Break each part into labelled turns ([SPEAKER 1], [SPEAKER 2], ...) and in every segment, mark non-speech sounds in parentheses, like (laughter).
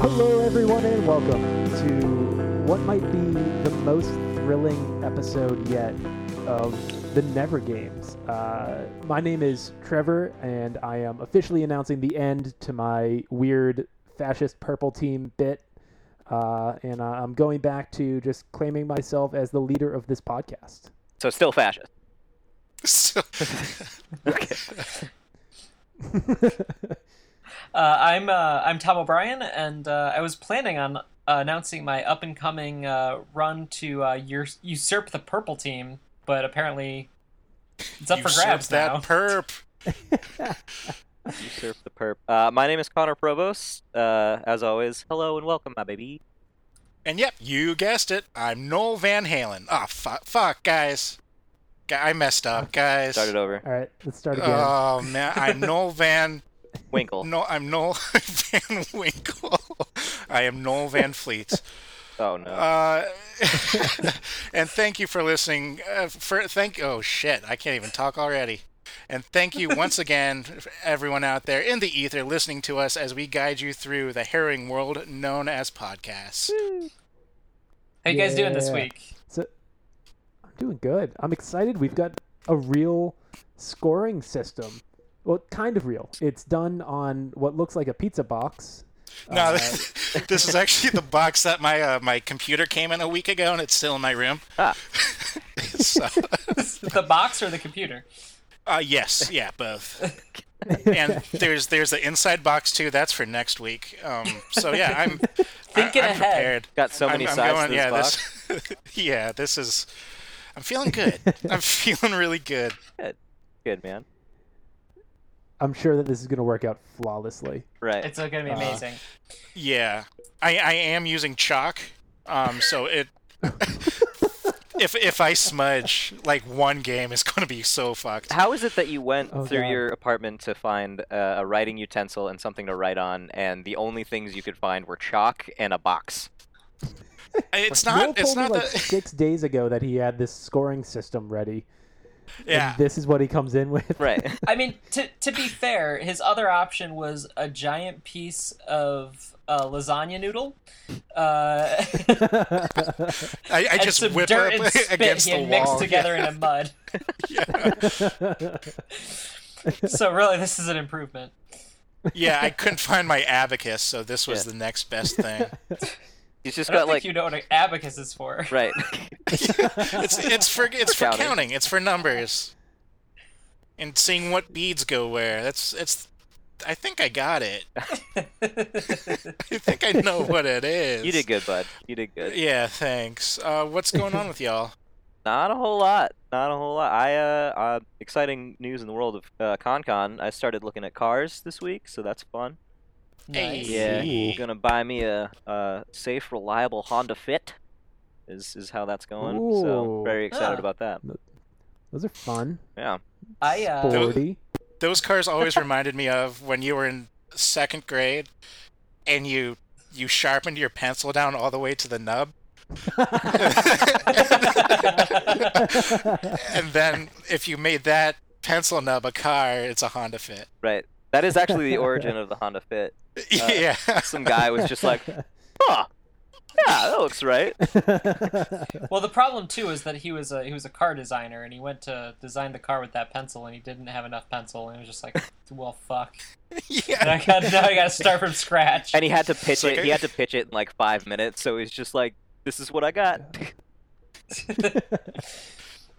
[SPEAKER 1] Hello, everyone, and welcome to what might be the most thrilling episode yet of the Never Games. Uh, my name is Trevor, and I am officially announcing the end to my weird fascist purple team bit. Uh, and I- I'm going back to just claiming myself as the leader of this podcast.
[SPEAKER 2] So still fascist. (laughs)
[SPEAKER 3] (laughs)
[SPEAKER 4] So-
[SPEAKER 2] Okay.
[SPEAKER 3] Uh, I'm uh, I'm Tom O'Brien, and uh, I was planning on uh, announcing my up and coming uh, run to uh, us- usurp the purple team, but apparently it's up
[SPEAKER 4] you
[SPEAKER 3] for grabs
[SPEAKER 4] served that
[SPEAKER 3] now.
[SPEAKER 4] perp.
[SPEAKER 2] Usurp the perp. Uh, my name is Connor Provost. Uh, as always, hello and welcome, my baby.
[SPEAKER 4] And yep, you guessed it. I'm Noel Van Halen. Ah, fuck, fuck, guys. Gu- I messed up, guys.
[SPEAKER 2] Start it over.
[SPEAKER 1] All right, let's start again.
[SPEAKER 4] Oh man, I'm Noel Van.
[SPEAKER 2] Winkle.
[SPEAKER 4] No, I'm Noel (laughs) Van Winkle. I am Noel Van Fleets.
[SPEAKER 2] Oh no.
[SPEAKER 4] Uh, (laughs) and thank you for listening. Uh, for thank. Oh shit, I can't even talk already. And thank
[SPEAKER 3] (laughs)
[SPEAKER 4] you once again, everyone out there in the ether, listening to us as we guide you through the harrowing world known as podcasts.
[SPEAKER 3] How you guys doing this
[SPEAKER 1] Yeah.
[SPEAKER 3] week? (laughs)
[SPEAKER 1] So I'm doing good. I'm excited. We've got a real scoring system. Well, kind of real. It's done on what looks like a pizza box.
[SPEAKER 3] Uh,
[SPEAKER 4] No, this, this is actually the box that my uh, my computer came in a week ago, and it's still in my room.
[SPEAKER 2] Ah.
[SPEAKER 4] (laughs) so,
[SPEAKER 3] the box or the computer?
[SPEAKER 4] uh, yes, yeah, both. And there's there's the inside box too. That's for next week. Um, so yeah, I'm
[SPEAKER 3] (laughs) Thinking
[SPEAKER 4] I, am
[SPEAKER 3] ahead.
[SPEAKER 4] prepared.
[SPEAKER 2] Got so many
[SPEAKER 4] I'm, I'm
[SPEAKER 2] sides
[SPEAKER 4] going,
[SPEAKER 2] to this
[SPEAKER 4] yeah,
[SPEAKER 2] box.
[SPEAKER 4] This, (laughs) yeah, this is. I'm feeling good. I'm (laughs) feeling really good.
[SPEAKER 2] Good man.
[SPEAKER 1] (laughs) I'm sure that this is going to work out flawlessly.
[SPEAKER 2] Right.
[SPEAKER 3] It's uh, gonna be
[SPEAKER 4] Uh-huh.
[SPEAKER 1] Uh,
[SPEAKER 3] amazing.
[SPEAKER 4] Yeah, I, I am using chalk, um, so it (laughs) if if I smudge like one game is gonna be so fucked.
[SPEAKER 2] How is it that you went
[SPEAKER 1] Oh,
[SPEAKER 2] through
[SPEAKER 1] God.
[SPEAKER 2] your apartment to find uh, a writing utensil and something to write on, and the only things you could find were chalk and a box?
[SPEAKER 4] It's
[SPEAKER 1] Will
[SPEAKER 4] not it's
[SPEAKER 1] told me
[SPEAKER 4] not
[SPEAKER 1] like
[SPEAKER 4] the
[SPEAKER 1] six days ago that he had this scoring system ready.
[SPEAKER 4] (laughs) yeah.
[SPEAKER 1] And this is what he comes in with. (laughs)
[SPEAKER 2] Right.
[SPEAKER 3] I mean, to to be fair, his other option was a giant piece of uh, lasagna noodle.
[SPEAKER 4] (laughs)
[SPEAKER 3] Uh,
[SPEAKER 4] I, I
[SPEAKER 3] and
[SPEAKER 4] just
[SPEAKER 3] some
[SPEAKER 4] whip
[SPEAKER 3] dirt
[SPEAKER 4] up
[SPEAKER 3] and spit
[SPEAKER 4] (laughs) against
[SPEAKER 3] he
[SPEAKER 4] the
[SPEAKER 3] had
[SPEAKER 4] wall.
[SPEAKER 3] mixed together in a mud. So really, this is an improvement.
[SPEAKER 4] (laughs) Yeah, I couldn't find my abacus, so this was
[SPEAKER 2] Yeah.
[SPEAKER 4] the next best thing.
[SPEAKER 2] You just
[SPEAKER 3] I don't
[SPEAKER 2] got
[SPEAKER 3] think
[SPEAKER 2] like
[SPEAKER 3] you know what an abacus is for. (laughs)
[SPEAKER 2] (laughs) right.
[SPEAKER 4] It's it's for it's for
[SPEAKER 2] Counting.
[SPEAKER 4] counting. It's for numbers. And seeing what beads go where. That's it's I think I got it. I think I
[SPEAKER 2] (laughs)
[SPEAKER 4] know what it is.
[SPEAKER 2] You did good, bud. You did good.
[SPEAKER 4] Yeah, thanks. Uh, what's going on with
[SPEAKER 3] (laughs)
[SPEAKER 4] y'all?
[SPEAKER 2] Not a whole lot. Not a whole lot. I uh, uh exciting news in the world of uh, ConCon. I started looking at cars this week, so that's fun.
[SPEAKER 3] Nice.
[SPEAKER 2] Yeah,
[SPEAKER 4] Ooh.
[SPEAKER 2] gonna buy me a, a safe, reliable Honda Fit. Is is how that's going. So
[SPEAKER 1] Ooh.
[SPEAKER 2] very excited
[SPEAKER 3] Ah.
[SPEAKER 2] about that.
[SPEAKER 1] Those are fun.
[SPEAKER 2] Yeah.
[SPEAKER 3] I
[SPEAKER 4] (laughs)
[SPEAKER 3] uh,
[SPEAKER 1] Sporty.
[SPEAKER 4] Those cars always reminded me of when you were in second grade, and you you sharpened your pencil down all the way to
[SPEAKER 2] (laughs)
[SPEAKER 4] the nub. and then if you made that pencil nub a car, it's a Honda Fit.
[SPEAKER 2] Right. That is actually the
[SPEAKER 1] (laughs)
[SPEAKER 2] origin of the Honda Fit.
[SPEAKER 4] (laughs) yeah.
[SPEAKER 2] Some guy was just like, huh. Yeah, that looks right.
[SPEAKER 3] well, the problem too is that he was a he was a car designer and he went to design the car with that pencil and he didn't have enough pencil and he was just like, (laughs) well, fuck.
[SPEAKER 4] yeah.
[SPEAKER 3] And I got now I got to start from scratch.
[SPEAKER 2] And he had to pitch
[SPEAKER 4] Like
[SPEAKER 2] it.
[SPEAKER 4] a-
[SPEAKER 2] He had to pitch it in like five minutes. So he's just like, this is what I got.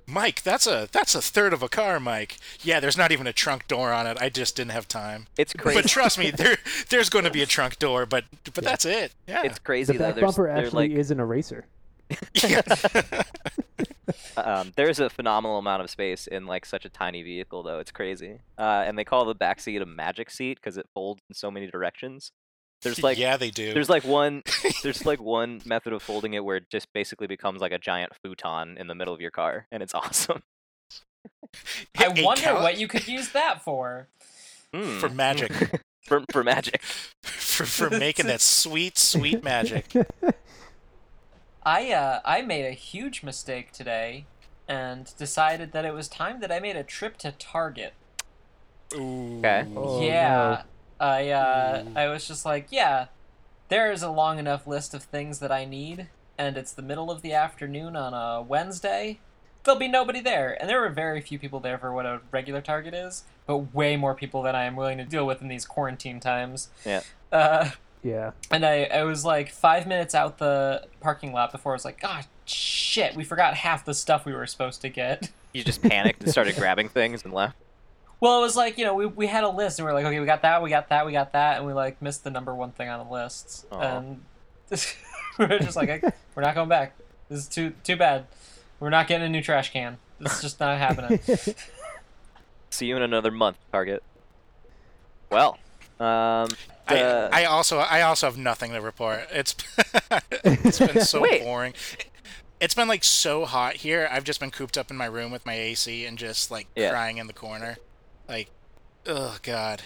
[SPEAKER 4] Mike, that's a that's a third of a car, Mike. Yeah, there's not even a trunk door on it. I just didn't have time.
[SPEAKER 2] It's crazy.
[SPEAKER 4] But trust me, there there's going to be a trunk door, but but that's it. Yeah.
[SPEAKER 2] It's crazy
[SPEAKER 1] the back
[SPEAKER 2] though. There's,
[SPEAKER 1] bumper
[SPEAKER 2] they're,
[SPEAKER 1] actually
[SPEAKER 2] like,
[SPEAKER 1] is an eraser.
[SPEAKER 4] (laughs) yeah.
[SPEAKER 2] um, there's a phenomenal amount of space in like such a tiny vehicle though it's crazy uh, and they call the back seat a magic seat because it folds in so many directions there's like
[SPEAKER 4] yeah, they do.
[SPEAKER 2] there's like one there's like one method of folding it where it just basically becomes like a giant futon in the middle of your car and it's (laughs) awesome
[SPEAKER 3] I
[SPEAKER 4] A
[SPEAKER 3] wonder
[SPEAKER 4] cal-
[SPEAKER 3] what you could use that for.
[SPEAKER 2] Hmm.
[SPEAKER 4] for magic, (laughs)
[SPEAKER 2] for, for magic
[SPEAKER 4] for for making that sweet sweet magic.
[SPEAKER 3] I uh, I made a huge mistake today and decided that it was time that I made a trip to Target.
[SPEAKER 4] Ooh.
[SPEAKER 2] Okay.
[SPEAKER 1] Oh,
[SPEAKER 3] yeah. I uh, I was just like, yeah, there is a long enough list of things that I need, and it's the middle of the afternoon on a Wednesday. There'll be nobody there, and there were very few people there for what a regular target is, but way more people than I am willing to deal with in these quarantine times.
[SPEAKER 2] Yeah.
[SPEAKER 3] Uh,
[SPEAKER 1] (laughs) Yeah.
[SPEAKER 3] and I, I was like five minutes out the parking lot before I was like, ah, shit, we forgot half the stuff we were supposed to get.
[SPEAKER 2] You just panicked and started grabbing things and left.
[SPEAKER 3] Well, it was like, you know, we, we had a list and we are like, okay, we got that, we got that, we got that, and we like missed the number one thing on the list.
[SPEAKER 2] Aw.
[SPEAKER 3] And (laughs) we were just like, "Okay, we're not going back. This is too too bad. We're not getting a new trash can. This is just not
[SPEAKER 2] (laughs)
[SPEAKER 3] happening.
[SPEAKER 2] See you in another month, Target. Well, um,
[SPEAKER 4] I,
[SPEAKER 2] uh,
[SPEAKER 4] I also I also have nothing to report. It's (laughs) it's been so
[SPEAKER 2] Wait.
[SPEAKER 4] boring. It's been like so hot here. I've just been cooped up in my room with my AC and just like
[SPEAKER 2] Yeah.
[SPEAKER 4] crying in the corner. Like oh god.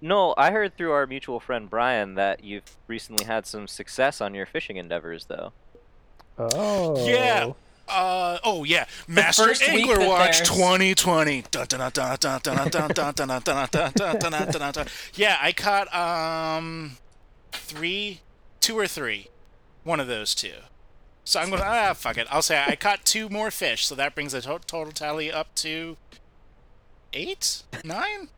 [SPEAKER 2] no, I heard through our mutual friend Brian that you've recently had some success on your fishing endeavors, though.
[SPEAKER 1] (laughs) Oh. (laughs)
[SPEAKER 4] Yeah. Uh oh yeah, Master
[SPEAKER 3] first week
[SPEAKER 4] Angler
[SPEAKER 3] that
[SPEAKER 4] Watch
[SPEAKER 3] there's-
[SPEAKER 4] 2020. Dun, dun, dun, dun, dun, dun, dun, dun, dun, dun, dun, dun, dun, dun, dun, dun, dun. Yeah, I caught um three, two or three, one of those two. So I'm gonna ah fuck it. I'll say I caught two more fish, so that brings the to- total tally up to eight, nine.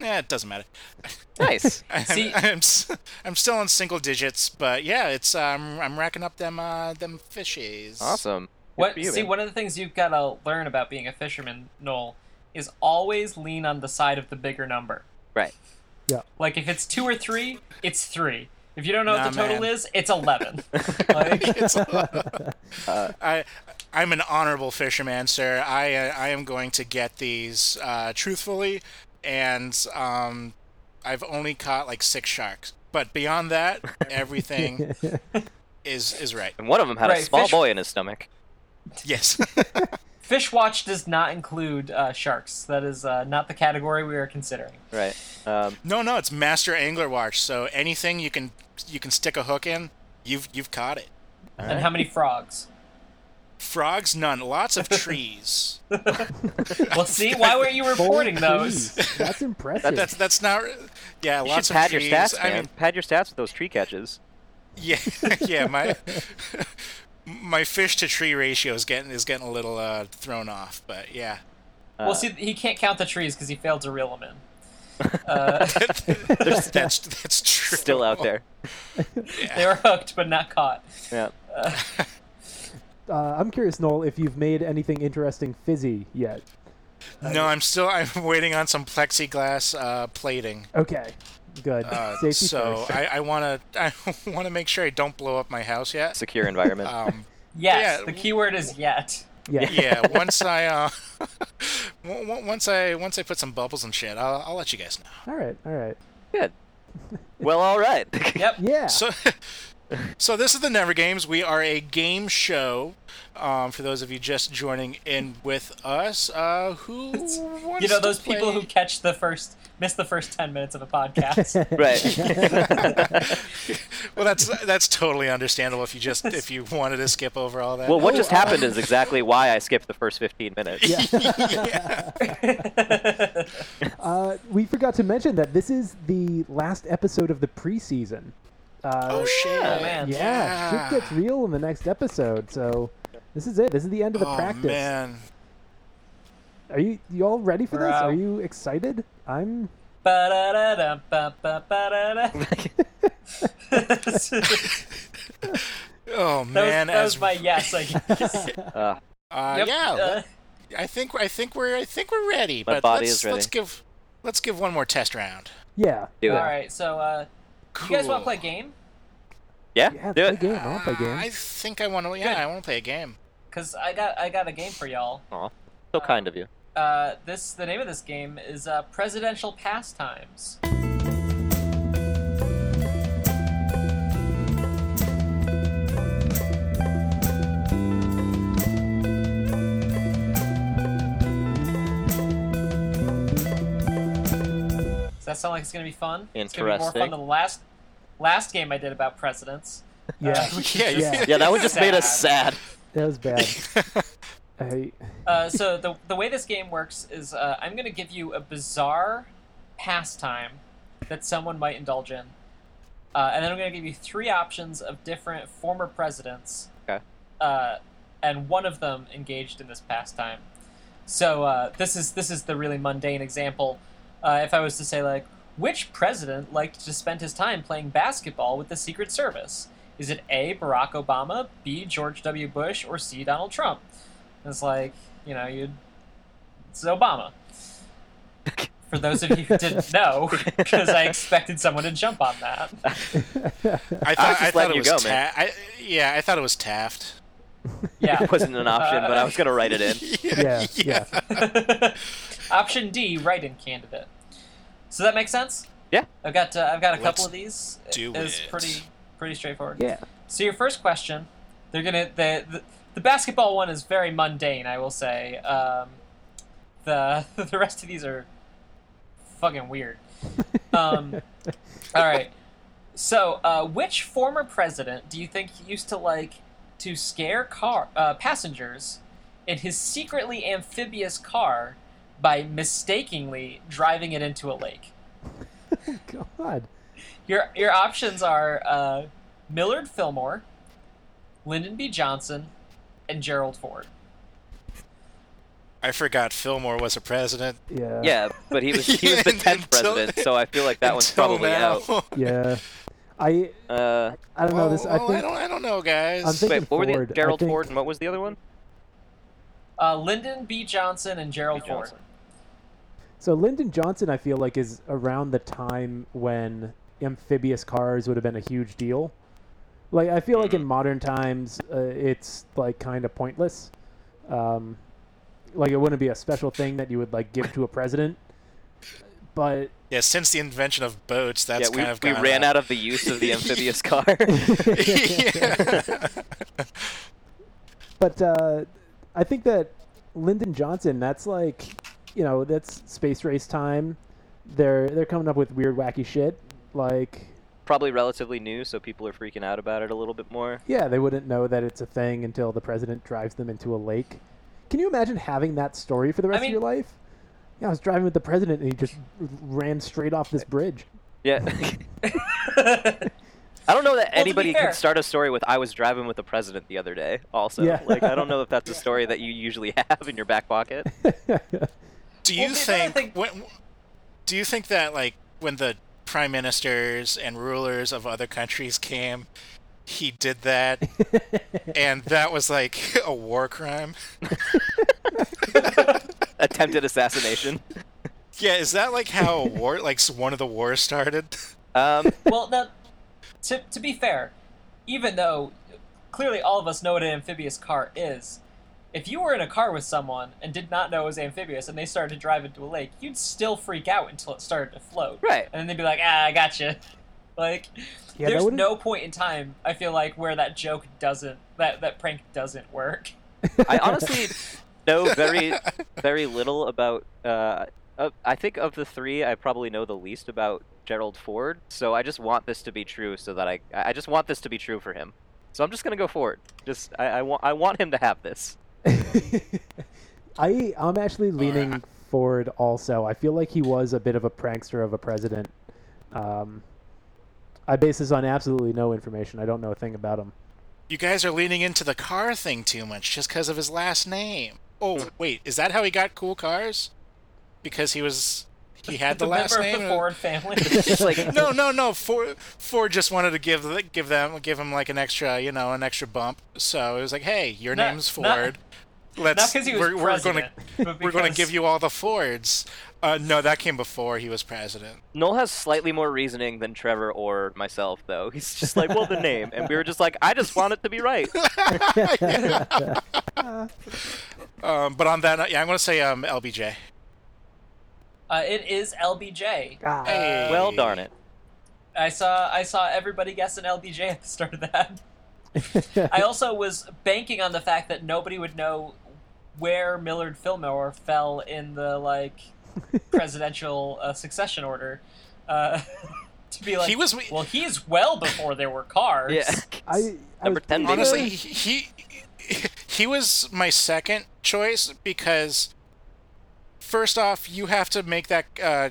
[SPEAKER 4] Yeah, it doesn't matter. (laughs)
[SPEAKER 2] Nice.
[SPEAKER 4] I'm,
[SPEAKER 3] See-
[SPEAKER 4] I'm, s- I'm still in single digits, but yeah, it's um, I'm racking up them uh, them fishies.
[SPEAKER 2] (laughs) awesome. Good
[SPEAKER 3] what
[SPEAKER 2] for you,
[SPEAKER 3] see,
[SPEAKER 2] man.
[SPEAKER 3] one of the things you've gotta learn about being a fisherman, Noel, is always lean on the side of the bigger number.
[SPEAKER 2] Right.
[SPEAKER 1] Yeah.
[SPEAKER 3] Like if it's two or three, it's three. If you don't know
[SPEAKER 4] Nah,
[SPEAKER 3] what the total
[SPEAKER 4] man.
[SPEAKER 3] is,
[SPEAKER 2] (laughs)
[SPEAKER 3] it's eleven. like
[SPEAKER 4] It's a- I, I'm an honorable fisherman, sir. I, uh, I am going to get these uh, truthfully, and um, I've only caught like six sharks. But beyond that, everything is is right.
[SPEAKER 2] And one of them had a
[SPEAKER 3] Right,
[SPEAKER 2] small
[SPEAKER 3] fish-
[SPEAKER 2] boy in his stomach.
[SPEAKER 4] Yes.
[SPEAKER 3] Fish watch does not include uh, sharks. That is uh, not the category we are considering.
[SPEAKER 2] Right. Um,
[SPEAKER 4] (laughs) no, no, it's master angler watch. So anything you can you can stick a hook in, you've you've caught it.
[SPEAKER 3] And how
[SPEAKER 4] (laughs)
[SPEAKER 3] many frogs?
[SPEAKER 4] Frogs, none. Lots of trees.
[SPEAKER 3] Well, see, why weren't you reporting those?
[SPEAKER 1] (laughs) Please. That's impressive.
[SPEAKER 4] That's that's not. Yeah,
[SPEAKER 2] you
[SPEAKER 4] lots
[SPEAKER 2] should
[SPEAKER 4] of
[SPEAKER 2] pad your
[SPEAKER 4] trees.
[SPEAKER 2] stats,
[SPEAKER 4] I
[SPEAKER 2] man.
[SPEAKER 4] mean,
[SPEAKER 2] pad your stats with those tree catches.
[SPEAKER 4] Yeah, (laughs) yeah. My my fish to tree ratio is getting is getting a little uh, thrown off, but yeah.
[SPEAKER 2] Uh,
[SPEAKER 3] well, see, he can't count the trees because he failed to reel them in. Uh,
[SPEAKER 4] (laughs) that's that's true.
[SPEAKER 2] Still out there.
[SPEAKER 3] (laughs) they were hooked but not caught.
[SPEAKER 2] Yeah.
[SPEAKER 1] uh, I'm curious, Noel, if you've made anything interesting fizzy yet.
[SPEAKER 4] No, I'm still I'm waiting on some plexiglass uh, plating.
[SPEAKER 1] Okay. Good.
[SPEAKER 4] Uh,
[SPEAKER 1] Safety
[SPEAKER 4] so
[SPEAKER 1] first.
[SPEAKER 4] I, I wanna (laughs) I wanna make sure I don't blow up my house yet.
[SPEAKER 2] Secure environment.
[SPEAKER 4] Um,
[SPEAKER 3] Yes,
[SPEAKER 4] Yeah.
[SPEAKER 3] the key word is yet.
[SPEAKER 1] yeah.
[SPEAKER 4] yeah, once I uh, (laughs) on- on- once I once I put some bubbles and shit, I'll, I'll let you guys know.
[SPEAKER 1] (laughs) All right. All right.
[SPEAKER 2] Good. Well, all right. (laughs)
[SPEAKER 3] Yep.
[SPEAKER 1] Yeah. (laughs)
[SPEAKER 4] So, (laughs) so this is the Never Games. We are a game show. Um, for those of you just joining in with us, uh, who wants
[SPEAKER 3] You know
[SPEAKER 4] to
[SPEAKER 3] those people
[SPEAKER 4] play-
[SPEAKER 3] who catch the first, miss the first ten minutes of a
[SPEAKER 4] (laughs)
[SPEAKER 3] podcast. (laughs)
[SPEAKER 1] (laughs)
[SPEAKER 2] right.
[SPEAKER 4] Well, that's that's totally understandable if you
[SPEAKER 3] (laughs)
[SPEAKER 4] just if you wanted to skip over all that.
[SPEAKER 2] well, what just
[SPEAKER 4] (laughs)
[SPEAKER 1] Oh, uh,
[SPEAKER 2] happened is exactly why I skipped the first 15 minutes.
[SPEAKER 1] Yeah. Uh, we forgot to mention that this is the last episode of the preseason. Uh,
[SPEAKER 4] oh shit!
[SPEAKER 2] yeah,
[SPEAKER 3] man.
[SPEAKER 1] yeah, shit gets real in the next episode. So this is it. This is the end of the
[SPEAKER 4] oh
[SPEAKER 1] practice.
[SPEAKER 4] man.
[SPEAKER 1] Are you you all ready for
[SPEAKER 3] We're
[SPEAKER 1] this?
[SPEAKER 3] out.
[SPEAKER 1] Are you excited? I'm.
[SPEAKER 3] Ba-da-da-da-ba-ba-ba-da-da.
[SPEAKER 4] Oh
[SPEAKER 3] (laughs) That was,
[SPEAKER 4] man.
[SPEAKER 3] that
[SPEAKER 4] as
[SPEAKER 3] was my yes.
[SPEAKER 4] (laughs)
[SPEAKER 3] I guess.
[SPEAKER 2] (laughs) Uh,
[SPEAKER 4] uh,
[SPEAKER 3] Yep,
[SPEAKER 4] yeah.
[SPEAKER 3] uh,
[SPEAKER 4] I think I think we're I think we're ready.
[SPEAKER 2] My
[SPEAKER 4] but
[SPEAKER 2] body
[SPEAKER 4] let's,
[SPEAKER 2] is ready.
[SPEAKER 4] Let's give let's give one more test round.
[SPEAKER 1] Yeah.
[SPEAKER 2] do it.
[SPEAKER 3] all right. So, uh,
[SPEAKER 4] Cool.
[SPEAKER 3] you guys want to play a game?
[SPEAKER 2] Yeah,
[SPEAKER 1] Yeah.
[SPEAKER 2] do
[SPEAKER 1] play
[SPEAKER 2] it.
[SPEAKER 1] game. I want to play
[SPEAKER 4] Uh, I (laughs)
[SPEAKER 1] game.
[SPEAKER 4] think I want to. Yeah,
[SPEAKER 3] Good.
[SPEAKER 4] I want to play a game. (laughs)
[SPEAKER 3] Cause I got I got a game for y'all.
[SPEAKER 2] Aw, so kind of you.
[SPEAKER 3] Uh, this the name of this game is uh, Presidential Pastimes. Does that sound like it's gonna be fun? It's gonna be more fun
[SPEAKER 2] Interesting.
[SPEAKER 3] than the last last game I did about presidents.
[SPEAKER 1] Yeah.
[SPEAKER 4] yeah,
[SPEAKER 1] Yeah.
[SPEAKER 2] Yeah, that one just made us
[SPEAKER 4] (laughs)
[SPEAKER 2] sad.
[SPEAKER 1] That was bad. I, (laughs)
[SPEAKER 3] Uh, so the the way this game works is uh, I'm going to give you a bizarre pastime that someone might indulge in, Uh, and then I'm going to give you three options of different former presidents.
[SPEAKER 2] Okay.
[SPEAKER 3] Uh, and one of them engaged in this pastime. So uh, this is this is the really mundane example. Uh, if I was to say like, which president liked to spend his time playing basketball with the Secret Service? Is it A. Barack Obama, B. George W. Bush, or C. Donald Trump? And it's like you know you, it's Obama. For those of you who didn't know,
[SPEAKER 2] (laughs)
[SPEAKER 3] because I expected someone to jump on that.
[SPEAKER 4] I thought,
[SPEAKER 2] just
[SPEAKER 4] I
[SPEAKER 2] letting
[SPEAKER 4] thought it
[SPEAKER 2] you
[SPEAKER 4] was
[SPEAKER 2] go,
[SPEAKER 4] Ta-
[SPEAKER 2] man.
[SPEAKER 4] I, yeah, I thought it
[SPEAKER 2] (laughs)
[SPEAKER 4] was Taft.
[SPEAKER 3] Yeah.
[SPEAKER 2] It wasn't an option, but I was gonna write it in.
[SPEAKER 1] Yeah, yeah.
[SPEAKER 3] (laughs) Option D, write-in candidate. So that makes sense.
[SPEAKER 2] Yeah.
[SPEAKER 3] I've got uh, I've got a
[SPEAKER 4] Let's
[SPEAKER 3] couple of these.
[SPEAKER 4] do
[SPEAKER 3] it's
[SPEAKER 4] it.
[SPEAKER 3] pretty pretty straightforward.
[SPEAKER 1] Yeah.
[SPEAKER 3] So your first question, they're gonna the the, the basketball one is very mundane, I will say. Um, the (laughs) the rest of these are fucking weird. Um, all right. So, uh, which former president do you think used to like to scare car uh, passengers in his secretly amphibious car by mistakenly driving it into a lake?
[SPEAKER 1] God.
[SPEAKER 3] Your your options are uh, Millard Fillmore, Lyndon B. Johnson, and Gerald Ford.
[SPEAKER 4] I forgot Fillmore was a president.
[SPEAKER 1] Yeah.
[SPEAKER 2] Yeah, but he was he was
[SPEAKER 4] (laughs)
[SPEAKER 2] the tenth
[SPEAKER 4] Until-
[SPEAKER 2] president, so I feel like
[SPEAKER 4] (laughs)
[SPEAKER 2] that one's
[SPEAKER 4] Until
[SPEAKER 2] probably
[SPEAKER 4] now.
[SPEAKER 2] out.
[SPEAKER 4] (laughs)
[SPEAKER 1] Yeah. I
[SPEAKER 2] Uh,
[SPEAKER 1] I don't know this. I
[SPEAKER 4] Well,
[SPEAKER 1] think
[SPEAKER 4] don't, I don't know, guys.
[SPEAKER 1] I'm thinking-
[SPEAKER 2] wait, what were the
[SPEAKER 1] Ford, I
[SPEAKER 2] Gerald
[SPEAKER 1] think-
[SPEAKER 2] Ford and what was the other one?
[SPEAKER 3] Uh, Lyndon B. Johnson and Gerald
[SPEAKER 2] B.
[SPEAKER 3] Ford.
[SPEAKER 2] Johnson.
[SPEAKER 1] so. Lyndon Johnson, I feel like, is around the time when amphibious cars would have been a huge deal. Like I feel like in modern times, uh, it's like kind of pointless. Um, like it wouldn't be a special thing that you would like give to a president. But (laughs)
[SPEAKER 4] Yeah, since the invention of boats, that's
[SPEAKER 2] yeah, we,
[SPEAKER 4] kind of
[SPEAKER 2] we
[SPEAKER 4] gone
[SPEAKER 2] ran out of the use of
[SPEAKER 4] (laughs)
[SPEAKER 2] the amphibious car. (laughs)
[SPEAKER 1] (laughs)
[SPEAKER 4] Yeah.
[SPEAKER 1] But uh, I think that Lyndon Johnson, that's like, you know, that's space race time. They're they're coming up with weird, wacky shit. Like,
[SPEAKER 2] Probably relatively new, so people are freaking out about it a little bit more.
[SPEAKER 1] yeah, they wouldn't know that it's a thing until the president drives them into a lake. Can you imagine having that story for the rest
[SPEAKER 3] mean-
[SPEAKER 1] of your life? Yeah, I was driving with the president, and he just ran straight off this bridge. (laughs)
[SPEAKER 2] Yeah. (laughs) I don't know that
[SPEAKER 3] be
[SPEAKER 2] anybody
[SPEAKER 3] fair-
[SPEAKER 2] could start a story with "I was driving with the president the other day." Also,
[SPEAKER 1] Yeah.
[SPEAKER 2] like I don't know if that's a story that you usually (laughs) have in your back pocket.
[SPEAKER 4] do
[SPEAKER 3] Well,
[SPEAKER 4] you
[SPEAKER 3] the other
[SPEAKER 4] think?
[SPEAKER 3] thing-
[SPEAKER 4] When, do you think that like when the prime ministers and rulers of other countries came, he did that, and that was like (laughs) a war crime?
[SPEAKER 2] Attempted assassination.
[SPEAKER 4] Yeah, is that like how
[SPEAKER 3] (laughs)
[SPEAKER 4] a war, like s- one of the wars started?
[SPEAKER 2] Um,
[SPEAKER 3] (laughs) well, now, to, to be fair, even though clearly all of us know what an amphibious car is, if you were in a car with someone and did not know it was amphibious and they started to drive into a lake, you'd still freak out until it started to float.
[SPEAKER 2] right.
[SPEAKER 3] And then they'd be like, ah, I gotcha. (laughs) Like,
[SPEAKER 1] Yeah, that
[SPEAKER 3] there's
[SPEAKER 1] wouldn't-
[SPEAKER 3] no point in time, I feel like, where that joke doesn't, that, that prank doesn't work.
[SPEAKER 2] I honestly know very, very little about. Uh, of- I think of the three, I probably know the least about Gerald Ford. So I just want this to be true, so that I, I just want this to be true for him. So I'm just gonna go forward. Just I, I want, I want him to have this.
[SPEAKER 1] (laughs) I I'm actually leaning forward. Also, I feel like he was a bit of a prankster of a president. Um, I base this on absolutely no information. I don't know a thing about him. (laughs)
[SPEAKER 4] You guys are leaning into the car thing too much just because of his last name.
[SPEAKER 3] Hmm.
[SPEAKER 4] Oh, wait, is that how he got cool cars? Because he was he had
[SPEAKER 3] (laughs)
[SPEAKER 4] the,
[SPEAKER 3] the
[SPEAKER 4] last uh,
[SPEAKER 3] member
[SPEAKER 4] name.
[SPEAKER 3] of the Ford family.
[SPEAKER 1] (laughs)
[SPEAKER 2] It's like
[SPEAKER 4] No, no, no. Ford Ford just wanted to give the- give them give him like an extra, you know, an extra bump. So it was like, "Hey, your
[SPEAKER 3] Not-
[SPEAKER 4] name's
[SPEAKER 3] not-
[SPEAKER 4] Ford.
[SPEAKER 3] Not
[SPEAKER 4] Let's
[SPEAKER 3] because he was
[SPEAKER 4] we're, we're
[SPEAKER 3] president,
[SPEAKER 4] going to (laughs)
[SPEAKER 3] but
[SPEAKER 4] we're going to
[SPEAKER 3] because-
[SPEAKER 4] give you all the Fords." Uh, no, that came before he was president.
[SPEAKER 2] Noel has slightly more reasoning than Trevor or myself, though. He's just like, well, the name, and we were just like, I just want it to be
[SPEAKER 4] (laughs)
[SPEAKER 2] right.
[SPEAKER 4] Um, but on that, note, yeah, I'm going to say um, LBJ.
[SPEAKER 3] Uh, it is LBJ.
[SPEAKER 1] Ah.
[SPEAKER 4] Hey.
[SPEAKER 2] Well, darn it.
[SPEAKER 3] I saw I saw everybody guess an LBJ at the start of that. I also was banking on the fact that nobody would know where Millard Fillmore fell in the like
[SPEAKER 1] (laughs)
[SPEAKER 3] presidential uh, succession order. Uh, (laughs) to be like,
[SPEAKER 4] He was-
[SPEAKER 3] well, he's well before there were cars.
[SPEAKER 2] Yeah.
[SPEAKER 1] I, I
[SPEAKER 2] Number
[SPEAKER 1] was thinking-
[SPEAKER 2] 10,
[SPEAKER 4] Honestly, he he was my second choice because first off, you have to make that uh,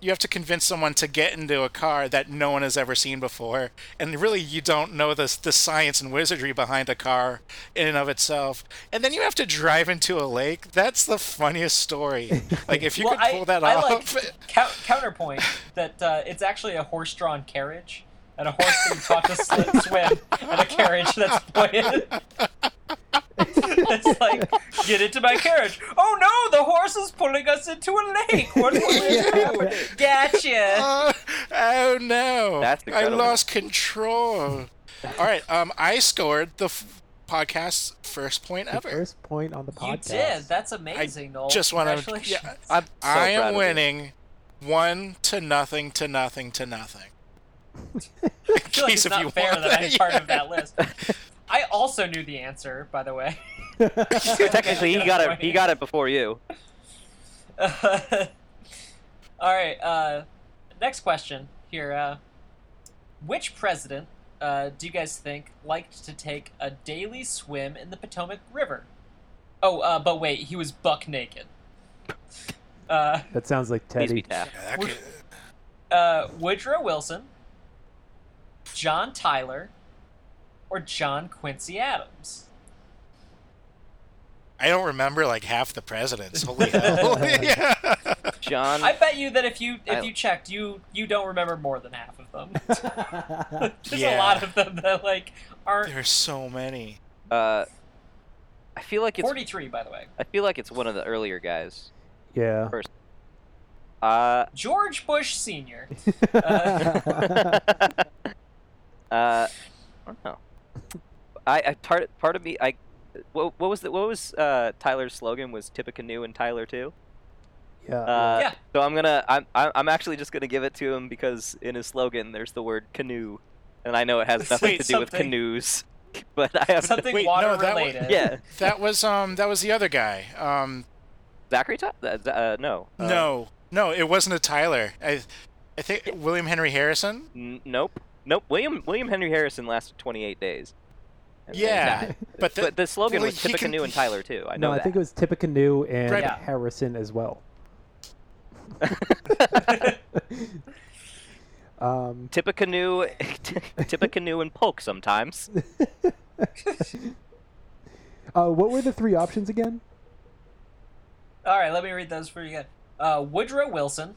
[SPEAKER 4] you have to convince someone to get into a car that no one has ever seen before, and really you don't know the the science and wizardry behind a car in and of itself. And then you have to drive into a lake. That's the funniest story. Like if you
[SPEAKER 3] well,
[SPEAKER 4] could pull
[SPEAKER 3] I,
[SPEAKER 4] that
[SPEAKER 3] I
[SPEAKER 4] off. (laughs)
[SPEAKER 3] like cou- counterpoint that uh, it's actually a horse-drawn carriage, and a horse that you taught to
[SPEAKER 4] (laughs)
[SPEAKER 3] sl- swim, and a carriage that's pointed. (laughs) it's like, get into my carriage. Oh no, the horse is pulling us into a lake. What will
[SPEAKER 4] (laughs)
[SPEAKER 3] we do? Gotcha.
[SPEAKER 4] Oh, (laughs) oh no!
[SPEAKER 2] That's
[SPEAKER 4] I
[SPEAKER 2] incredible.
[SPEAKER 4] lost control. All right, um, I scored the f- podcast's first point
[SPEAKER 1] The
[SPEAKER 4] ever.
[SPEAKER 1] first point on the
[SPEAKER 3] You
[SPEAKER 1] podcast.
[SPEAKER 3] did. That's amazing, Noel.
[SPEAKER 4] Just want to,
[SPEAKER 3] Congratulations.
[SPEAKER 4] yeah,
[SPEAKER 2] I'm so
[SPEAKER 4] I
[SPEAKER 2] proud
[SPEAKER 4] am
[SPEAKER 2] of you.
[SPEAKER 4] winning, one to nothing to nothing to nothing. In
[SPEAKER 3] I feel like
[SPEAKER 4] case
[SPEAKER 3] it's
[SPEAKER 4] if you
[SPEAKER 3] not fair
[SPEAKER 4] want
[SPEAKER 3] that I'm
[SPEAKER 4] that, (laughs)
[SPEAKER 3] part of
[SPEAKER 4] yeah.
[SPEAKER 3] that list. I also knew the answer, by the way.
[SPEAKER 2] Technically, he got it. He got it before you.
[SPEAKER 3] (laughs) All right. Uh, next question here. Uh, which president uh, do you guys think liked to take a daily swim in the Potomac River? Oh, uh, but wait, he was buck naked. (laughs) Uh,
[SPEAKER 1] That sounds like
[SPEAKER 2] Please
[SPEAKER 1] Teddy.
[SPEAKER 2] be Taft.
[SPEAKER 4] Yeah, that
[SPEAKER 3] We're-
[SPEAKER 4] could-
[SPEAKER 3] uh, Woodrow Wilson, John Tyler, or John Quincy Adams?
[SPEAKER 4] I don't remember like half the
[SPEAKER 1] (laughs)
[SPEAKER 4] presidents. Holy hell! (laughs) yeah.
[SPEAKER 2] John.
[SPEAKER 3] I bet you that if you if
[SPEAKER 2] I-
[SPEAKER 3] you checked, you you don't remember more than half of them. (laughs)
[SPEAKER 2] (laughs)
[SPEAKER 3] There's a
[SPEAKER 4] Yeah.
[SPEAKER 3] lot of them that like aren't
[SPEAKER 4] There are so many.
[SPEAKER 2] Uh, I feel like it's.
[SPEAKER 3] 43 by the way
[SPEAKER 2] I feel like it's one of the earlier guys.
[SPEAKER 3] (laughs)
[SPEAKER 1] yeah.
[SPEAKER 2] Uh, (laughs)
[SPEAKER 3] george
[SPEAKER 4] (laughs)
[SPEAKER 3] bush senior Uh,
[SPEAKER 2] uh, I don't know. I, I part part of me I what, what was the, what was uh, Tyler's slogan was Tippecanoe and Tyler too.
[SPEAKER 1] yeah.
[SPEAKER 2] Uh,
[SPEAKER 3] Yeah.
[SPEAKER 2] So I'm gonna I'm I'm I'm actually just gonna give it to him because in his slogan there's the word canoe, and I know it
[SPEAKER 4] (laughs)
[SPEAKER 2] has nothing
[SPEAKER 3] Wait,
[SPEAKER 2] to do with
[SPEAKER 3] something-
[SPEAKER 2] canoes, (laughs) but I have (laughs)
[SPEAKER 3] something
[SPEAKER 4] Wait, no,
[SPEAKER 3] water
[SPEAKER 4] that was-
[SPEAKER 3] related
[SPEAKER 2] yeah
[SPEAKER 4] That was um. That was the other guy. Um,
[SPEAKER 2] Zachary Ty- uh, Z- uh, no Uh,
[SPEAKER 4] No, no, it wasn't a Tyler. I, I think William Henry Harrison.
[SPEAKER 2] n- nope nope William William Henry Harrison lasted 28 days. And then
[SPEAKER 4] Yeah, (laughs)
[SPEAKER 2] died.
[SPEAKER 4] but the-
[SPEAKER 2] but the slogan
[SPEAKER 4] well,
[SPEAKER 2] was
[SPEAKER 4] he can-
[SPEAKER 2] Tippecanoe and Tyler too. I know
[SPEAKER 1] no, I
[SPEAKER 2] that.
[SPEAKER 1] think it was Tippecanoe and
[SPEAKER 4] Right.
[SPEAKER 3] Yeah.
[SPEAKER 1] Harrison as
[SPEAKER 2] (laughs)
[SPEAKER 1] well. um,
[SPEAKER 2] (laughs) Tippecanoe, Tippecanoe and
[SPEAKER 1] (laughs)
[SPEAKER 2] Polk sometimes.
[SPEAKER 1] uh, what were the three options
[SPEAKER 3] (laughs)
[SPEAKER 1] again?
[SPEAKER 3] all right let me read those for you again uh, woodrow wilson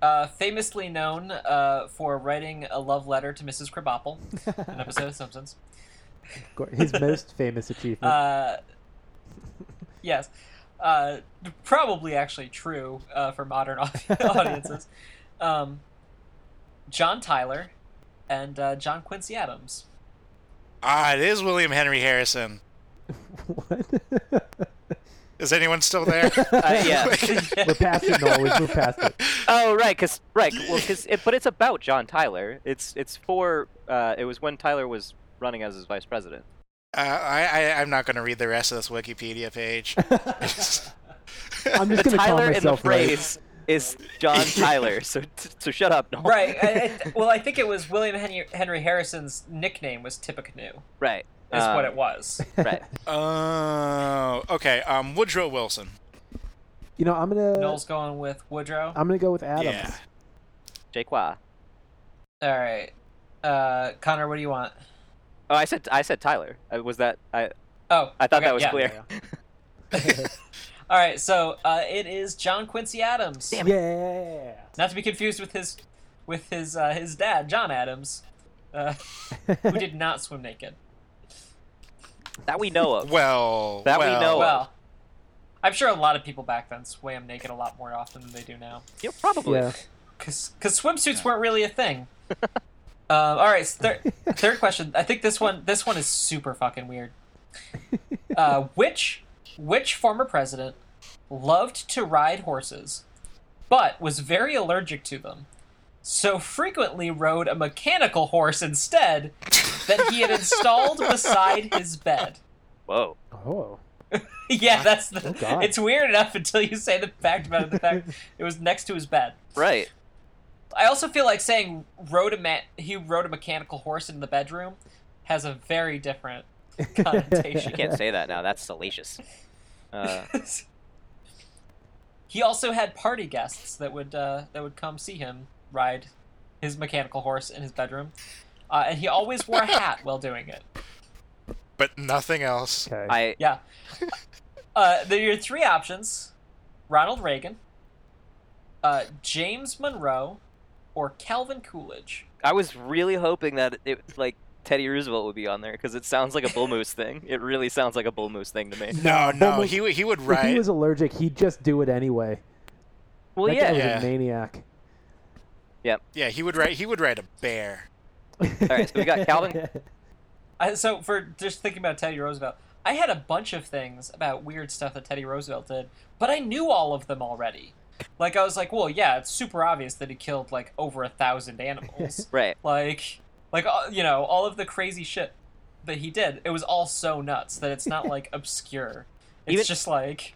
[SPEAKER 3] uh, famously known uh, for writing a love letter to mrs krabappel an
[SPEAKER 4] (laughs)
[SPEAKER 3] episode of simpsons
[SPEAKER 1] His most famous achievement.
[SPEAKER 3] uh, yes uh, probably actually true uh, for
[SPEAKER 4] (laughs)
[SPEAKER 3] modern audiences um, john tyler and uh, john
[SPEAKER 4] (laughs)
[SPEAKER 3] quincy adams (laughs)
[SPEAKER 4] Ah, it is William Henry Harrison.
[SPEAKER 1] (laughs) what?
[SPEAKER 4] Is anyone still there?
[SPEAKER 2] Uh, (laughs)
[SPEAKER 4] (laughs)
[SPEAKER 2] yeah.
[SPEAKER 1] we're past it, Noel. We're past it.
[SPEAKER 2] Oh right, cause right, well,
[SPEAKER 3] (laughs)
[SPEAKER 2] 'cause it, but it's about John Tyler. It's it's for uh, it was when Tyler was running as his vice president.
[SPEAKER 4] Uh, I, I, I'm not going to read the rest of this
[SPEAKER 2] (laughs)
[SPEAKER 4] Wikipedia page.
[SPEAKER 1] I'm
[SPEAKER 2] The
[SPEAKER 1] just going to call
[SPEAKER 2] Tyler in the
[SPEAKER 1] myself right.
[SPEAKER 2] phrase is
[SPEAKER 3] (laughs)
[SPEAKER 2] John Tyler. So so shut up. Noel.
[SPEAKER 3] Right. I, I, well, I think it was William Henry, Henry Harrison's nickname was Tippecanoe,
[SPEAKER 2] Right.
[SPEAKER 3] is
[SPEAKER 2] um,
[SPEAKER 3] what it was.
[SPEAKER 2] Right.
[SPEAKER 4] Oh, okay. Um, Woodrow Wilson.
[SPEAKER 1] You know, I'm gonna
[SPEAKER 3] Noel's going with Woodrow.
[SPEAKER 1] I'm gonna go with Adams.
[SPEAKER 4] Yeah.
[SPEAKER 2] Jake Wah.
[SPEAKER 3] All right. Uh, Connor, what do you want?
[SPEAKER 2] Oh, I said I said Tyler. Uh, was that I?
[SPEAKER 3] Oh,
[SPEAKER 2] I thought
[SPEAKER 3] okay,
[SPEAKER 2] that was
[SPEAKER 3] yeah.
[SPEAKER 2] clear.
[SPEAKER 3] All right, so uh, it is John Quincy Adams.
[SPEAKER 1] Yeah.
[SPEAKER 3] Not to be confused with his with his uh, his dad, John Adams, uh, who did not swim
[SPEAKER 2] (laughs)
[SPEAKER 3] naked.
[SPEAKER 2] That we know
[SPEAKER 3] (laughs)
[SPEAKER 2] of.
[SPEAKER 4] Well,
[SPEAKER 2] That we
[SPEAKER 4] well,
[SPEAKER 2] know of.
[SPEAKER 3] Well, I'm sure a lot of people back then swam naked a lot more often than they do now.
[SPEAKER 2] Yeah,
[SPEAKER 1] (laughs)
[SPEAKER 2] probably.
[SPEAKER 1] Yeah.
[SPEAKER 3] because swimsuits weren't really a thing.
[SPEAKER 1] (laughs)
[SPEAKER 3] um, all right, so third, third question. I think this one this one is super fucking weird. Uh, which which former president loved to ride horses, but was very allergic to them, so frequently rode a mechanical horse instead that he had installed beside his bed. (laughs)
[SPEAKER 2] Whoa.
[SPEAKER 1] Oh.
[SPEAKER 3] yeah, that's
[SPEAKER 1] Oh,
[SPEAKER 3] the.
[SPEAKER 1] God.
[SPEAKER 3] it's weird enough until you say the fact about it. The fact it was next to his bed.
[SPEAKER 2] Right.
[SPEAKER 3] I also feel like saying rode a ma- he rode a mechanical horse in the bedroom has a very different
[SPEAKER 2] You
[SPEAKER 1] (laughs)
[SPEAKER 3] connotation.
[SPEAKER 2] can't say that now. That's salacious. Uh,
[SPEAKER 3] (laughs) He also had party guests that would uh, that would come see him ride his mechanical horse in his bedroom, uh, and he always wore a hat while doing it.
[SPEAKER 4] but nothing else.
[SPEAKER 1] Okay.
[SPEAKER 2] I
[SPEAKER 3] Yeah. Uh, there are your three options: Ronald Reagan, uh, James Monroe, or Calvin Coolidge.
[SPEAKER 2] I was really hoping that it like Teddy Roosevelt would be on there because it sounds like a bull moose thing. It really sounds like a bull moose thing to me.
[SPEAKER 4] No, no,
[SPEAKER 1] Almost-
[SPEAKER 4] he would- he would
[SPEAKER 1] If he
[SPEAKER 4] ride.
[SPEAKER 1] was allergic, he'd just do it anyway.
[SPEAKER 2] Well,
[SPEAKER 1] that
[SPEAKER 2] yeah.
[SPEAKER 1] guy was
[SPEAKER 4] Yeah.
[SPEAKER 1] a maniac.
[SPEAKER 4] Yeah, he would ride. He would ride a bear.
[SPEAKER 2] All right, so we got
[SPEAKER 1] (laughs)
[SPEAKER 2] Calvin.
[SPEAKER 3] I, so for just thinking about Teddy Roosevelt, I had a bunch of things about weird stuff that Teddy Roosevelt did, but I knew all of them already. Like I was like, well, yeah, it's super obvious that he killed like over a thousand animals.
[SPEAKER 2] (laughs) (laughs) Right.
[SPEAKER 3] like, like uh, you know, all of the crazy shit that he did. It was all so nuts that it's not
[SPEAKER 2] (laughs)
[SPEAKER 3] like obscure. It's
[SPEAKER 2] Even-
[SPEAKER 3] just like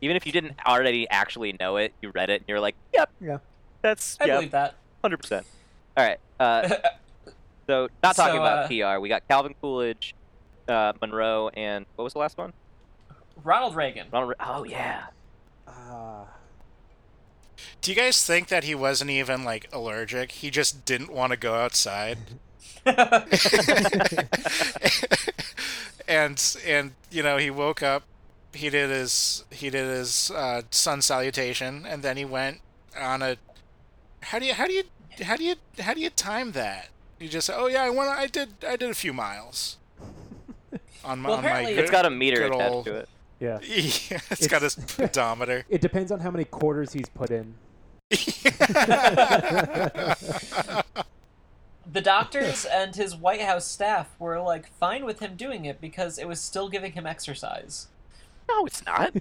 [SPEAKER 2] Even if you didn't already actually know it, you read it and you're like, yep.
[SPEAKER 1] Yeah.
[SPEAKER 2] That's
[SPEAKER 3] I
[SPEAKER 2] yeah,
[SPEAKER 3] believe that.
[SPEAKER 2] 100%. All right.
[SPEAKER 3] (laughs)
[SPEAKER 2] Uh, so, not talking
[SPEAKER 3] So,
[SPEAKER 2] about
[SPEAKER 3] uh,
[SPEAKER 2] PR. We got Calvin Coolidge, uh, Monroe, and what was the last one?
[SPEAKER 3] Ronald Reagan.
[SPEAKER 2] Ronald. Re- oh, yeah.
[SPEAKER 1] Ah.
[SPEAKER 4] Do you guys think that he wasn't even like allergic? He just didn't want to go outside. (laughs) and and you know he woke up. He did his he did his uh, sun salutation, and then he went on a. How do you how do you how do you how do you time that? You just oh yeah I went I did I did a few miles. On my
[SPEAKER 3] Well,
[SPEAKER 4] on my
[SPEAKER 3] apparently-
[SPEAKER 4] good-
[SPEAKER 2] It's got a meter
[SPEAKER 4] good
[SPEAKER 2] attached
[SPEAKER 4] ol'-
[SPEAKER 2] to it.
[SPEAKER 1] yeah.
[SPEAKER 4] (laughs) Yeah, it's got a (laughs) pedometer.
[SPEAKER 1] It depends on how many quarters he's put in.
[SPEAKER 3] (laughs) the doctors and his White House staff were like fine with him doing it because it was still giving him exercise.
[SPEAKER 2] No, it's not.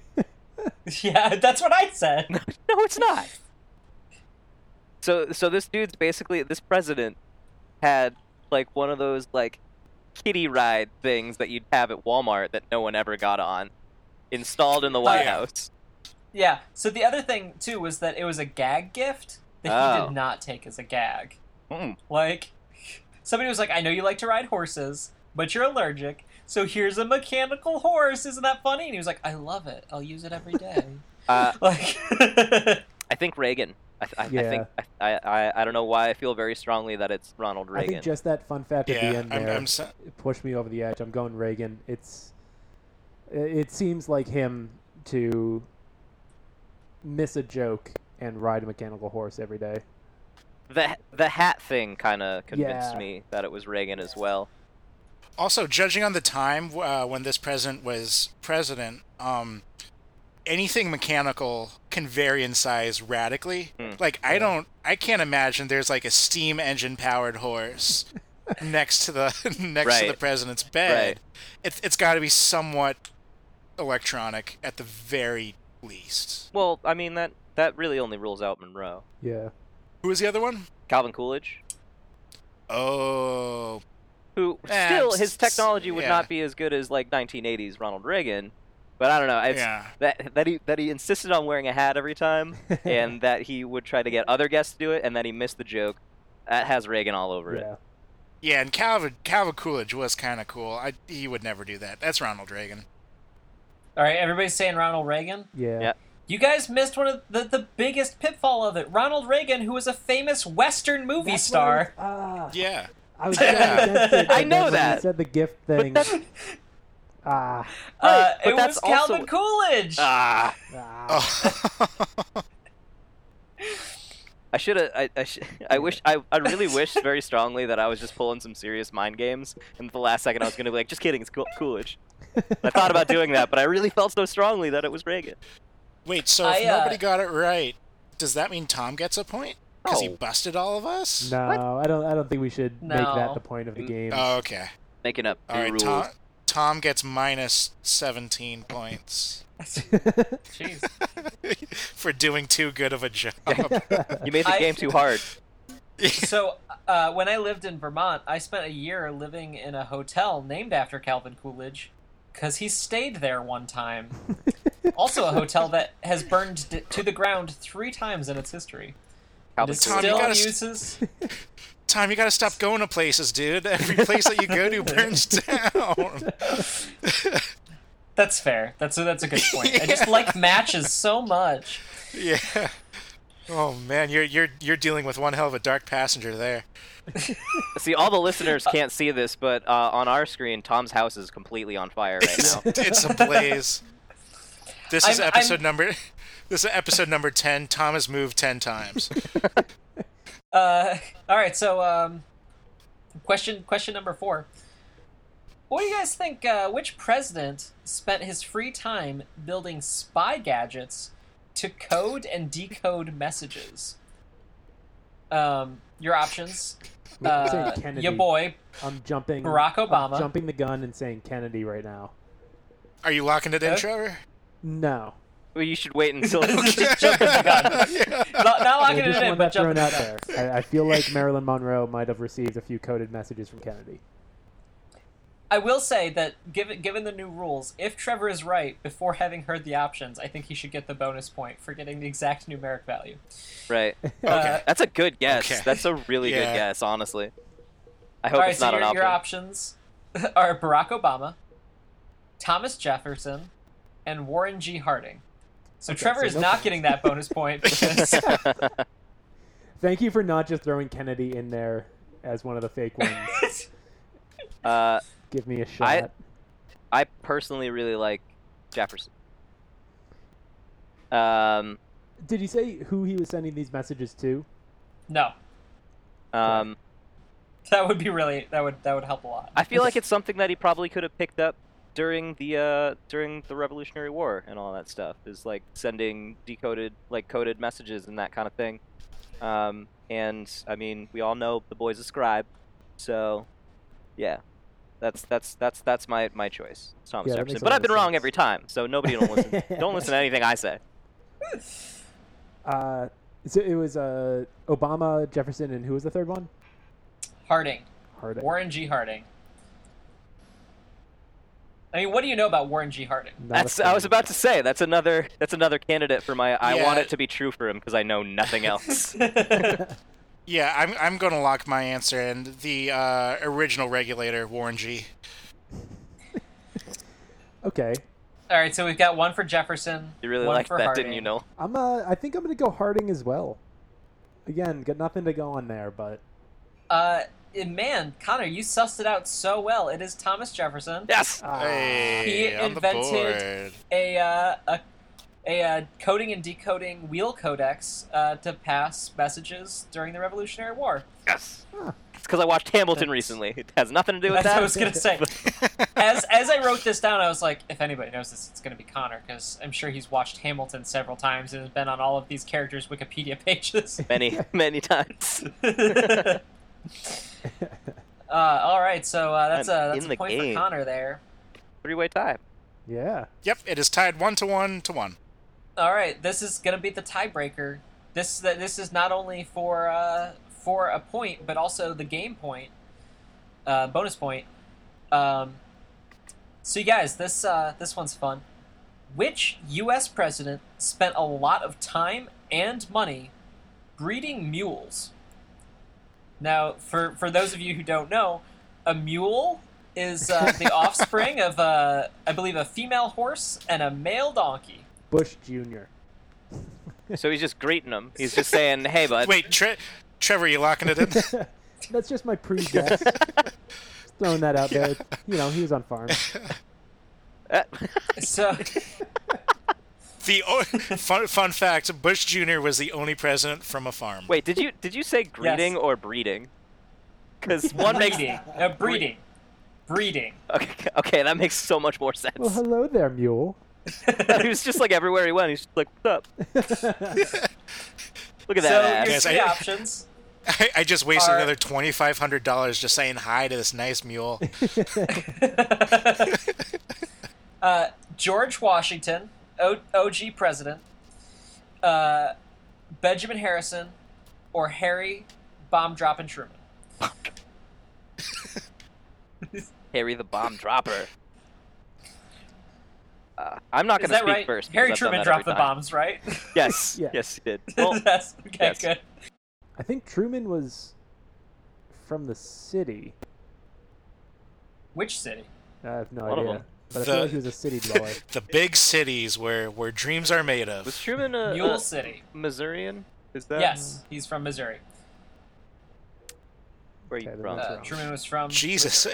[SPEAKER 3] Yeah, that's what I said.
[SPEAKER 2] No, it's not. So, so this dude's basically this president had like one of those like kitty ride things that you'd have at Walmart that no one ever got on, installed in the White
[SPEAKER 4] Oh, yeah.
[SPEAKER 2] House.
[SPEAKER 3] Yeah. So the other thing too was that it was a gag gift that he
[SPEAKER 2] Oh.
[SPEAKER 3] did not take as a gag.
[SPEAKER 2] Mm.
[SPEAKER 3] Like somebody was like, "I know you like to ride horses, but you're allergic, so here's a mechanical horse. Isn't that funny?" And he was like, "I love it. I'll use it every day."
[SPEAKER 2] (laughs)
[SPEAKER 3] (laughs)
[SPEAKER 2] Uh,
[SPEAKER 3] like (laughs)
[SPEAKER 2] I think Reagan. I, th- I, I
[SPEAKER 1] Yeah.
[SPEAKER 2] think I, I I don't know why I feel very strongly that it's Ronald
[SPEAKER 1] I
[SPEAKER 2] Reagan.
[SPEAKER 1] think just that fun fact at the
[SPEAKER 4] yeah,
[SPEAKER 1] end
[SPEAKER 4] I'm,
[SPEAKER 1] there
[SPEAKER 4] I'm so,
[SPEAKER 1] pushed me over the edge. I'm going Reagan. It's it it seems like him to miss a joke and ride a mechanical horse every day.
[SPEAKER 2] the the hat thing kind of convinced
[SPEAKER 1] Yeah.
[SPEAKER 2] me that it was Reagan as well.
[SPEAKER 4] also judging on the time uh, when this president was president um anything mechanical can vary in size radically
[SPEAKER 2] Hmm.
[SPEAKER 4] like i don't i can't imagine there's like a steam engine
[SPEAKER 2] (laughs)
[SPEAKER 4] powered horse next to the (laughs) next to the
[SPEAKER 2] Right.
[SPEAKER 4] president's bed it, it's got to be somewhat electronic at the very least
[SPEAKER 2] Well, I mean that that really only rules out Monroe.
[SPEAKER 1] Yeah.
[SPEAKER 4] who was the other one?
[SPEAKER 2] Calvin Coolidge,
[SPEAKER 4] Oh,
[SPEAKER 2] who
[SPEAKER 4] Eh,
[SPEAKER 2] still
[SPEAKER 4] s-
[SPEAKER 2] his technology would
[SPEAKER 4] yeah.
[SPEAKER 2] not be as good as like 1980s Ronald Reagan, but I don't know. It's,
[SPEAKER 4] yeah.
[SPEAKER 2] That that he that he insisted on wearing a hat
[SPEAKER 1] (laughs)
[SPEAKER 2] every time, and that he would try to get other guests to do it, and that he missed the joke. That has Reagan all over it.
[SPEAKER 1] yeah.
[SPEAKER 4] Yeah, and Calvin Calvin Coolidge was kind of cool. I, he would never do that. That's Ronald Reagan.
[SPEAKER 3] All right, everybody's saying Ronald Reagan.
[SPEAKER 1] Yeah.
[SPEAKER 2] Yeah.
[SPEAKER 3] You guys missed one of the, the biggest pitfall of it. Ronald Reagan, who was a famous Western movie
[SPEAKER 1] That's
[SPEAKER 3] star.
[SPEAKER 1] what I was- ah,
[SPEAKER 4] Yeah.
[SPEAKER 1] I
[SPEAKER 2] (laughs)
[SPEAKER 1] was going against it,
[SPEAKER 3] I
[SPEAKER 1] but then
[SPEAKER 2] know
[SPEAKER 1] when you
[SPEAKER 2] that.
[SPEAKER 1] said the
[SPEAKER 3] (laughs)
[SPEAKER 1] gift thing.
[SPEAKER 2] that's-
[SPEAKER 1] Ah,
[SPEAKER 3] Uh,
[SPEAKER 2] Right, but
[SPEAKER 3] it was
[SPEAKER 2] that's
[SPEAKER 3] Calvin
[SPEAKER 2] also-
[SPEAKER 3] Coolidge.
[SPEAKER 2] Ah.
[SPEAKER 1] ah.
[SPEAKER 4] Oh.
[SPEAKER 2] I should have. I I, sh- I wish. I, I really wished very strongly that I was just pulling some serious mind games, and at the last second I was gonna be like, just kidding, it's cool- Coolidge. I thought about doing that, but I really felt so strongly that it was Reagan.
[SPEAKER 4] (laughs) Wait, so
[SPEAKER 3] I,
[SPEAKER 4] if
[SPEAKER 3] uh,
[SPEAKER 4] nobody got it right, does that mean Tom gets a point? Because he
[SPEAKER 2] No.
[SPEAKER 4] busted all of us?
[SPEAKER 1] No, I don't. I don't think we should make that
[SPEAKER 3] No.
[SPEAKER 1] the point of the
[SPEAKER 2] Mm,
[SPEAKER 1] game. (laughs)
[SPEAKER 4] Oh, okay.
[SPEAKER 2] Making up new
[SPEAKER 4] All right,
[SPEAKER 2] rules.
[SPEAKER 4] Tom, Tom gets minus 17 points
[SPEAKER 3] (laughs)
[SPEAKER 4] (laughs)
[SPEAKER 3] Jeez.
[SPEAKER 4] for doing too good of a job.
[SPEAKER 2] You made the
[SPEAKER 3] I-
[SPEAKER 2] game too hard.
[SPEAKER 3] so uh, when I lived in Vermont, I spent a year living in a hotel named after Calvin Coolidge because he stayed there one time. also, a hotel that has burned d- to the ground three times in its history. And
[SPEAKER 2] Calvin
[SPEAKER 3] it
[SPEAKER 4] Tom, you
[SPEAKER 2] Coolidge.
[SPEAKER 3] still
[SPEAKER 4] gotta s-
[SPEAKER 3] uses.
[SPEAKER 4] (laughs) Tom, you got to stop going to places, dude. Every place that you go to burns down.
[SPEAKER 3] That's fair. That's a, that's a good point. I just like matches so much.
[SPEAKER 4] (laughs) Yeah. Oh man, you're you're you're dealing with one hell of a dark passenger there.
[SPEAKER 2] See, all the listeners can't see this, but uh, on our screen, Tom's house is completely on fire
[SPEAKER 4] (laughs)
[SPEAKER 2] right
[SPEAKER 4] It's,
[SPEAKER 2] now.
[SPEAKER 4] it's a blaze. This is
[SPEAKER 3] I'm- I'm-
[SPEAKER 4] episode number. This is episode number ten. Tom has moved ten times.
[SPEAKER 3] Uh, (laughs) all right, so um, question question number four. What do you guys think? Uh, which president spent his free time building spy gadgets to code and decode messages? Um, your options.
[SPEAKER 1] We can say
[SPEAKER 3] Uh,
[SPEAKER 1] Kennedy.
[SPEAKER 3] your boy
[SPEAKER 1] I'm jumping.
[SPEAKER 3] Barack
[SPEAKER 1] I'm
[SPEAKER 3] Obama.
[SPEAKER 1] jumping the gun and saying Kennedy right now.
[SPEAKER 4] Are you locking it in,
[SPEAKER 3] Okay. (laughs)
[SPEAKER 4] Trevor?
[SPEAKER 1] No.
[SPEAKER 2] Well, you should wait
[SPEAKER 4] (laughs)
[SPEAKER 2] until.
[SPEAKER 3] Just jumping the gun.
[SPEAKER 4] Yeah.
[SPEAKER 3] Not, not
[SPEAKER 1] I
[SPEAKER 3] locking
[SPEAKER 1] just
[SPEAKER 3] it in,
[SPEAKER 1] want
[SPEAKER 3] but
[SPEAKER 1] that thrown
[SPEAKER 3] jumping the
[SPEAKER 1] out
[SPEAKER 3] gun.
[SPEAKER 1] there. I, I feel like Marilyn Monroe might have received a few coded messages from Kennedy.
[SPEAKER 3] I will say that given given the new rules, if Trevor is right before having heard the options, I think he should get the bonus point for getting the exact numeric value.
[SPEAKER 2] (laughs) right.
[SPEAKER 3] Uh,
[SPEAKER 4] Okay.
[SPEAKER 2] That's a good guess.
[SPEAKER 4] Okay.
[SPEAKER 2] That's a really
[SPEAKER 4] Yeah.
[SPEAKER 2] good guess, honestly. I
[SPEAKER 3] all
[SPEAKER 2] hope
[SPEAKER 3] right,
[SPEAKER 2] it's
[SPEAKER 3] so
[SPEAKER 2] not
[SPEAKER 3] your,
[SPEAKER 2] an option.
[SPEAKER 3] your options (laughs) are Barack Obama, Thomas Jefferson, and Warren G. Harding. So
[SPEAKER 1] Okay,
[SPEAKER 3] Trevor
[SPEAKER 1] so
[SPEAKER 3] is
[SPEAKER 1] no
[SPEAKER 3] not
[SPEAKER 1] (laughs) points.
[SPEAKER 3] getting that bonus point because
[SPEAKER 1] Thank you for not just throwing Kennedy in there as one of the fake ones.
[SPEAKER 2] (laughs)
[SPEAKER 3] (laughs)
[SPEAKER 2] uh,
[SPEAKER 1] Give me a shot.
[SPEAKER 2] I- I personally really like Jefferson. Um,
[SPEAKER 1] Did you say who he was sending these messages to?
[SPEAKER 3] (laughs) no,
[SPEAKER 2] um,
[SPEAKER 3] that would be really that would that would help a lot.
[SPEAKER 2] I feel like it's something that he probably could have picked up during the uh, during the Revolutionary War and all that stuff. Is like sending decoded, like coded messages and that kind of thing. Um, and I mean, we all know the boy's a scribe, so yeah, that's that's that's that's my my choice, It's Thomas
[SPEAKER 1] Yeah, that
[SPEAKER 2] Jefferson.
[SPEAKER 1] makes a
[SPEAKER 2] But
[SPEAKER 1] lot
[SPEAKER 2] I've been
[SPEAKER 1] of
[SPEAKER 2] wrong
[SPEAKER 1] sense.
[SPEAKER 2] every time, so nobody don't listen. don't
[SPEAKER 1] (laughs)
[SPEAKER 2] listen to anything I say.
[SPEAKER 1] Uh, so it was uh, Obama, Jefferson, and who was the third one?
[SPEAKER 3] Harding,
[SPEAKER 1] Harding.
[SPEAKER 3] Warren G. Harding. I mean, what do you know about Warren
[SPEAKER 2] (laughs)
[SPEAKER 3] G. Harding? (laughs)
[SPEAKER 1] Not a
[SPEAKER 2] That's I was
[SPEAKER 1] fan.
[SPEAKER 2] about to say that's another that's another candidate for my I want
[SPEAKER 4] Yeah.
[SPEAKER 2] it to be true for him because I know
[SPEAKER 3] (laughs)
[SPEAKER 2] nothing else.
[SPEAKER 4] (laughs) Yeah, I'm I'm gonna lock my answer in the uh, original regulator, Warren G.
[SPEAKER 1] Okay,
[SPEAKER 3] All right, so we've got one for Jefferson.
[SPEAKER 2] you really
[SPEAKER 3] one
[SPEAKER 2] liked
[SPEAKER 3] for
[SPEAKER 2] that,
[SPEAKER 3] Harding.
[SPEAKER 2] didn't you? Know.
[SPEAKER 1] I'm. Uh, I think I'm gonna go Harding as well. Again, got nothing to go on there, but
[SPEAKER 3] Uh, and man, Connor, you sussed it out so well. It is Thomas Jefferson. (laughs)
[SPEAKER 2] Yes.
[SPEAKER 1] ah,
[SPEAKER 4] Hey,
[SPEAKER 3] He
[SPEAKER 4] on the
[SPEAKER 3] invented-
[SPEAKER 4] board.
[SPEAKER 3] a uh, a, a uh, coding and decoding wheel codex uh, to pass messages during the Revolutionary War.
[SPEAKER 2] Yes.
[SPEAKER 1] Huh.
[SPEAKER 2] It's because I watched Hamilton
[SPEAKER 3] That's-
[SPEAKER 2] recently. It has nothing to do with
[SPEAKER 3] That's what I
[SPEAKER 2] that.
[SPEAKER 3] was gonna
[SPEAKER 2] (laughs)
[SPEAKER 3] say. as as I wrote this down, I was like, if anybody knows this, it's gonna be Connor because I'm sure he's watched Hamilton several times and has been on all of these characters' Wikipedia
[SPEAKER 2] (laughs)
[SPEAKER 3] (laughs) pages.
[SPEAKER 2] Many, many times.
[SPEAKER 3] uh, all right, so uh, that's
[SPEAKER 2] I'm
[SPEAKER 3] a that's
[SPEAKER 2] in
[SPEAKER 3] a
[SPEAKER 2] the
[SPEAKER 3] point
[SPEAKER 2] game.
[SPEAKER 3] for Connor there.
[SPEAKER 2] Three-way tie.
[SPEAKER 1] yeah.
[SPEAKER 4] (laughs) Yep, it is tied one to one to one.
[SPEAKER 3] All right, this is gonna be the tiebreaker. This this is not only for uh, for a point, but also the game point, uh, bonus point. Um, so you guys, this uh, this one's fun. Which U.S. president spent a lot of time and money breeding mules? Now, for for those of you who don't know, a mule is uh, the offspring of uh, I believe a female horse and a male donkey.
[SPEAKER 1] Bush Jr.
[SPEAKER 2] So he's just greeting him. He's just saying, "Hey, bud."
[SPEAKER 4] Wait, Tre- Trevor, you locking
[SPEAKER 3] (laughs)
[SPEAKER 4] it in?
[SPEAKER 1] (laughs) That's just my
[SPEAKER 4] (laughs)
[SPEAKER 1] pre-guess. Just throwing that out there. You know, he was on farm.
[SPEAKER 2] Uh, (laughs)
[SPEAKER 3] So, (laughs)
[SPEAKER 4] The o- fun, fun fact: Bush Jr. was the only president from a farm.
[SPEAKER 2] wait. Did you did you say greeting or breeding?
[SPEAKER 3] (laughs)
[SPEAKER 2] Because one makes
[SPEAKER 3] breeding, uh, breeding, breeding.
[SPEAKER 2] (laughs) okay, okay, that makes so much more sense. (laughs)
[SPEAKER 1] Well, hello there, mule.
[SPEAKER 2] he was just like everywhere he went. He's just like, "What's
[SPEAKER 3] (laughs)
[SPEAKER 2] up?" Look at
[SPEAKER 3] So
[SPEAKER 2] that
[SPEAKER 3] your
[SPEAKER 2] ass.
[SPEAKER 4] Yes,
[SPEAKER 3] three
[SPEAKER 4] I-
[SPEAKER 3] options.
[SPEAKER 4] (laughs) I, I just wasted
[SPEAKER 3] Are-
[SPEAKER 4] another twenty five hundred dollars just saying hi to this nice mule.
[SPEAKER 3] (laughs) uh, George Washington, o- OG president. Uh, Benjamin Harrison, or Harry Bomb Dropping Truman.
[SPEAKER 2] Harry the bomb dropper. Uh, I'm not
[SPEAKER 3] Is
[SPEAKER 2] gonna
[SPEAKER 3] that
[SPEAKER 2] speak
[SPEAKER 3] right?
[SPEAKER 2] first. 'cause
[SPEAKER 3] Harry
[SPEAKER 2] I've done
[SPEAKER 3] Truman
[SPEAKER 2] that
[SPEAKER 3] dropped the
[SPEAKER 2] every time.
[SPEAKER 3] bombs, right?
[SPEAKER 2] Yes.
[SPEAKER 1] (laughs) Yeah.
[SPEAKER 2] Yes, he
[SPEAKER 3] (laughs)
[SPEAKER 2] did. (laughs) Oh, Well,
[SPEAKER 3] That's okay.
[SPEAKER 2] yes.
[SPEAKER 3] Good.
[SPEAKER 1] I think Truman was from the city.
[SPEAKER 3] Which city?
[SPEAKER 1] I have no
[SPEAKER 2] One of
[SPEAKER 1] idea.
[SPEAKER 2] them.
[SPEAKER 1] but I feel
[SPEAKER 4] The-
[SPEAKER 1] like he was a city
[SPEAKER 4] (laughs)
[SPEAKER 1] dweller.
[SPEAKER 4] The big cities where where dreams are made of.
[SPEAKER 2] Was Truman a,
[SPEAKER 3] Mule
[SPEAKER 2] a
[SPEAKER 3] City.
[SPEAKER 2] Missourian? Is that
[SPEAKER 3] Yes, he's from Missouri.
[SPEAKER 2] where you
[SPEAKER 1] Okay,
[SPEAKER 2] from?
[SPEAKER 1] that's
[SPEAKER 3] Uh,
[SPEAKER 1] wrong.
[SPEAKER 3] Truman was from.
[SPEAKER 4] Jesus,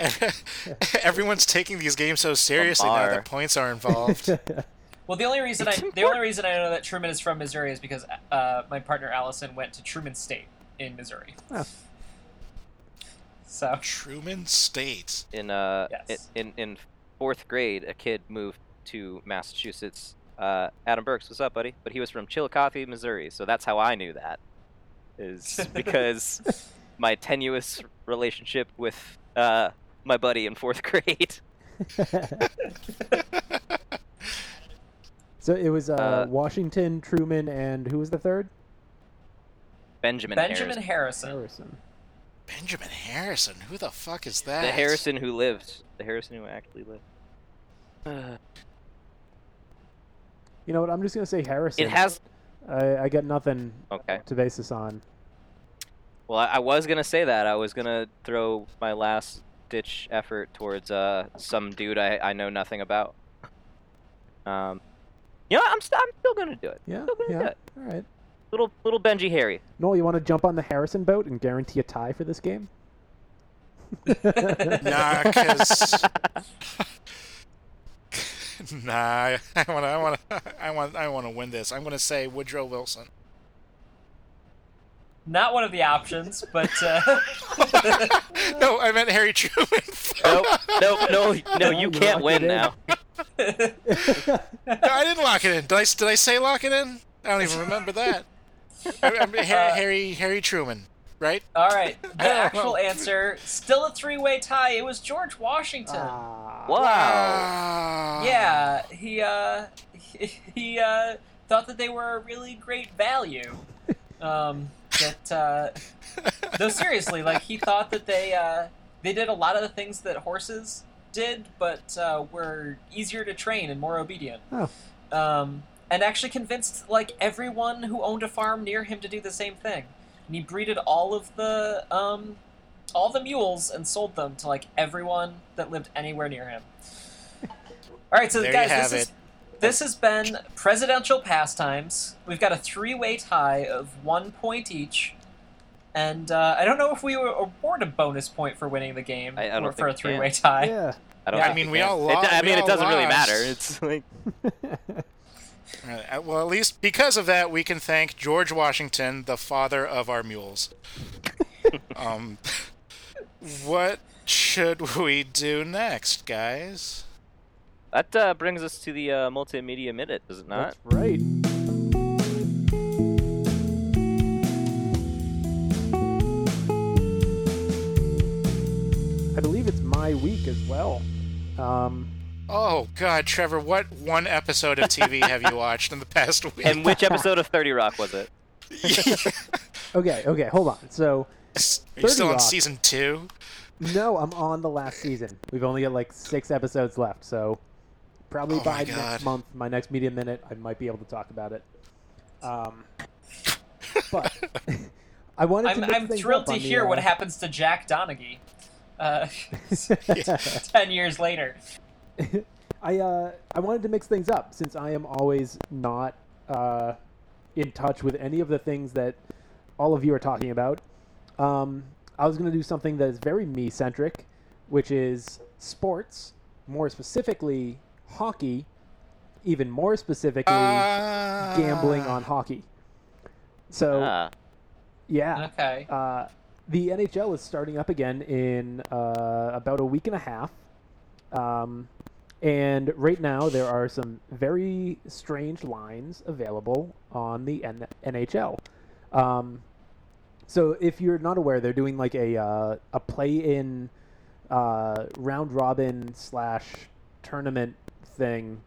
[SPEAKER 4] (laughs) everyone's taking these games so seriously now
[SPEAKER 2] Lamar.
[SPEAKER 4] that points are involved.
[SPEAKER 3] Well, the only reason I
[SPEAKER 2] It's
[SPEAKER 3] the only reason I know that Truman is from Missouri is because uh, my partner Allison went to Truman State in Missouri.
[SPEAKER 1] Oh.
[SPEAKER 3] So
[SPEAKER 4] Truman State.
[SPEAKER 2] in uh
[SPEAKER 3] Yes.
[SPEAKER 2] in, in in fourth grade a kid moved to massachusetts uh adam burks what's up buddy but he was from chillicothe missouri so that's how i knew that
[SPEAKER 3] (laughs)
[SPEAKER 2] is because my tenuous relationship with uh my buddy in fourth (laughs) grade
[SPEAKER 1] (laughs) so it was uh,
[SPEAKER 2] Uh,
[SPEAKER 1] Washington, Truman, and who was the third?
[SPEAKER 2] benjamin,
[SPEAKER 3] Benjamin
[SPEAKER 2] harrison
[SPEAKER 3] Harrison.
[SPEAKER 1] Harrison.
[SPEAKER 4] Benjamin Harrison. Who the fuck is that?
[SPEAKER 2] the harrison who lived the harrison who
[SPEAKER 1] (sighs)
[SPEAKER 2] actually lived Uh,
[SPEAKER 1] You know what? I'm just gonna say Harrison.
[SPEAKER 2] it has
[SPEAKER 1] I, I got nothing
[SPEAKER 2] okay
[SPEAKER 1] to base this on.
[SPEAKER 2] well I, I was gonna say that i was gonna throw my last ditch effort towards uh some dude i, I know nothing about um you know what? I'm, st- I'm still gonna do it
[SPEAKER 1] Yeah.
[SPEAKER 2] Still gonna do
[SPEAKER 1] Yeah.
[SPEAKER 2] it.
[SPEAKER 1] All right.
[SPEAKER 2] little little benji harry
[SPEAKER 1] Noel, you want to jump on the Harrison boat and guarantee a tie for this (laughs) game?
[SPEAKER 4] Nah,
[SPEAKER 2] (laughs)
[SPEAKER 4] because nah, I want, I want, I want, I want to win this. I'm gonna say Woodrow
[SPEAKER 2] (laughs)
[SPEAKER 4] Wilson. (laughs)
[SPEAKER 3] Not one of the options, but uh, (laughs)
[SPEAKER 4] no, I meant Harry Truman.
[SPEAKER 2] nope
[SPEAKER 4] (laughs)
[SPEAKER 2] nope (laughs) no
[SPEAKER 1] (laughs)
[SPEAKER 2] no
[SPEAKER 1] Yeah,
[SPEAKER 2] you
[SPEAKER 1] you
[SPEAKER 2] can't
[SPEAKER 1] locked
[SPEAKER 2] win
[SPEAKER 1] it in.
[SPEAKER 2] now
[SPEAKER 4] No, I didn't lock it in. Did I? Did I say lock it in? I don't even remember that. I, I mean, Harry,
[SPEAKER 3] Uh,
[SPEAKER 4] Harry, Harry Truman, right?
[SPEAKER 3] all right. The
[SPEAKER 4] Oh,
[SPEAKER 3] actual
[SPEAKER 4] well.
[SPEAKER 3] answer still a three way tie. It was George Washington.
[SPEAKER 1] Ah.
[SPEAKER 2] wow
[SPEAKER 4] Ah.
[SPEAKER 3] Yeah, he uh, (laughs) he, he uh, thought that they were a really great value. Um, that uh, though seriously, like he thought that they uh, they did a lot of the things that horses did, but uh, were easier to train and more obedient.
[SPEAKER 1] Oh.
[SPEAKER 3] Um, and actually convinced like everyone who owned a farm near him to do the same thing. And he breeded all of the um, all the mules and sold them to like everyone that lived anywhere
[SPEAKER 2] (laughs)
[SPEAKER 3] near him. All right, so
[SPEAKER 4] There you
[SPEAKER 3] guys,
[SPEAKER 4] have
[SPEAKER 3] this is
[SPEAKER 4] it.
[SPEAKER 3] this has been presidential pastimes. We've got a three-way tie of one point each, and uh, I don't know if we award a bonus point for winning the game
[SPEAKER 2] I- I don't
[SPEAKER 3] or for a
[SPEAKER 2] think we can.
[SPEAKER 3] three-way tie.
[SPEAKER 1] Yeah.
[SPEAKER 2] i don't
[SPEAKER 3] Yeah.
[SPEAKER 2] think
[SPEAKER 3] I
[SPEAKER 4] mean, we
[SPEAKER 2] can.
[SPEAKER 4] all
[SPEAKER 2] it,
[SPEAKER 4] lo-
[SPEAKER 2] i
[SPEAKER 4] we
[SPEAKER 2] mean it
[SPEAKER 4] all
[SPEAKER 2] doesn't really matter
[SPEAKER 4] lost.
[SPEAKER 2] it's like
[SPEAKER 4] Uh, Well, at least because of that, we can thank George Washington, the father of our mules. um, what should we do next, guys?
[SPEAKER 2] that uh, brings us to the uh, multimedia minute does it not
[SPEAKER 1] That's right. I believe it's my week as well. Um,
[SPEAKER 4] Oh God, Trevor, what one episode of TV have you watched in the past week?
[SPEAKER 2] and which episode of 30 rock was it
[SPEAKER 1] okay, okay, hold on. So,
[SPEAKER 4] Are you still
[SPEAKER 1] 30
[SPEAKER 4] on
[SPEAKER 1] Rock.
[SPEAKER 4] season two?
[SPEAKER 1] no, I'm on the last season. We've only got like six episodes left, so probably
[SPEAKER 4] Oh my
[SPEAKER 1] by
[SPEAKER 4] God.
[SPEAKER 1] next month, my next media minute, I might be able to talk about it.
[SPEAKER 4] (laughs)
[SPEAKER 1] Um, but (laughs) I wanted to.
[SPEAKER 3] I'm,
[SPEAKER 1] mix
[SPEAKER 3] I'm
[SPEAKER 1] things
[SPEAKER 3] thrilled
[SPEAKER 1] up
[SPEAKER 3] to
[SPEAKER 1] on the,
[SPEAKER 3] hear what
[SPEAKER 1] uh,
[SPEAKER 3] happens to Jack Donaghy uh, (laughs)
[SPEAKER 1] (laughs)
[SPEAKER 3] ten years later.
[SPEAKER 1] I uh, I wanted to mix things up since I am always not uh, in touch with any of the things that all of you are talking about. Um, I was going to do something that is very me centric, which is sports, more specifically hockey, even more specifically gambling
[SPEAKER 4] Ah.
[SPEAKER 1] on hockey. So
[SPEAKER 2] Ah,
[SPEAKER 1] yeah,
[SPEAKER 3] Okay.
[SPEAKER 1] uh, the NHL is starting up again in uh, about a week and a half. Um, and right now, there are some very strange lines available on the N- NHL. Um, so if you're not aware, they're doing like a uh, a play-in uh, round robin slash tournament thing,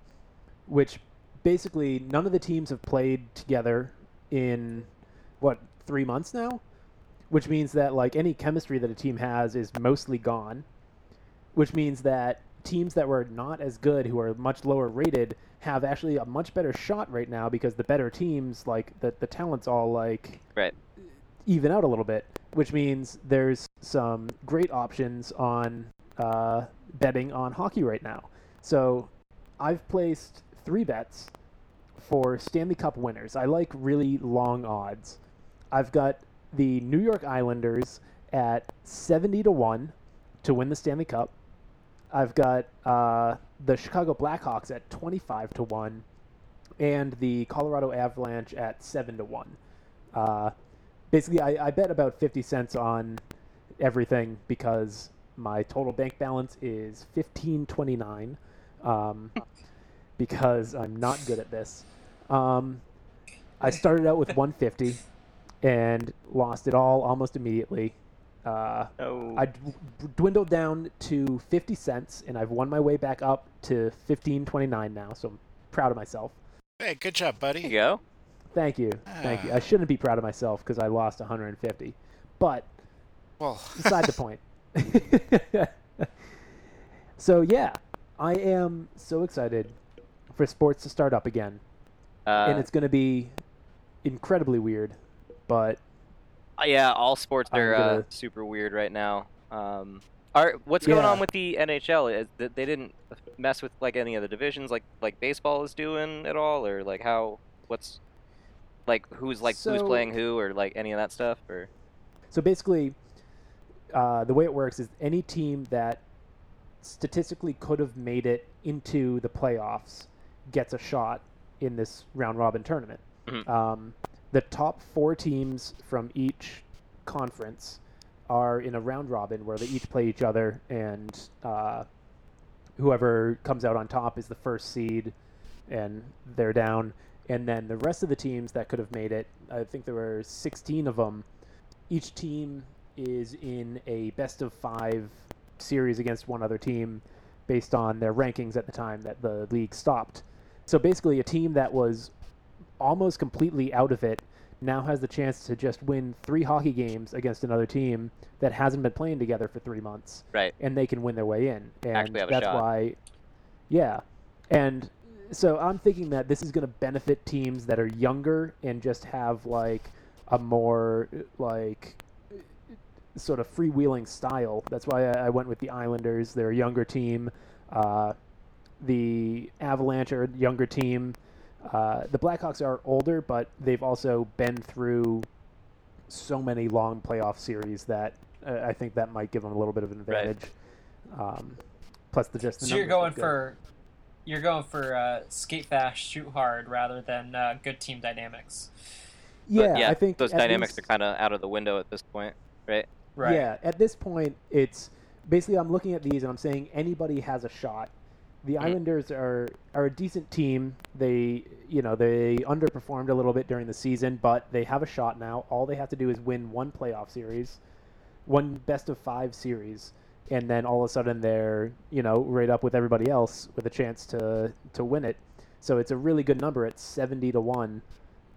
[SPEAKER 1] which basically none of the teams have played together in what three months now, which means that like any chemistry that a team has is mostly gone, which means that teams that were not as good who are much lower rated have actually a much better shot right now because the better teams like the, the talents all like
[SPEAKER 2] right
[SPEAKER 1] even out a little bit, which means there's some great options on uh, betting on hockey right now. So I've placed three bets for Stanley Cup winners. I like really long odds. I've got the New York Islanders at 70 to 1 to win the Stanley Cup. I've got uh, the Chicago Blackhawks at 25 to 1 and the Colorado Avalanche at 7 to 1. Uh, basically, I, I bet about 50 cents on everything because my total bank balance is 1529 um, because I'm not good at this. Um, I started out with 150 and lost it all almost immediately. Uh,
[SPEAKER 2] Oh,
[SPEAKER 1] I d- dwindled down to 50 cents, and I've won my way back up to 15.29 now. So I'm proud of myself.
[SPEAKER 4] Hey, good job,
[SPEAKER 2] there you
[SPEAKER 4] buddy.
[SPEAKER 2] go.
[SPEAKER 1] Thank you, thank you. I shouldn't be proud of myself because I lost 150, but
[SPEAKER 4] Well,
[SPEAKER 1] beside
[SPEAKER 4] (laughs)
[SPEAKER 1] the point. (laughs) so yeah, I am so excited for sports to start up again,
[SPEAKER 2] Uh,
[SPEAKER 1] and it's going to be incredibly weird, but
[SPEAKER 2] yeah, all sports
[SPEAKER 1] I'm
[SPEAKER 2] are uh,
[SPEAKER 1] gonna-
[SPEAKER 2] super weird right now. Um, are what's going
[SPEAKER 1] Yeah.
[SPEAKER 2] on with the NHL? Is that They didn't mess with like any of the divisions, like like baseball is doing at all, or like how what's like who's like who's
[SPEAKER 1] So-
[SPEAKER 2] playing who, or like any of that stuff, or
[SPEAKER 1] So basically, uh, the way it works is any team that statistically could have made it into the playoffs gets a shot in this round robin tournament.
[SPEAKER 2] Mhm.
[SPEAKER 1] Um, the top four teams from each conference are in a round robin where they each play each other, and uh, whoever comes out on top is the first seed, and they're down. And then the rest of the teams that could have made it, I think there were 16 of them, each team is in a best of five series against one other team based on their rankings at the time that the league stopped. So basically, a team that was almost completely out of it now has the chance to just win three hockey games against another team that hasn't been playing together for three months
[SPEAKER 2] right?
[SPEAKER 1] and they can win their way in. And
[SPEAKER 2] Actually have a
[SPEAKER 1] that's
[SPEAKER 2] shot.
[SPEAKER 1] why Yeah. And so I'm thinking that this is going to benefit teams that are younger and just have like a more like sort of freewheeling style. That's why I I went with the Islanders. They're a younger team. Uh, the Avalanche are a younger team. Uh, the Blackhawks are older, but they've also been through so many long playoff series that uh, I think that might give them a little bit of an
[SPEAKER 2] Right.
[SPEAKER 1] advantage. Um, plus, the just the
[SPEAKER 3] So you're
[SPEAKER 1] numbers look
[SPEAKER 3] going
[SPEAKER 1] good.
[SPEAKER 3] for you're going for uh, skate fast, shoot hard, rather than uh, good team dynamics,
[SPEAKER 2] But
[SPEAKER 1] yeah, I think
[SPEAKER 2] those
[SPEAKER 1] at
[SPEAKER 2] dynamics
[SPEAKER 1] least-
[SPEAKER 2] are kind of out of the window at this point, right?
[SPEAKER 3] right?
[SPEAKER 1] Yeah, at this point, it's basically I'm looking at these and I'm saying anybody has a shot. The Islanders are are a decent team. They you know they underperformed a little bit during the season, but they have a shot now. All they have to do is win one playoff series, one best of five series, and then all of a sudden they're you know right up with everybody else with a chance to to win it. So it's a really good number. It's seventy to one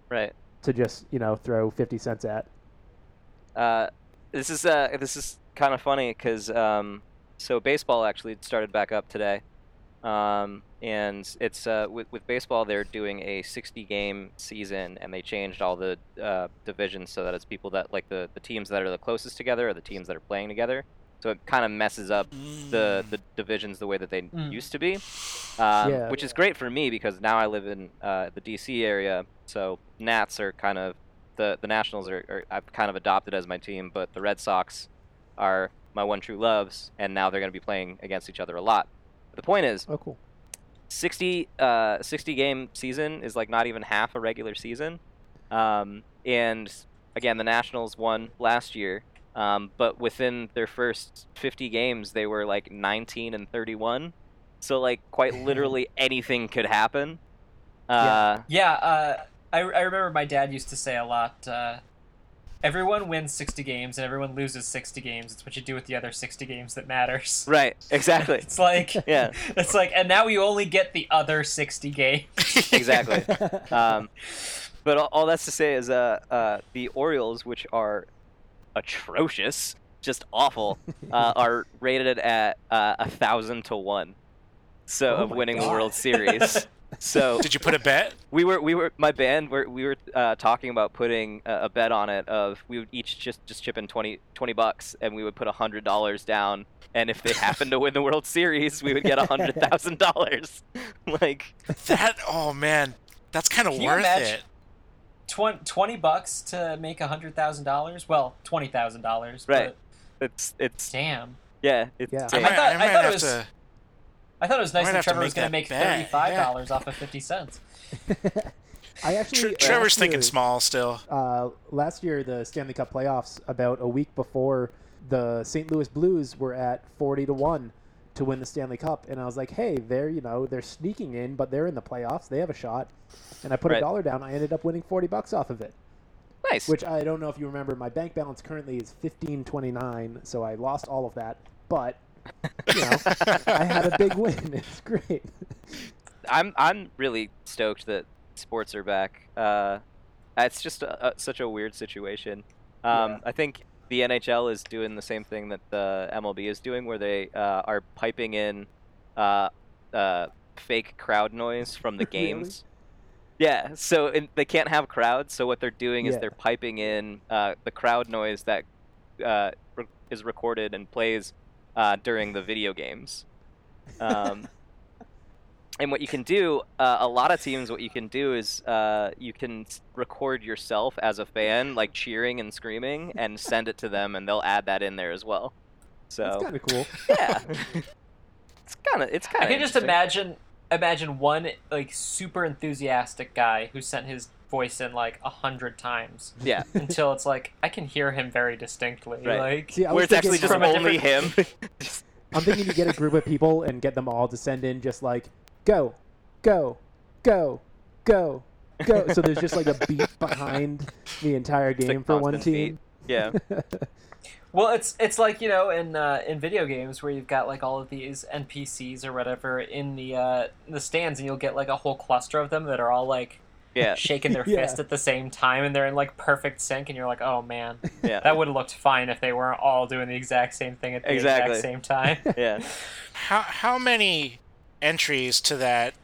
[SPEAKER 2] Right.
[SPEAKER 1] to just you know throw fifty cents at.
[SPEAKER 2] Uh, this is uh, this is kind of funny because um, so baseball actually started back up today, um, and it's uh, with with baseball they're doing a 60 game season and they changed all the uh, divisions so that it's people that like the, the teams that are the closest together are the teams that are playing together. So it kind of messes up the the divisions the way that they
[SPEAKER 3] Mm.
[SPEAKER 2] used to be, um,
[SPEAKER 1] Yeah.
[SPEAKER 2] which is great for me because now I live in uh, the DC area, so Nats are kind of the the Nationals are, are I've kind of adopted as my team, but the Red Sox are my one true loves, and now they're going to be playing against each other a lot. the point is,
[SPEAKER 1] Oh, cool.
[SPEAKER 2] 60, uh, 60 game season is like not even half a regular season. Um, and again, the Nationals won last year, um, but within their first 50 games, they were like 19 and 31. So, like, quite literally anything could happen. Uh,
[SPEAKER 3] Yeah, uh, I, I remember my dad used to say a lot. Uh, everyone wins sixty games and everyone loses sixty games. It's what you do with the other sixty games that matters.
[SPEAKER 2] Right, exactly.
[SPEAKER 3] (laughs)
[SPEAKER 1] (laughs)
[SPEAKER 3] It's like
[SPEAKER 2] Yeah.
[SPEAKER 3] (laughs) it's like, and now you only get the other sixty games. (laughs)
[SPEAKER 2] exactly. Um, but all, all that's to say is uh, uh, the Orioles, which are atrocious, just
[SPEAKER 1] (laughs)
[SPEAKER 2] awful, uh, are rated at uh, a thousand to one, so
[SPEAKER 1] Oh
[SPEAKER 2] of
[SPEAKER 1] my
[SPEAKER 2] winning the
[SPEAKER 1] God. (laughs)
[SPEAKER 2] World Series. So
[SPEAKER 4] Did you put a bet?
[SPEAKER 2] we were we were my band were, we were uh, talking about putting a, a bet on it of we would each just just chip in 20, 20 bucks and we would put hundred dollars down and if they happened to win the World Series we would get hundred thousand dollars (laughs) like
[SPEAKER 4] That oh man, that's kind of
[SPEAKER 3] Can you
[SPEAKER 4] worth
[SPEAKER 3] imagine?
[SPEAKER 4] it.
[SPEAKER 3] Twen- 20 bucks to make $100,000? Well, $20,000.
[SPEAKER 2] Right.
[SPEAKER 3] but
[SPEAKER 2] it's it's
[SPEAKER 3] Damn.
[SPEAKER 2] yeah it's
[SPEAKER 1] Yeah.
[SPEAKER 4] I
[SPEAKER 2] damn.
[SPEAKER 4] might,
[SPEAKER 3] thought-
[SPEAKER 4] I
[SPEAKER 3] I
[SPEAKER 4] might
[SPEAKER 3] thought it
[SPEAKER 4] have
[SPEAKER 3] was-
[SPEAKER 4] to.
[SPEAKER 3] I thought it was nice
[SPEAKER 4] Might
[SPEAKER 3] that
[SPEAKER 4] have to
[SPEAKER 3] Trevor
[SPEAKER 4] make
[SPEAKER 3] was going to
[SPEAKER 4] that
[SPEAKER 3] make
[SPEAKER 4] bet,
[SPEAKER 3] $35 off of
[SPEAKER 2] (laughs)
[SPEAKER 3] 50 cents.
[SPEAKER 1] I actually
[SPEAKER 4] Tre- Trevor's
[SPEAKER 1] last
[SPEAKER 4] thinking
[SPEAKER 1] year-
[SPEAKER 4] small still.
[SPEAKER 1] Uh, last year, the Stanley Cup playoffs, about a week before, the St. Louis Blues were at forty to one to win the Stanley Cup, and I was like, "Hey, they're you know they're sneaking in, but they're in the playoffs. They have a shot." And I put a
[SPEAKER 2] Right.
[SPEAKER 1] dollar down. I ended up winning forty bucks off of it,
[SPEAKER 2] nice
[SPEAKER 1] which I don't know if you remember. My bank balance currently is fifteen twenty nine, so I lost all of that, but you know I had a big (laughs) win. It's great.
[SPEAKER 2] I'm I'm really stoked that sports are back. Uh, it's just a, a, such a weird situation. Um,
[SPEAKER 1] Yeah.
[SPEAKER 2] I think the NHL is doing the same thing that the MLB is doing, where they uh, are piping in uh, uh, fake crowd noise from the
[SPEAKER 1] (laughs) Really?
[SPEAKER 2] games. Yeah, so and they can't have crowds. So what they're doing is
[SPEAKER 1] Yeah.
[SPEAKER 2] they're piping in uh, the crowd noise that uh, re- is recorded and plays uh, during the video games. Um, (laughs) and what you can do, uh, a lot of teams, what you can do is uh, you can s- record yourself as a fan, like cheering and screaming, and send it to them, and they'll add that in there as well.
[SPEAKER 1] It's
[SPEAKER 2] So
[SPEAKER 1] kind of cool.
[SPEAKER 2] yeah, it's kind of it's kind
[SPEAKER 3] I
[SPEAKER 2] of.
[SPEAKER 3] can just imagine imagine one like super enthusiastic guy who sent his voice in like a
[SPEAKER 2] (laughs)
[SPEAKER 3] hundred times
[SPEAKER 1] (laughs)
[SPEAKER 2] Yeah,
[SPEAKER 3] until it's like I can hear him very distinctly.
[SPEAKER 2] Right.
[SPEAKER 3] Like
[SPEAKER 1] See, I
[SPEAKER 2] where
[SPEAKER 1] was
[SPEAKER 2] it's actually
[SPEAKER 1] thinking
[SPEAKER 2] just
[SPEAKER 3] from a
[SPEAKER 1] (laughs)
[SPEAKER 2] only him.
[SPEAKER 1] I'm thinking you get a group of people and get them all to send in just like go, go, go, go, go. So there's just like a beat behind the entire
[SPEAKER 2] It's
[SPEAKER 1] game
[SPEAKER 2] like
[SPEAKER 1] for one
[SPEAKER 2] constant
[SPEAKER 1] team.
[SPEAKER 2] beat.
[SPEAKER 1] (laughs)
[SPEAKER 2] Yeah,
[SPEAKER 3] Well, it's it's like you know in uh, in video games where you've got like all of these NPCs or whatever in the uh, in the stands, and you'll get like a whole cluster of them that are all like
[SPEAKER 2] yeah,
[SPEAKER 3] shaking their
[SPEAKER 1] Yeah.
[SPEAKER 3] fist at the same time, and they're in like perfect sync, and you're like, oh man,
[SPEAKER 2] yeah,
[SPEAKER 3] that would have looked fine if they weren't all doing the exact same thing at the
[SPEAKER 2] Exactly.
[SPEAKER 3] exact same time. (laughs)
[SPEAKER 2] yeah.
[SPEAKER 4] How how many entries to that?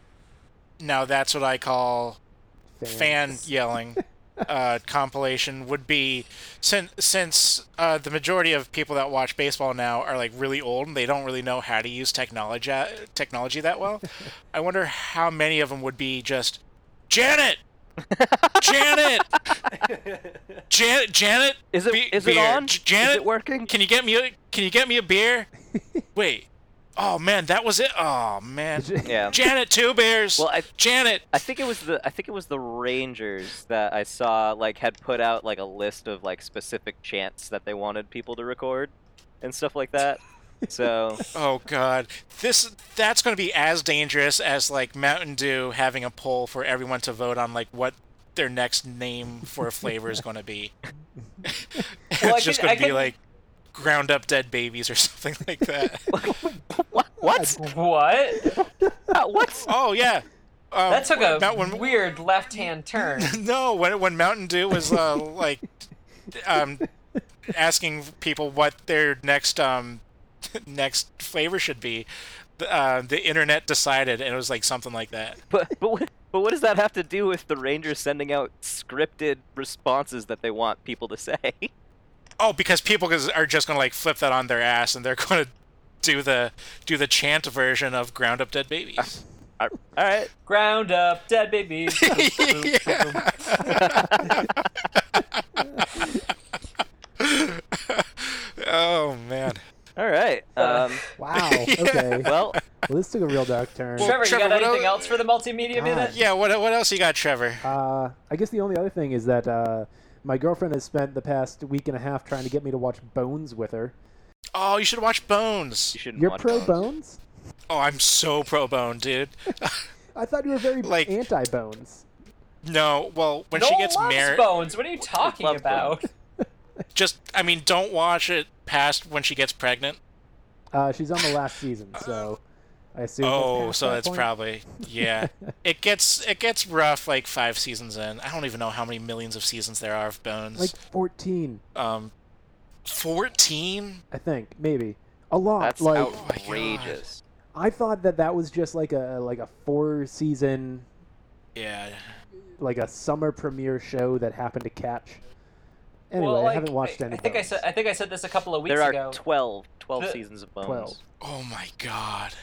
[SPEAKER 4] Now that's what I call
[SPEAKER 1] (laughs)
[SPEAKER 4] fan
[SPEAKER 1] Fans.
[SPEAKER 4] yelling uh, compilation would be since since uh, the majority of people that watch baseball now are like really old and they don't really know how to use technology uh, technology that well. I wonder how many of them would be just Janet, (laughs) Janet, Janet, Janet.
[SPEAKER 2] Is it
[SPEAKER 4] be-
[SPEAKER 2] is it
[SPEAKER 4] beer.
[SPEAKER 2] on?
[SPEAKER 4] J- Janet,
[SPEAKER 2] is it working?
[SPEAKER 4] Can you get me? A, can you get me a beer? Wait. Oh man, that was it. Oh man.
[SPEAKER 2] Yeah.
[SPEAKER 4] Janet, two beers.
[SPEAKER 2] Well, I
[SPEAKER 4] Janet.
[SPEAKER 2] I think it was the I think it was the Rangers that I saw like had put out like a list of like specific chants that they wanted people to record and stuff
[SPEAKER 1] (laughs)
[SPEAKER 2] like that. So
[SPEAKER 4] Oh god. This that's going to be as dangerous as like Mountain Dew having a poll for everyone to vote on like what their next name for a flavor is going to be. (laughs) it's
[SPEAKER 3] Well, I
[SPEAKER 4] just
[SPEAKER 3] could-
[SPEAKER 4] going
[SPEAKER 3] I
[SPEAKER 4] to be
[SPEAKER 3] could-
[SPEAKER 4] like ground up dead babies or (laughs) something like
[SPEAKER 3] (laughs)
[SPEAKER 4] that.
[SPEAKER 2] what (laughs) what
[SPEAKER 3] What?
[SPEAKER 2] what?
[SPEAKER 4] oh yeah. Um,
[SPEAKER 3] That took a
[SPEAKER 4] Mount- when-
[SPEAKER 3] weird
[SPEAKER 4] (laughs)
[SPEAKER 3] left-hand turn.
[SPEAKER 4] No, when when Mountain Dew was uh, like um, asking people what their next um, (laughs) next flavor should be, th- uh, the internet decided, and it was like something like that.
[SPEAKER 2] But but what, but what does that have to do with the Rangers sending out scripted responses that they want people to say? (laughs)
[SPEAKER 4] Oh, because people is- are just gonna like flip that on their ass, and they're (laughs) gonna do the do the chant version of ground up dead
[SPEAKER 3] (laughs)
[SPEAKER 4] babies. (laughs)
[SPEAKER 2] All right.
[SPEAKER 3] Ground up, dead babies.
[SPEAKER 4] oh man.
[SPEAKER 2] All right.
[SPEAKER 1] Uh,
[SPEAKER 2] Um,
[SPEAKER 1] Wow. Okay. well,
[SPEAKER 2] (laughs)
[SPEAKER 1] (laughs)
[SPEAKER 2] well,
[SPEAKER 1] this took a real dark turn.
[SPEAKER 3] Trevor,
[SPEAKER 4] Trevor,
[SPEAKER 3] you got
[SPEAKER 4] what
[SPEAKER 3] anything
[SPEAKER 4] el-
[SPEAKER 3] else for the multimedia
[SPEAKER 1] God.
[SPEAKER 3] minute?
[SPEAKER 4] Yeah. What what else you got, Trevor?
[SPEAKER 1] Uh, I guess the only other thing is that uh, my girlfriend has spent the past week and a half trying to get me to watch Bones with her.
[SPEAKER 4] Oh, you should watch Bones.
[SPEAKER 2] you shouldn't.
[SPEAKER 1] You're
[SPEAKER 2] watch
[SPEAKER 1] pro
[SPEAKER 2] Bones.
[SPEAKER 1] Bones?
[SPEAKER 4] Oh, I'm so pro Bone, dude.
[SPEAKER 1] I thought you were very
[SPEAKER 4] Like-
[SPEAKER 1] anti Bones.
[SPEAKER 4] No, well, when she
[SPEAKER 3] Noel
[SPEAKER 4] gets
[SPEAKER 3] loves
[SPEAKER 4] married,
[SPEAKER 3] Bones. What are you talking
[SPEAKER 2] Loves
[SPEAKER 3] about?
[SPEAKER 4] just I mean, don't watch it past when she gets pregnant.
[SPEAKER 1] Uh, she's on the last season, so I assume. it's
[SPEAKER 4] oh,
[SPEAKER 1] past
[SPEAKER 4] so
[SPEAKER 1] that
[SPEAKER 4] that's
[SPEAKER 1] point.
[SPEAKER 4] probably
[SPEAKER 1] (laughs)
[SPEAKER 4] yeah. it gets it gets rough like five seasons in. I don't even know how many millions of seasons there are of Bones.
[SPEAKER 1] like 14,
[SPEAKER 4] um, fourteen.
[SPEAKER 1] I think, maybe. A lot.
[SPEAKER 2] That's
[SPEAKER 1] like
[SPEAKER 4] my God.
[SPEAKER 2] outrageous.
[SPEAKER 1] I thought that that was just like a like a four season
[SPEAKER 4] Yeah.
[SPEAKER 1] like a summer premiere show that happened to catch. Anyway,
[SPEAKER 3] well, like,
[SPEAKER 1] I haven't watched
[SPEAKER 3] I-
[SPEAKER 1] any.
[SPEAKER 3] I think I
[SPEAKER 1] of
[SPEAKER 3] said
[SPEAKER 1] those.
[SPEAKER 3] I think I said this a couple of weeks
[SPEAKER 2] There are
[SPEAKER 3] ago.
[SPEAKER 2] 12, 12
[SPEAKER 3] The-
[SPEAKER 2] seasons of Bones.
[SPEAKER 1] 12.
[SPEAKER 4] Oh my god.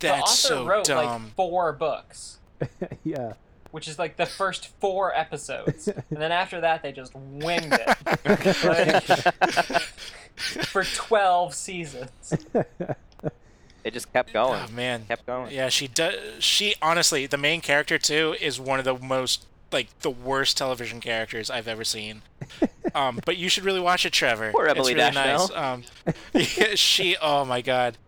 [SPEAKER 3] the
[SPEAKER 4] That's
[SPEAKER 3] author
[SPEAKER 4] so
[SPEAKER 3] wrote
[SPEAKER 4] dumb.
[SPEAKER 3] like four books,
[SPEAKER 1] (laughs) yeah.
[SPEAKER 3] which is like the first four
[SPEAKER 1] (laughs)
[SPEAKER 3] episodes, and then after that they just winged it
[SPEAKER 1] (laughs)
[SPEAKER 3] (laughs) for twelve seasons.
[SPEAKER 2] It just kept going,
[SPEAKER 4] Oh man.
[SPEAKER 2] kept going.
[SPEAKER 4] Yeah, she does. She honestly, the main character too is one of the most like the worst television characters I've ever seen. Um, but you should really watch it, Trevor.
[SPEAKER 2] Poor Emily
[SPEAKER 4] it's really
[SPEAKER 2] Dashnell.
[SPEAKER 4] nice. Um, (laughs) yeah, she. Oh my god.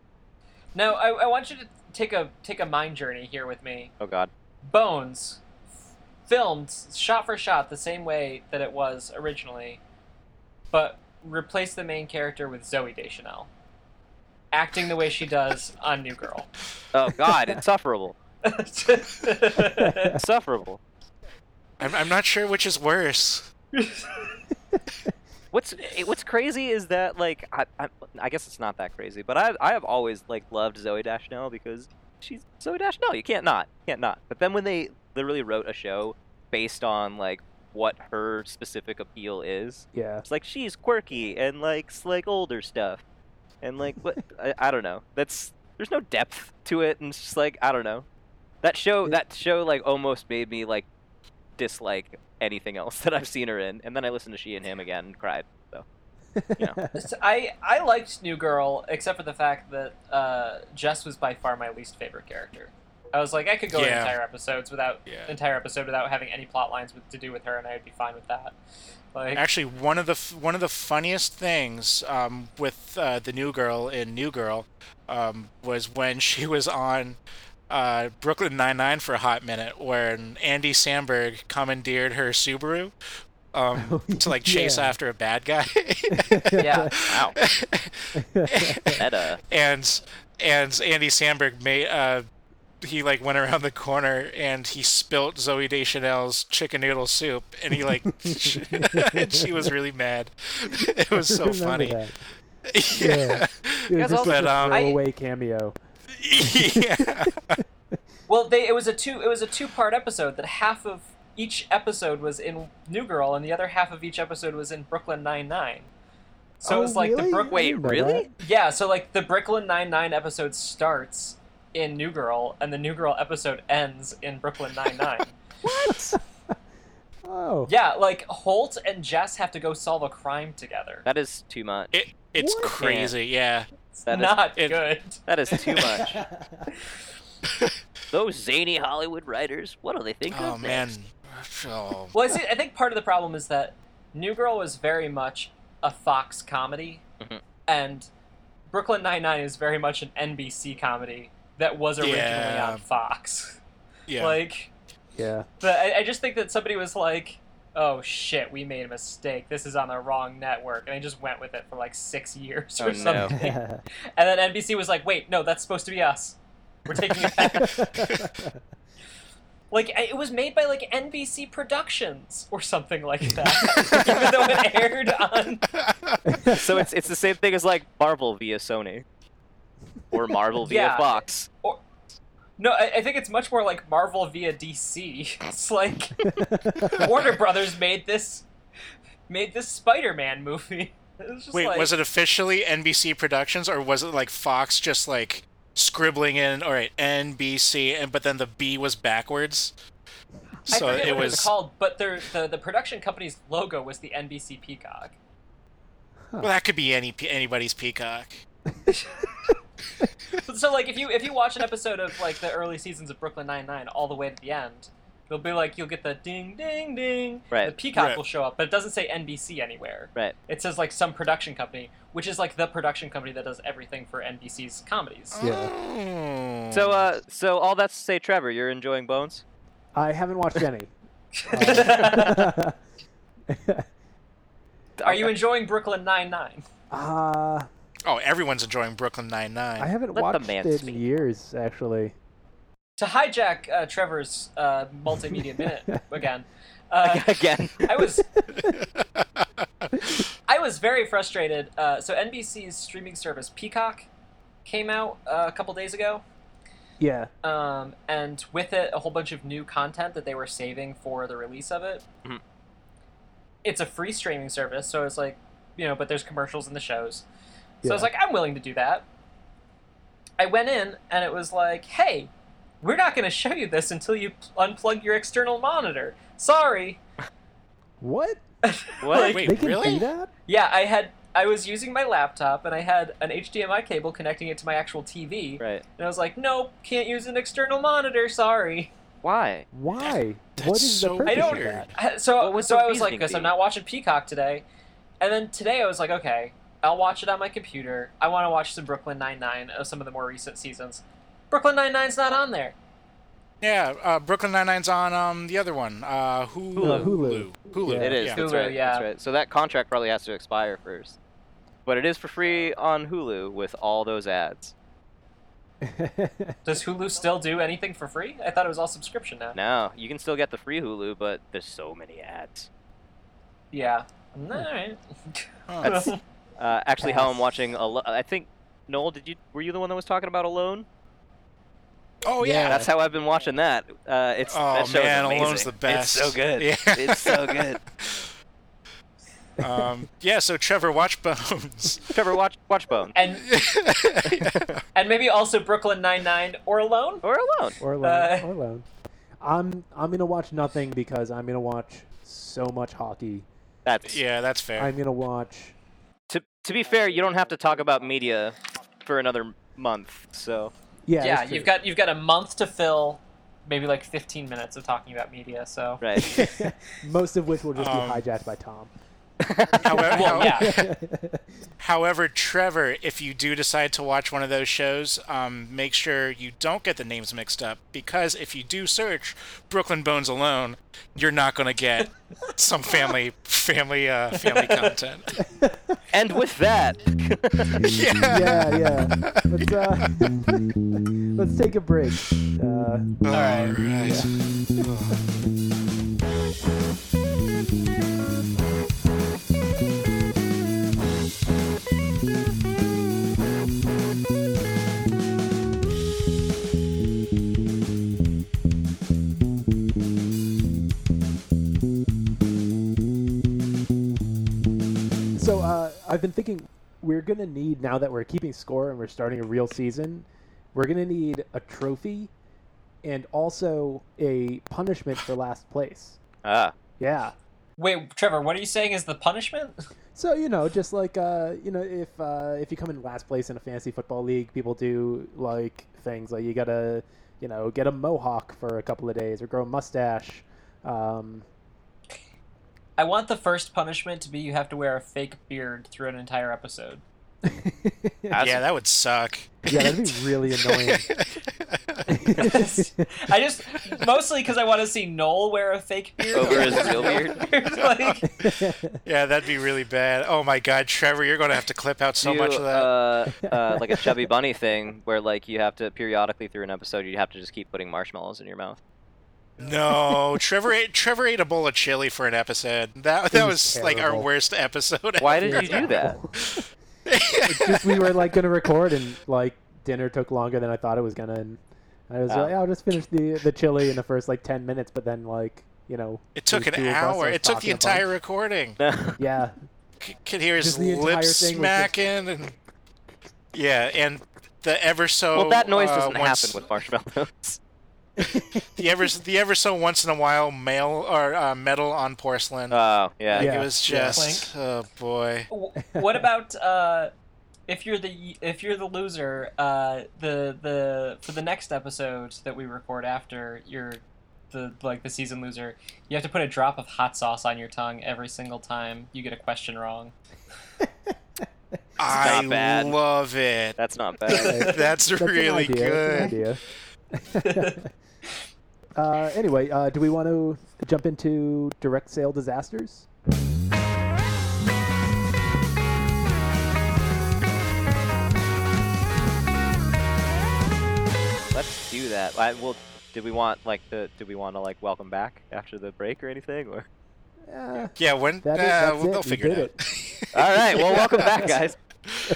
[SPEAKER 3] Now I, I want you to take a take a mind journey here with me.
[SPEAKER 2] Oh god.
[SPEAKER 3] Bones, filmed shot for shot the same way that it was originally, but replace the main character with Zoe Deschanel, acting the way she does on New Girl.
[SPEAKER 2] Oh god, insufferable, insufferable.
[SPEAKER 4] I'm, I'm not sure which is worse.
[SPEAKER 2] What's eh, what's crazy is that like I, I I guess it's not that crazy, but I I have always like loved Zoe Dashnell because she's Zoe Dashnell. You can't not, can't not. But then when they literally wrote a show based on like what her specific appeal is,
[SPEAKER 1] Yeah.
[SPEAKER 2] It's like she's quirky and likes like older stuff, and like what I, I don't know. That's there's no depth to it, and it's just like I don't know. That show
[SPEAKER 1] Yeah.
[SPEAKER 2] that show like almost made me like dislike anything else that I've seen her in, and then I listened to She and Him again and cried. So
[SPEAKER 3] So I I liked New Girl except for the fact that uh, Jess was by far my least favorite character. I was like I could go
[SPEAKER 4] Yeah.
[SPEAKER 3] entire episodes without
[SPEAKER 4] Yeah.
[SPEAKER 3] entire episode without having any plot lines with, to do with her, and I'd be fine with that. Like
[SPEAKER 4] Actually, one of the f- one of the funniest things um, with uh, the new girl in New Girl um, was when (laughs) she was on uh, Brooklyn Nine Nine for a hot minute, when Andy Samberg commandeered her Subaru um, to like chase
[SPEAKER 1] Yeah.
[SPEAKER 4] after a bad guy, (laughs)
[SPEAKER 1] (laughs)
[SPEAKER 3] yeah,
[SPEAKER 2] wow, meta.
[SPEAKER 4] and and Andy Samberg made uh, he like went around the corner and he spilt Zoe Deschanel's chicken noodle soup, and
[SPEAKER 1] (laughs)
[SPEAKER 4] he like (laughs) she, she was really mad. (laughs) It was so
[SPEAKER 1] (laughs) Remember
[SPEAKER 4] funny.
[SPEAKER 1] that.
[SPEAKER 4] (laughs) yeah.
[SPEAKER 1] It was
[SPEAKER 2] Guys,
[SPEAKER 1] just
[SPEAKER 2] also-
[SPEAKER 1] like
[SPEAKER 4] But,
[SPEAKER 1] a
[SPEAKER 4] um,
[SPEAKER 3] I-
[SPEAKER 1] throwaway cameo.
[SPEAKER 4] (laughs) yeah.
[SPEAKER 3] Well, they it was a two it was a two part episode that half of each episode was in New Girl and the other half of each episode was in Brooklyn Nine Nine. So
[SPEAKER 1] Oh,
[SPEAKER 3] it was like
[SPEAKER 1] really?
[SPEAKER 3] the Brook
[SPEAKER 1] I
[SPEAKER 2] Wait,
[SPEAKER 1] didn't know
[SPEAKER 2] really?
[SPEAKER 3] yeah. So like the Brooklyn Nine Nine episode starts in New Girl and the New Girl episode ends in Brooklyn Nine
[SPEAKER 1] (laughs)
[SPEAKER 3] Nine.
[SPEAKER 1] that. Oh.
[SPEAKER 3] yeah, like Holt and Jess have to go solve a crime together.
[SPEAKER 2] That is too much.
[SPEAKER 4] It, it's
[SPEAKER 1] What?
[SPEAKER 4] crazy. Yeah.
[SPEAKER 3] It's
[SPEAKER 2] that is-
[SPEAKER 3] not
[SPEAKER 4] it-
[SPEAKER 3] good.
[SPEAKER 2] That is
[SPEAKER 1] (laughs)
[SPEAKER 2] too much. Those zany Hollywood writers, what do they think
[SPEAKER 4] Oh
[SPEAKER 2] of
[SPEAKER 4] man.
[SPEAKER 2] next?
[SPEAKER 4] Oh.
[SPEAKER 3] Well, I, see, I think part of the problem is that New Girl was very much a Fox comedy,
[SPEAKER 2] Mhm.
[SPEAKER 3] and Brooklyn Nine Nine is very much an NBC comedy that was originally
[SPEAKER 4] Yeah.
[SPEAKER 3] on Fox.
[SPEAKER 4] Yeah.
[SPEAKER 3] Like,
[SPEAKER 1] (laughs) Yeah.
[SPEAKER 3] but I, I just think that somebody was like, "Oh shit, we made a mistake. This is on the wrong network," and they just went with it for like six years or
[SPEAKER 2] Oh, no.
[SPEAKER 4] (laughs)
[SPEAKER 3] something. And then NBC was like, "Wait, no, that's supposed to be us. We're taking it back." Like I- it was made by like NBC Productions or something like that, even though it aired on.
[SPEAKER 2] (laughs)
[SPEAKER 4] (laughs)
[SPEAKER 2] So it's it's the same thing as like Marvel via Sony, or Marvel via
[SPEAKER 3] Yeah.
[SPEAKER 2] Fox.
[SPEAKER 3] No, I, I think it's much more like Marvel via DC. It's like Warner Brothers made this made this Spider-Man movie. It was just
[SPEAKER 4] Wait,
[SPEAKER 3] like,
[SPEAKER 4] was it officially NBC Productions or was it like Fox just like scribbling in all right NBC and but then the B was backwards?
[SPEAKER 3] I
[SPEAKER 4] So it
[SPEAKER 3] forget what it was
[SPEAKER 4] was
[SPEAKER 3] called, but their the the production company's logo was the NBC peacock.
[SPEAKER 4] well that could be any anybody's peacock.
[SPEAKER 3] So like if you if you watch an episode of like the early seasons of Brooklyn Nine Nine all the way to the end, you'll be like you'll get the ding ding ding.
[SPEAKER 2] Right.
[SPEAKER 3] The peacock
[SPEAKER 4] Right.
[SPEAKER 3] will show up, but it doesn't say NBC anywhere.
[SPEAKER 2] Right.
[SPEAKER 3] It says like some production company, which is like the production company that does everything for NBC's comedies.
[SPEAKER 4] Yeah.
[SPEAKER 2] So uh so all that's to say, Trevor, you're enjoying Bones?
[SPEAKER 1] (laughs) I haven't watched
[SPEAKER 3] (laughs)
[SPEAKER 1] any. Uh,
[SPEAKER 3] Are you enjoying Brooklyn Nine Nine?
[SPEAKER 1] (laughs) uh,
[SPEAKER 4] Oh, everyone's enjoying Brooklyn
[SPEAKER 1] I
[SPEAKER 4] 99.
[SPEAKER 1] haven't
[SPEAKER 2] Let the
[SPEAKER 1] watched
[SPEAKER 2] man
[SPEAKER 1] it
[SPEAKER 2] speak.
[SPEAKER 1] in years, actually.
[SPEAKER 3] To hijack uh, Trevor's uh,
[SPEAKER 1] (laughs)
[SPEAKER 3] multimedia minute again.
[SPEAKER 2] (laughs)
[SPEAKER 3] Uh, (laughs)
[SPEAKER 2] Again.
[SPEAKER 3] I was
[SPEAKER 4] (laughs)
[SPEAKER 3] I was very frustrated. Uh, so NBC's streaming service Peacock came out uh, a couple days ago,
[SPEAKER 1] Yeah.
[SPEAKER 3] um, and with it a whole bunch of new content that they were saving for the release of it.
[SPEAKER 2] Mhm.
[SPEAKER 3] It's a free streaming service, so it's like you know, but there's commercials in the shows. So I was
[SPEAKER 1] Yeah.
[SPEAKER 3] like, I'm willing to do that. I went in and it was like, hey, we're not going to (laughs) show you this until you pl- unplug your external monitor. Sorry.
[SPEAKER 1] What?
[SPEAKER 2] What?
[SPEAKER 3] Like-
[SPEAKER 4] Wait,
[SPEAKER 1] they can
[SPEAKER 4] really?
[SPEAKER 1] do that?
[SPEAKER 3] Yeah, I had I was using my laptop and I had an HDMI cable connecting it to my actual TV,
[SPEAKER 2] Right.
[SPEAKER 3] and I was like, nope, can't use an external monitor. Sorry. (laughs)
[SPEAKER 2] Why?
[SPEAKER 1] Why?
[SPEAKER 4] That's
[SPEAKER 1] what is
[SPEAKER 4] so
[SPEAKER 1] the purpose of
[SPEAKER 3] weird.
[SPEAKER 1] that?
[SPEAKER 3] I- (laughs) so
[SPEAKER 2] What would
[SPEAKER 3] so
[SPEAKER 2] the
[SPEAKER 3] I was like,
[SPEAKER 2] reasoning
[SPEAKER 3] because
[SPEAKER 2] be?
[SPEAKER 3] I'm not watching Peacock today. And then today I was like, okay, I'll watch it on my computer. I want to watch some Brooklyn Nine Nine of some of the more recent seasons. Brooklyn Nine Nine's not on there.
[SPEAKER 4] Yeah, uh, Brooklyn Nine Nine's on um, the other one, uh, Hulu.
[SPEAKER 2] Hulu.
[SPEAKER 1] Hulu.
[SPEAKER 4] Hulu.
[SPEAKER 1] Yeah.
[SPEAKER 2] It is.
[SPEAKER 4] Yeah.
[SPEAKER 2] That's
[SPEAKER 3] Hulu,
[SPEAKER 2] right. That's
[SPEAKER 3] yeah.
[SPEAKER 2] right. So that contract probably has to expire first. But it is for free on Hulu with all those ads.
[SPEAKER 3] Does Hulu still do anything for free? I thought it was all subscription now.
[SPEAKER 2] Now you can still get the free Hulu, but there's so many ads.
[SPEAKER 3] Yeah. All right.
[SPEAKER 4] Huh. (laughs)
[SPEAKER 2] Uh, actually, how I'm watching. Alo- I think Noel, did you? Were you the one that was talking about Alone?
[SPEAKER 4] Oh yeah.
[SPEAKER 1] Yeah.
[SPEAKER 2] That's how I've been watching that. Uh, it's
[SPEAKER 4] Oh
[SPEAKER 2] that show
[SPEAKER 4] man,
[SPEAKER 2] is amazing.
[SPEAKER 4] Alone's the best.
[SPEAKER 2] It's so good.
[SPEAKER 4] (laughs) Yeah.
[SPEAKER 2] It's so good.
[SPEAKER 4] um, yeah. So Trevor,
[SPEAKER 1] (laughs)
[SPEAKER 4] watch Bones.
[SPEAKER 2] Trevor, watch watch Bone
[SPEAKER 3] (laughs) and and maybe also Brooklyn Nine Nine or Alone.
[SPEAKER 2] or Alone.
[SPEAKER 1] or alone.
[SPEAKER 3] Uh,
[SPEAKER 1] or alone. I'm I'm gonna watch nothing because I'm gonna watch so much hockey.
[SPEAKER 2] That's
[SPEAKER 4] yeah, that's fair.
[SPEAKER 1] I'm gonna watch.
[SPEAKER 2] To to be fair, you don't have to talk about media for another month. So
[SPEAKER 1] Yeah.
[SPEAKER 3] Yeah,
[SPEAKER 1] that's
[SPEAKER 3] you've
[SPEAKER 1] true.
[SPEAKER 3] got you've got a month to fill, maybe like 15 minutes of talking about media. So
[SPEAKER 2] right.
[SPEAKER 1] (laughs)
[SPEAKER 4] (laughs)
[SPEAKER 1] most of which will just
[SPEAKER 4] Um,
[SPEAKER 1] be hijacked by
[SPEAKER 4] (laughs)
[SPEAKER 1] Tom.
[SPEAKER 4] however,
[SPEAKER 3] Well, yeah.
[SPEAKER 1] (laughs)
[SPEAKER 4] however, Trevor, if you do decide to watch one of those shows, um, make sure you don't get the names mixed up because if you do search Brooklyn Bones alone, you're not going to get some family family uh,
[SPEAKER 1] (laughs)
[SPEAKER 4] family content.
[SPEAKER 2] and with that.
[SPEAKER 1] yeah, yeah. Let's uh, (laughs) let's take a break. Uh,
[SPEAKER 4] All right.
[SPEAKER 1] So uh, I've been thinking we're gonna need now that we're keeping score and we're starting a real season, we're gonna need a trophy and also a punishment for last place.
[SPEAKER 2] Ah,
[SPEAKER 1] Yeah.
[SPEAKER 3] wait, Trevor, what are you saying is the punishment? (laughs)
[SPEAKER 1] So you know, just like uh, you know, if uh, if you come in last place in a fantasy football league, people do like things like you gotta, you know, get a mohawk for a couple of days or grow a mustache. Um,
[SPEAKER 3] I want the first punishment to be you have to wear a fake beard through an entire episode.
[SPEAKER 2] that's-
[SPEAKER 4] yeah, that would suck.
[SPEAKER 1] yeah, that'd be really annoying. (laughs)
[SPEAKER 3] I just mostly because I want to see Noel wear a fake beard
[SPEAKER 2] Over his
[SPEAKER 3] (laughs)
[SPEAKER 2] real beard?
[SPEAKER 3] like,
[SPEAKER 4] (laughs) Yeah, that'd be really bad. Oh my God, Trevor, you're going to have to clip out so
[SPEAKER 2] do,
[SPEAKER 4] much of that.
[SPEAKER 2] Uh, uh,
[SPEAKER 4] (laughs)
[SPEAKER 2] like a chubby bunny thing, where like you have to periodically through an episode, you have to just keep putting marshmallows in your mouth.
[SPEAKER 4] No, Trevor ate Trevor ate a bowl of chili for an episode. That that
[SPEAKER 1] was
[SPEAKER 4] was, like our
[SPEAKER 1] terrible.
[SPEAKER 4] worst episode.
[SPEAKER 2] Why
[SPEAKER 4] ever.
[SPEAKER 2] did you do
[SPEAKER 4] (laughs)
[SPEAKER 2] that?
[SPEAKER 1] It's (laughs) just we were like gonna record and like dinner took longer than I thought it was gonna. And I was
[SPEAKER 2] Oh.
[SPEAKER 1] like, I'll just finish the the chili in the first like ten minutes, but then like you know,
[SPEAKER 4] It took
[SPEAKER 1] these
[SPEAKER 4] an
[SPEAKER 1] two of us
[SPEAKER 4] hour.
[SPEAKER 1] are
[SPEAKER 4] It took
[SPEAKER 1] talking
[SPEAKER 4] the
[SPEAKER 1] about-
[SPEAKER 4] entire recording.
[SPEAKER 2] No.
[SPEAKER 4] (laughs)
[SPEAKER 1] yeah,
[SPEAKER 4] C- could hear his
[SPEAKER 1] Just the entire
[SPEAKER 4] lips
[SPEAKER 1] thing was just-
[SPEAKER 4] smacking and yeah, and the ever
[SPEAKER 2] (laughs)
[SPEAKER 4] so
[SPEAKER 2] well, that noise
[SPEAKER 4] uh,
[SPEAKER 2] doesn't
[SPEAKER 4] once-
[SPEAKER 2] happen with marshmallows. (laughs)
[SPEAKER 4] the ever the ever so once in a while mail or uh, metal on porcelain.
[SPEAKER 2] Oh yeah.
[SPEAKER 1] Yeah.
[SPEAKER 4] It was
[SPEAKER 1] yeah.
[SPEAKER 4] just oh boy.
[SPEAKER 3] w- what about uh, if you're the if you're the loser? Uh, the the for the next episode that we record after you're the like the season loser, you have to put a drop of hot sauce on your tongue every single time you get a question wrong.
[SPEAKER 4] I
[SPEAKER 2] not bad.
[SPEAKER 4] love it.
[SPEAKER 2] That's not bad.
[SPEAKER 4] That's,
[SPEAKER 1] That's an
[SPEAKER 4] really
[SPEAKER 1] idea,
[SPEAKER 4] good.
[SPEAKER 1] that's an idea. (laughs) uh, anyway, uh, do we want to jump into direct sale disasters?
[SPEAKER 2] Let's do that. I, well, did we want like the? Did we want to like welcome back after the break or anything? Or
[SPEAKER 1] Uh,
[SPEAKER 4] Yeah, when
[SPEAKER 1] That is-
[SPEAKER 4] uh,
[SPEAKER 1] that's
[SPEAKER 4] well,
[SPEAKER 1] it.
[SPEAKER 4] they'll
[SPEAKER 1] You
[SPEAKER 4] figure
[SPEAKER 1] did
[SPEAKER 4] it out.
[SPEAKER 2] all right. Well, welcome back, guys.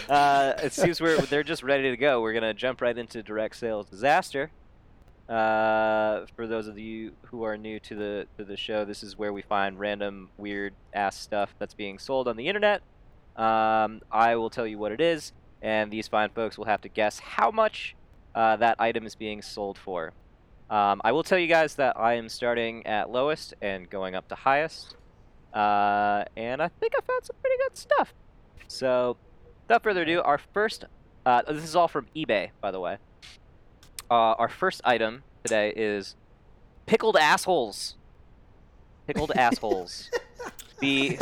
[SPEAKER 2] uh, it seems we're they're just ready to go. We're gonna jump right into direct sales disaster. Uh, for those of you who are new to the to the show, this is where we find random weird ass stuff that's being sold on the internet. Um, I will tell you what it is, and these fine folks will have to guess how much uh, that item is being sold for. Um, I will tell you guys that I am starting at lowest and going up to highest, uh, and I think I found some pretty good stuff. So, without further ado, our first uh, this is all from eBay, by the way. Uh, our first item today is pickled assholes. Pickled assholes. The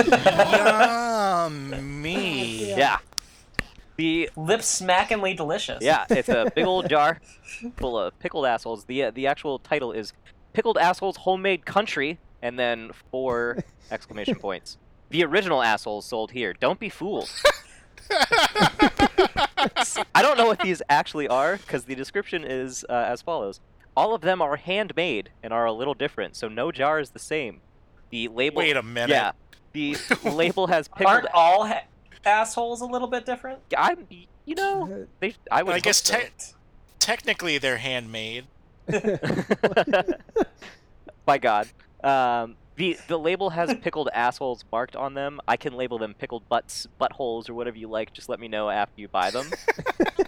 [SPEAKER 4] Yummy.
[SPEAKER 2] yeah. The
[SPEAKER 3] Lip smackingly delicious.
[SPEAKER 2] yeah, it's a big old jar full of pickled assholes. The uh, the actual title is pickled assholes homemade country and then four exclamation points. The original assholes sold here. Don't be fooled. I don't know what these actually are because the description is uh, as follows: All of them are handmade and are a little different, so no jar is the same. The label.
[SPEAKER 4] Wait a minute.
[SPEAKER 2] Yeah. The label has pickled.
[SPEAKER 3] Aren't all ha- assholes a little bit different?
[SPEAKER 2] I'm. You know, they. I would.
[SPEAKER 4] I guess
[SPEAKER 2] hope so.
[SPEAKER 4] te- technically they're handmade. (laughs)
[SPEAKER 2] (laughs) By God. Um, the the label has pickled assholes marked on them. I can label them pickled butts, buttholes, or whatever you like. Just let me know after you buy them.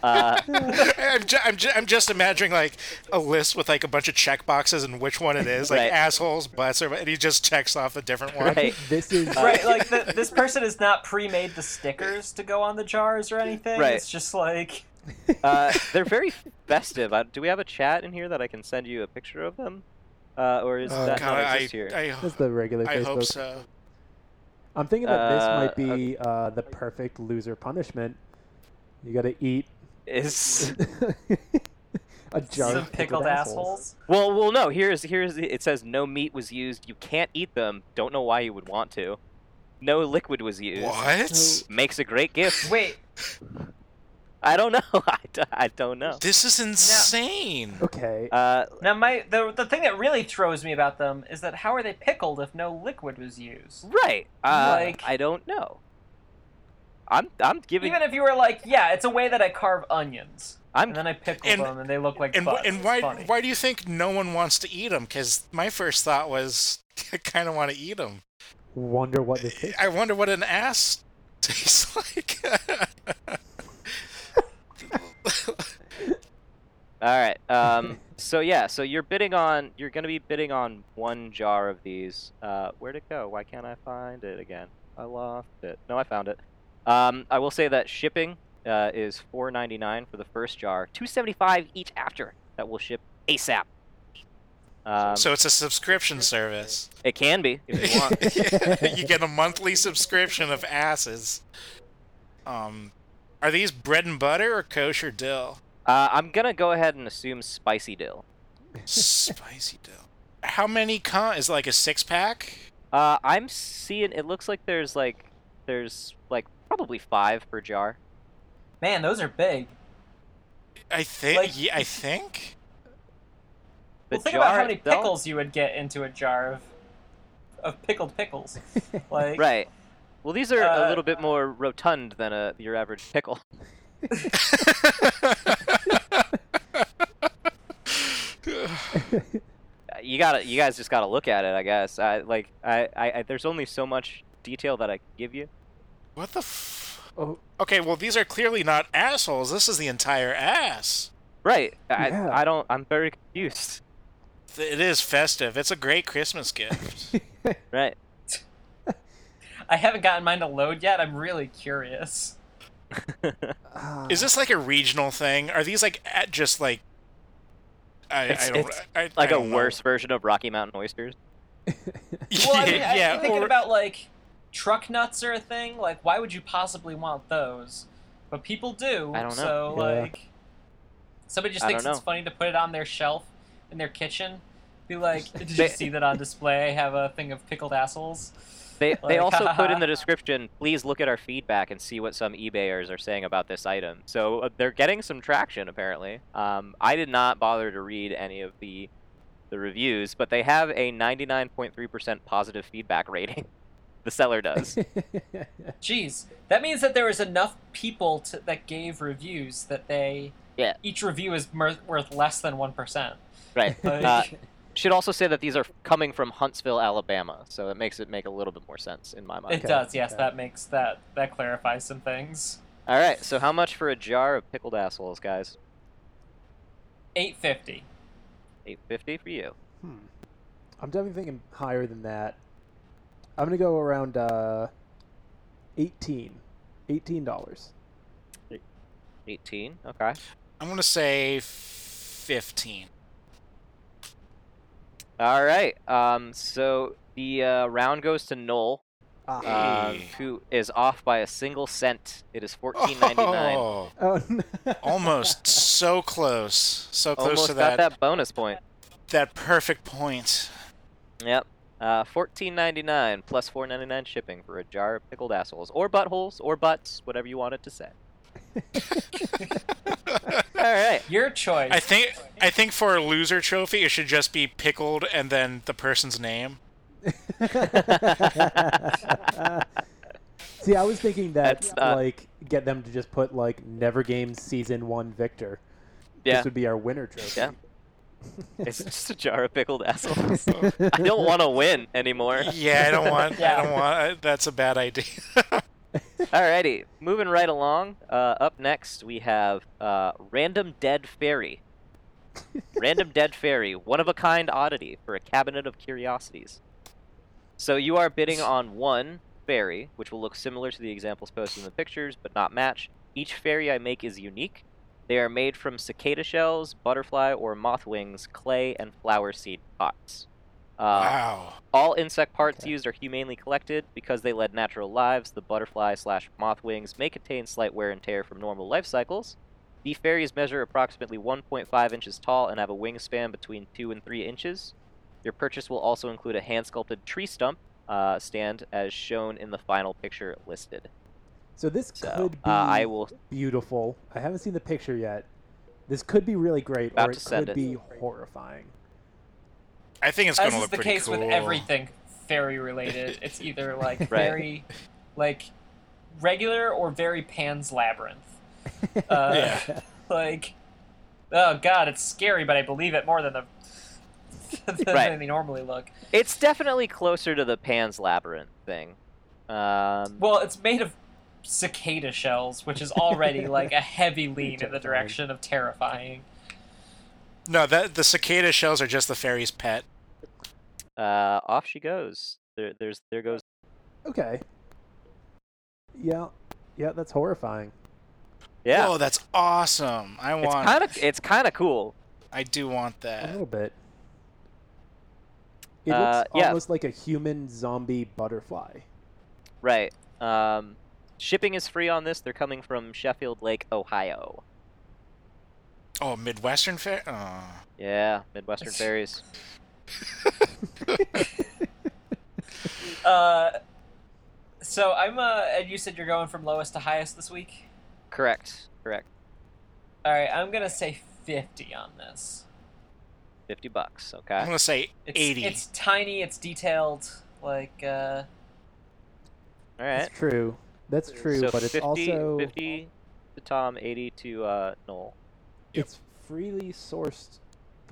[SPEAKER 2] uh,
[SPEAKER 4] I'm, ju- I'm, ju- I'm just imagining like a list with like a bunch of check boxes and which one it is, like
[SPEAKER 2] Right.
[SPEAKER 4] assholes, butts, or, and he just checks off the different one.
[SPEAKER 2] right.
[SPEAKER 1] (laughs) this is
[SPEAKER 2] Uh, (laughs)
[SPEAKER 3] right, like th this person has not pre-made the stickers to go on the jars or anything.
[SPEAKER 2] Right.
[SPEAKER 3] It's just like
[SPEAKER 2] Uh, they're very festive. Uh, do we have a chat in here that I can send you a picture of them, uh, or is
[SPEAKER 1] Oh,
[SPEAKER 2] that
[SPEAKER 4] God,
[SPEAKER 2] not
[SPEAKER 4] I,
[SPEAKER 2] exist here?
[SPEAKER 4] I,
[SPEAKER 1] that's the regular
[SPEAKER 4] I
[SPEAKER 1] Facebook.
[SPEAKER 4] hope so.
[SPEAKER 1] I'm thinking that this
[SPEAKER 2] Uh,
[SPEAKER 1] might be uh, the perfect loser punishment. You got to eat
[SPEAKER 2] Is
[SPEAKER 1] (laughs) a jar
[SPEAKER 3] some
[SPEAKER 1] of
[SPEAKER 3] pickled assholes.
[SPEAKER 2] well, well, no. Here's here's the- it says no meat was used. You can't eat them. Don't know why you would want to. No liquid was used.
[SPEAKER 4] What?
[SPEAKER 1] So-
[SPEAKER 2] Makes a great gift.
[SPEAKER 3] Wait,
[SPEAKER 2] I don't know. (laughs) I, d- I don't know.
[SPEAKER 4] This is insane.
[SPEAKER 1] Okay.
[SPEAKER 2] Uh,
[SPEAKER 3] now my the the thing that really throws me about them is that how are they pickled if no liquid was used?
[SPEAKER 2] right. Uh,
[SPEAKER 3] Like-
[SPEAKER 2] I don't know. I'm I'm giving
[SPEAKER 3] Even if you were like, yeah, it's a way that I carve onions,
[SPEAKER 2] I'm
[SPEAKER 3] and then I pickle
[SPEAKER 4] And-
[SPEAKER 3] them, and they look like
[SPEAKER 4] And, wh-
[SPEAKER 3] butts.
[SPEAKER 4] and
[SPEAKER 3] It's
[SPEAKER 4] why
[SPEAKER 3] funny.
[SPEAKER 4] why do you think no one wants to eat them? Because my first thought was (laughs) I kind of want to eat them.
[SPEAKER 1] Wonder what this is.
[SPEAKER 4] I wonder what an ass (laughs) tastes like.
[SPEAKER 2] all
[SPEAKER 3] (laughs)
[SPEAKER 2] right. Um, so yeah. So you're bidding on. You're gonna be bidding on one jar of these. Uh, where'd it go? Why can't I find it again? I lost it. No, I found it. Um, I will say that shipping uh, is four ninety nine for the first jar, two seventy five each after. That will ship ASAP. Um,
[SPEAKER 4] so it's a subscription service.
[SPEAKER 2] it can be if you want.
[SPEAKER 4] (laughs) you get a monthly subscription of asses. Um, are these bread and butter or kosher dill?
[SPEAKER 2] Uh, I'm gonna go ahead and assume spicy dill.
[SPEAKER 4] Spicy dill. How many con is it like a six pack?
[SPEAKER 2] Uh, I'm seeing. It looks like there's like there's like probably five per jar.
[SPEAKER 3] Man, those are big.
[SPEAKER 4] I think.
[SPEAKER 3] Like-
[SPEAKER 4] yeah,
[SPEAKER 2] (laughs)
[SPEAKER 4] I think.
[SPEAKER 2] The
[SPEAKER 3] well, think
[SPEAKER 2] jar
[SPEAKER 3] about how many
[SPEAKER 2] itself-
[SPEAKER 3] pickles you would get into a jar of of pickled (laughs) pickles. Like
[SPEAKER 2] Right. Well, these are a
[SPEAKER 3] Uh,
[SPEAKER 2] little bit more rotund than a your average pickle. (laughs) Uh, You gotta, you guys just gotta look at it, I guess. I like, I, I, I there's only so much detail that I can give you.
[SPEAKER 4] what the? F-
[SPEAKER 1] oh,
[SPEAKER 4] okay, well these are clearly not assholes. This is the entire ass.
[SPEAKER 2] Right. I,
[SPEAKER 1] Yeah.
[SPEAKER 2] I don't. I'm very confused.
[SPEAKER 4] Th- It is festive. It's a great
[SPEAKER 2] (laughs)
[SPEAKER 4] Christmas gift.
[SPEAKER 2] Right.
[SPEAKER 3] I haven't gotten mine to load yet. I'm really curious.
[SPEAKER 1] (laughs) ah.
[SPEAKER 4] is this like a regional thing? Are these like at just like? I,
[SPEAKER 2] It's-
[SPEAKER 4] I don't.
[SPEAKER 2] it's
[SPEAKER 4] I, I
[SPEAKER 2] Like a
[SPEAKER 4] don't know.
[SPEAKER 2] worse version of Rocky Mountain oysters.
[SPEAKER 3] Well,
[SPEAKER 2] (laughs)
[SPEAKER 3] I mean,
[SPEAKER 4] (laughs)
[SPEAKER 3] I-
[SPEAKER 4] yeah,
[SPEAKER 3] I'm thinking
[SPEAKER 4] or-
[SPEAKER 3] about like truck nuts are a thing. Like, why would you possibly want those? But people do.
[SPEAKER 2] I don't
[SPEAKER 3] So
[SPEAKER 2] know.
[SPEAKER 1] Yeah.
[SPEAKER 3] like, somebody just
[SPEAKER 2] I
[SPEAKER 3] thinks
[SPEAKER 2] don't
[SPEAKER 3] it's
[SPEAKER 2] know.
[SPEAKER 3] funny to put it on their shelf in their kitchen.
[SPEAKER 2] (laughs)
[SPEAKER 3] Be like, did
[SPEAKER 2] They-
[SPEAKER 3] you see that on display? I have a thing of pickled assholes. (laughs)
[SPEAKER 2] They, they
[SPEAKER 3] Like,
[SPEAKER 2] also put in the description, please look at our feedback and see what some eBayers are saying about this item. So uh, they're getting some traction apparently. Um, I did not bother to read any of the the reviews, but they have a 99.3% positive feedback rating. (laughs) The seller
[SPEAKER 1] Ah.
[SPEAKER 3] (laughs)
[SPEAKER 2] does.
[SPEAKER 3] Jeez, that means that there was enough people to, that gave reviews that they
[SPEAKER 2] Yeah.
[SPEAKER 3] each review is mer- worth less than
[SPEAKER 2] (laughs)
[SPEAKER 3] one percent.
[SPEAKER 2] right.
[SPEAKER 3] Like,
[SPEAKER 2] Uh, Should also say that these are coming from Huntsville, Alabama, so that makes it make a little bit more sense in my mind.
[SPEAKER 3] it
[SPEAKER 1] okay,
[SPEAKER 3] does, yes.
[SPEAKER 1] okay.
[SPEAKER 3] That makes that that clarifies some things.
[SPEAKER 2] All right, so how much for a jar of pickled assholes, guys?
[SPEAKER 3] Eight fifty.
[SPEAKER 2] Eight fifty for you.
[SPEAKER 1] (laughs) Hmm. I'm definitely thinking higher than that. I'm gonna go around uh, eighteen. Eighteen dollars.
[SPEAKER 2] Eighteen. Okay.
[SPEAKER 4] I'm gonna say fifteen.
[SPEAKER 2] All right. Um. So the uh, round goes to Noel,
[SPEAKER 1] Ah.
[SPEAKER 2] um,
[SPEAKER 4] Hey.
[SPEAKER 2] who is off by a single cent. It
[SPEAKER 4] (laughs)
[SPEAKER 2] is fourteen ninety nine.
[SPEAKER 4] Oh,
[SPEAKER 1] oh, (laughs) no.
[SPEAKER 4] almost so close, so close
[SPEAKER 2] Almost
[SPEAKER 4] to
[SPEAKER 2] got
[SPEAKER 4] that, that
[SPEAKER 2] that bonus point.
[SPEAKER 4] perfect point.
[SPEAKER 2] Yep. Uh, fourteen ninety nine plus four ninety nine shipping for a jar of pickled assholes or buttholes or butts, whatever you wanted to
[SPEAKER 4] (laughs)
[SPEAKER 2] say. All right.
[SPEAKER 3] Your choice.
[SPEAKER 4] I think I think for a loser trophy, it should just be pickled and then the person's name.
[SPEAKER 1] See, I was thinking that
[SPEAKER 2] That's not-
[SPEAKER 1] like get them to just put like Never Games season one victor.
[SPEAKER 2] Yeah.
[SPEAKER 1] This would be our winner trophy.
[SPEAKER 2] Yeah. It's just a jar of pickled
[SPEAKER 4] (laughs)
[SPEAKER 2] assholes. I don't want to win anymore.
[SPEAKER 4] Yeah, I don't
[SPEAKER 2] (laughs)
[SPEAKER 4] want. I
[SPEAKER 3] Yeah.
[SPEAKER 4] don't want. I, that's a bad idea.
[SPEAKER 2] Alrighty, moving right along. Uh, up next, we have uh, Random Dead Fairy. Random Dead Fairy, one of a kind oddity for a cabinet of curiosities. So you are bidding on one fairy, which will look similar to the examples posted in the pictures, but not match. Each fairy I make is unique. They are made from cicada shells, butterfly or moth wings, clay, and flower seed pots. Uh,
[SPEAKER 4] wow.
[SPEAKER 2] all insect parts
[SPEAKER 1] Okay.
[SPEAKER 2] used are humanely collected because they led natural lives. The butterfly slash moth wings may contain slight wear and tear from normal life cycles. The fairies measure approximately 1.5 inches tall and have a wingspan between 2 and 3 inches. Your purchase will also include a hand sculpted tree stump uh, stand as shown in the final picture listed.
[SPEAKER 1] So this
[SPEAKER 2] So
[SPEAKER 1] could be
[SPEAKER 2] uh, I will.
[SPEAKER 1] beautiful. I haven't seen the picture yet. This could be really great,
[SPEAKER 2] About
[SPEAKER 1] or
[SPEAKER 2] to
[SPEAKER 1] it
[SPEAKER 2] send
[SPEAKER 1] could
[SPEAKER 2] it.
[SPEAKER 1] be horrifying.
[SPEAKER 4] I think it's
[SPEAKER 3] As
[SPEAKER 4] gonna
[SPEAKER 3] is
[SPEAKER 4] look
[SPEAKER 3] the
[SPEAKER 4] pretty
[SPEAKER 3] case
[SPEAKER 4] cool.
[SPEAKER 3] with everything
[SPEAKER 4] (laughs)
[SPEAKER 3] fairy related. It's either like
[SPEAKER 1] Right.
[SPEAKER 3] very like regular or very Pan's Labyrinth. Uh,
[SPEAKER 4] (laughs) Yeah.
[SPEAKER 3] Like, oh god, it's scary, but I believe it more than the (laughs) than
[SPEAKER 2] Right.
[SPEAKER 3] they normally look.
[SPEAKER 2] It's definitely closer to the Pan's Labyrinth thing. Um,
[SPEAKER 3] Well, it's made of cicada shells, which is already like
[SPEAKER 4] (laughs)
[SPEAKER 3] a heavy lean in the
[SPEAKER 1] terrifying.
[SPEAKER 3] direction of terrifying.
[SPEAKER 4] No, that the cicada shells are just the fairy's pet.
[SPEAKER 2] uh, off she goes. There, there's, there goes.
[SPEAKER 1] (laughs) Okay. Yeah. Yeah, that's horrifying.
[SPEAKER 2] Yeah.
[SPEAKER 4] Oh, that's awesome. I
[SPEAKER 2] it's
[SPEAKER 4] want.
[SPEAKER 2] kind of it's kind of cool.
[SPEAKER 4] I do want
[SPEAKER 1] A
[SPEAKER 4] that.
[SPEAKER 1] little bit. It
[SPEAKER 2] Uh,
[SPEAKER 1] looks
[SPEAKER 2] yeah.
[SPEAKER 1] almost like a human zombie butterfly.
[SPEAKER 2] Right. Um, shipping is free on this. They're coming from Sheffield Lake, Ohio.
[SPEAKER 4] Oh, Midwestern fair. Oh.
[SPEAKER 2] Yeah, Midwestern Ferries.
[SPEAKER 3] Uh, so I'm uh, and you said you're going from lowest to highest this week.
[SPEAKER 2] Correct. Correct.
[SPEAKER 3] All right, I'm gonna say fifty on this.
[SPEAKER 2] Fifty bucks.
[SPEAKER 4] I'm
[SPEAKER 2] Okay.
[SPEAKER 4] gonna say
[SPEAKER 3] It's,
[SPEAKER 4] eighty.
[SPEAKER 3] It's tiny. It's detailed. Like, uh, (laughs)
[SPEAKER 2] All right.
[SPEAKER 1] That's true. That's true,
[SPEAKER 2] so
[SPEAKER 1] but it's
[SPEAKER 2] 50,
[SPEAKER 1] also
[SPEAKER 2] 50 to Tom, eighty to uh, Noel.
[SPEAKER 4] Yep.
[SPEAKER 1] it's freely sourced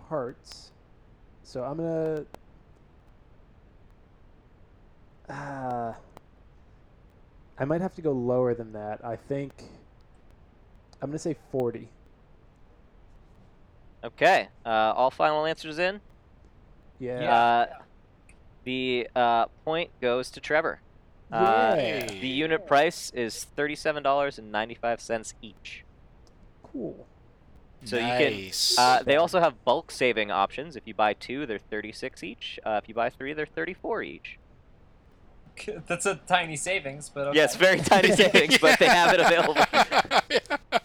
[SPEAKER 1] parts. So I'm gonna. Ah. I might have to go lower than that. I think. I'm gonna say forty.
[SPEAKER 2] Okay. Uh, all final answers in.
[SPEAKER 1] Yeah.
[SPEAKER 2] Uh, the uh, point goes to Trevor. Uh,
[SPEAKER 1] Yay.
[SPEAKER 2] The unit price is thirty-seven dollars and ninety-five cents each.
[SPEAKER 1] Cool.
[SPEAKER 2] so you can,
[SPEAKER 4] nice. (laughs)
[SPEAKER 2] Uh, (laughs) they also have bulk saving options. If you buy two, they're 36 each. Uh, if you buy three, they're 34 each.
[SPEAKER 3] that's a tiny savings, but okay.
[SPEAKER 2] Yes, very tiny savings, but they have it
[SPEAKER 4] (laughs)
[SPEAKER 2] available. Uh,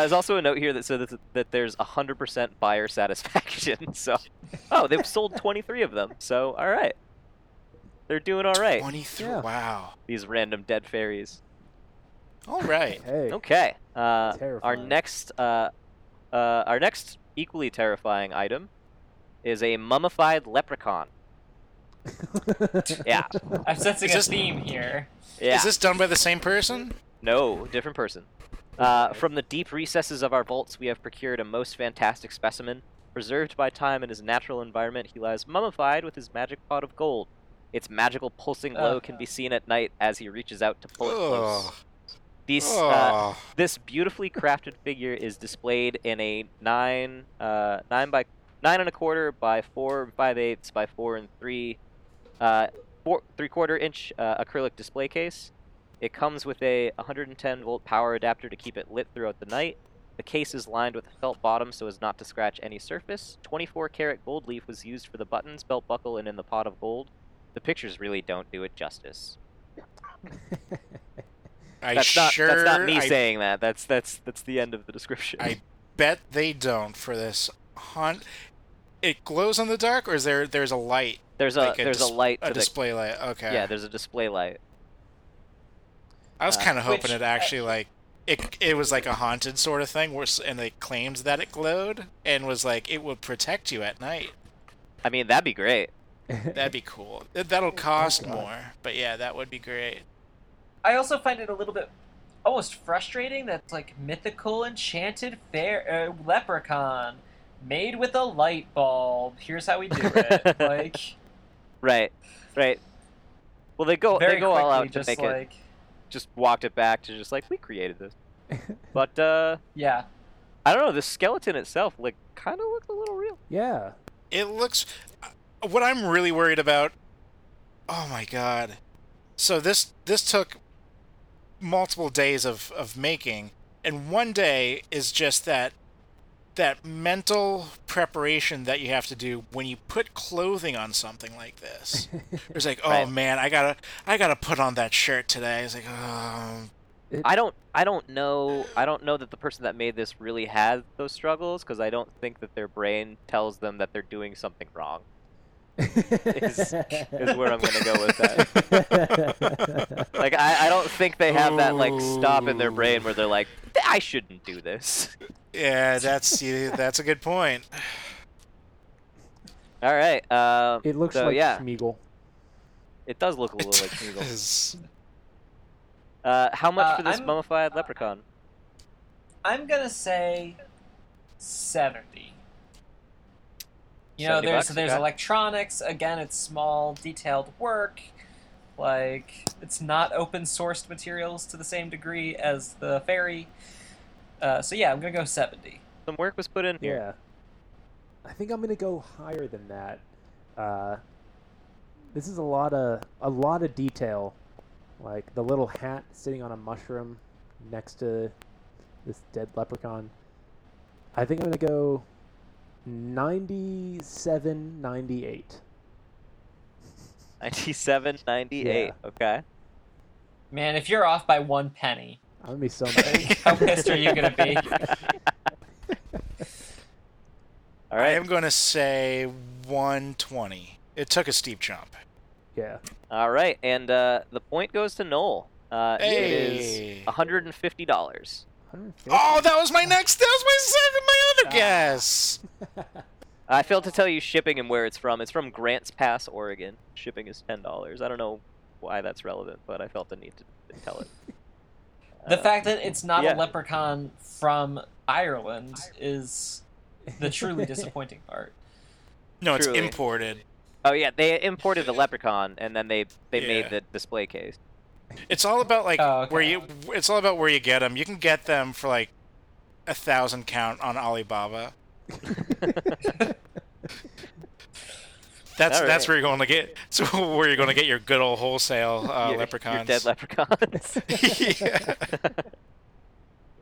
[SPEAKER 2] there's also a note here that says that, that there's 100% buyer satisfaction. (laughs) So, oh, they've sold 23 of them. So, all right, they're doing all right.
[SPEAKER 4] Twenty-three.
[SPEAKER 1] Yeah.
[SPEAKER 4] Wow.
[SPEAKER 2] These random dead fairies.
[SPEAKER 4] All right.
[SPEAKER 1] Hey.
[SPEAKER 2] Okay. Uh, our
[SPEAKER 1] Terrifying.
[SPEAKER 2] next, uh, uh, our next equally terrifying item is a mummified leprechaun.
[SPEAKER 1] (laughs)
[SPEAKER 2] Yeah,
[SPEAKER 3] I'm sensing
[SPEAKER 4] Is this-
[SPEAKER 3] a theme here.
[SPEAKER 2] yeah.
[SPEAKER 4] Is this done by the same person?
[SPEAKER 2] No, different person. Uh, from the deep recesses of our vaults, we have procured a most fantastic specimen. Preserved by time in his natural environment, he lies mummified with his magic pot of gold. Its magical pulsing glow
[SPEAKER 3] Ugh.
[SPEAKER 2] can be seen at night as he reaches out to pull it close.
[SPEAKER 4] Oh,
[SPEAKER 2] These, uh,
[SPEAKER 4] oh,
[SPEAKER 2] this beautifully crafted figure is displayed in a nine, uh, nine by nine and a quarter by four and five eighths by four and three, uh, four three quarter inch uh, acrylic display case. It comes with a 110 volt power adapter to keep it lit throughout the night. The case is lined with a felt bottom so as not to scratch any surface. 24 karat gold leaf was used for the buttons, belt buckle, and in the pot of gold. The pictures really don't do it justice.
[SPEAKER 4] I
[SPEAKER 2] That's not,
[SPEAKER 4] sure.
[SPEAKER 2] that's not me
[SPEAKER 4] I
[SPEAKER 2] saying that. That's that's that's the end of the description.
[SPEAKER 4] I- bet they don't for this hunt. It glows in the dark, or is there? There's a light,
[SPEAKER 2] there's a,
[SPEAKER 4] like a
[SPEAKER 2] there's
[SPEAKER 4] dis-
[SPEAKER 2] a light
[SPEAKER 4] a
[SPEAKER 2] to the-
[SPEAKER 4] display light. Okay.
[SPEAKER 2] yeah there's a display light.
[SPEAKER 4] I was
[SPEAKER 2] uh,
[SPEAKER 4] kind of hoping
[SPEAKER 3] Which-
[SPEAKER 4] it actually like it. It was like a haunted sort of thing, where s- and they claimed that it glowed and was like it will protect you at night.
[SPEAKER 2] I mean that'd be great.
[SPEAKER 4] That'd be cool. Th- That'll cost
[SPEAKER 1] God.
[SPEAKER 4] more, but yeah, that would be great.
[SPEAKER 3] I also find it a little bit almost frustrating that like mythical enchanted fair uh, leprechaun made with a light bulb. Here's how we do it. like
[SPEAKER 2] Right, right. Well, they go
[SPEAKER 3] very
[SPEAKER 2] they go
[SPEAKER 3] quickly,
[SPEAKER 2] all out to
[SPEAKER 3] just
[SPEAKER 2] make it.
[SPEAKER 3] like
[SPEAKER 2] Just walked it back to just like we created
[SPEAKER 3] (laughs)
[SPEAKER 2] this. but uh,
[SPEAKER 3] yeah.
[SPEAKER 2] I don't know. The skeleton itself like kind of looked a little real.
[SPEAKER 1] yeah.
[SPEAKER 4] It looks. uh, What I'm really worried about. Oh my god. So this this took multiple days of of making, and one day is just that that mental preparation that you have to do when you put clothing on something like this. It's like, oh
[SPEAKER 2] Right.
[SPEAKER 4] man, I gotta I gotta put on that shirt today. It's like, oh,
[SPEAKER 2] I don't I don't know I don't know that the person that made this really had those struggles because I don't think that their brain tells them that they're doing something wrong. (laughs) Is- (laughs) Is where I'm gonna go with
[SPEAKER 3] (laughs)
[SPEAKER 2] that. Like I, I don't think they have that like stop in their brain where they're like I shouldn't do this.
[SPEAKER 4] yeah, that's yeah, that's a good point.
[SPEAKER 2] All right. Uh,
[SPEAKER 1] (laughs) it looks
[SPEAKER 2] so,
[SPEAKER 1] like
[SPEAKER 2] yeah.
[SPEAKER 1] Schmeagol.
[SPEAKER 2] it does look a little
[SPEAKER 4] (laughs)
[SPEAKER 2] like Smeagol.
[SPEAKER 4] It's-
[SPEAKER 2] Uh, how much
[SPEAKER 3] Uh,
[SPEAKER 2] for this
[SPEAKER 3] I'm-
[SPEAKER 2] mummified leprechaun?
[SPEAKER 3] I'm gonna say seventy. You know,
[SPEAKER 2] 70
[SPEAKER 3] there's
[SPEAKER 2] bucks,
[SPEAKER 3] there's
[SPEAKER 2] okay.
[SPEAKER 3] electronics. Again, it's small, detailed work. Like it's not open sourced materials to the same degree as the fairy. Uh, so yeah, I'm gonna go seventy.
[SPEAKER 2] Some work was put in here.
[SPEAKER 1] Yeah. I think I'm gonna go higher than that. Uh, this is a lot of a lot of detail, like the little hat sitting on a mushroom next to this dead leprechaun. I think I'm gonna go 97, 98.
[SPEAKER 2] 97, 98. Okay.
[SPEAKER 3] Man, if you're off by one penny,
[SPEAKER 1] I'm gonna be so
[SPEAKER 3] (laughs)
[SPEAKER 1] mad.
[SPEAKER 3] like,
[SPEAKER 2] (laughs)
[SPEAKER 3] how pissed are you gonna be?
[SPEAKER 2] All
[SPEAKER 4] I
[SPEAKER 2] right.
[SPEAKER 4] am going to say 120. It took a steep jump.
[SPEAKER 1] yeah.
[SPEAKER 2] All right. And uh, the point goes to Noel. Uh, It is
[SPEAKER 4] Hey.
[SPEAKER 2] $150.
[SPEAKER 1] 150.
[SPEAKER 4] Oh, that was my next. That was my second, my other
[SPEAKER 2] Ah.
[SPEAKER 4] guess.
[SPEAKER 2] I failed to tell you shipping and where it's from. It's from Grants Pass, Oregon. Shipping is $10. I don't know why that's relevant, but I felt the need to tell
[SPEAKER 4] (laughs)
[SPEAKER 2] it.
[SPEAKER 3] The
[SPEAKER 2] Uh,
[SPEAKER 3] fact that it's not
[SPEAKER 2] yeah.
[SPEAKER 3] a leprechaun from Ireland is the truly disappointing part.
[SPEAKER 4] No, it's
[SPEAKER 2] Truly.
[SPEAKER 4] imported.
[SPEAKER 2] Oh, yeah. They imported the leprechaun, and then they, they
[SPEAKER 4] Yeah.
[SPEAKER 2] made the display case.
[SPEAKER 4] It's all about like
[SPEAKER 3] Oh, okay.
[SPEAKER 4] where you. It's all about where you get them. You can get them for like a thousand count on Alibaba. That's
[SPEAKER 2] All right.
[SPEAKER 4] that's where you're going to get. So where you're going to get your good old wholesale uh,
[SPEAKER 2] Your- your
[SPEAKER 4] leprechauns.
[SPEAKER 2] dead leprechauns. (laughs)
[SPEAKER 4] Yeah.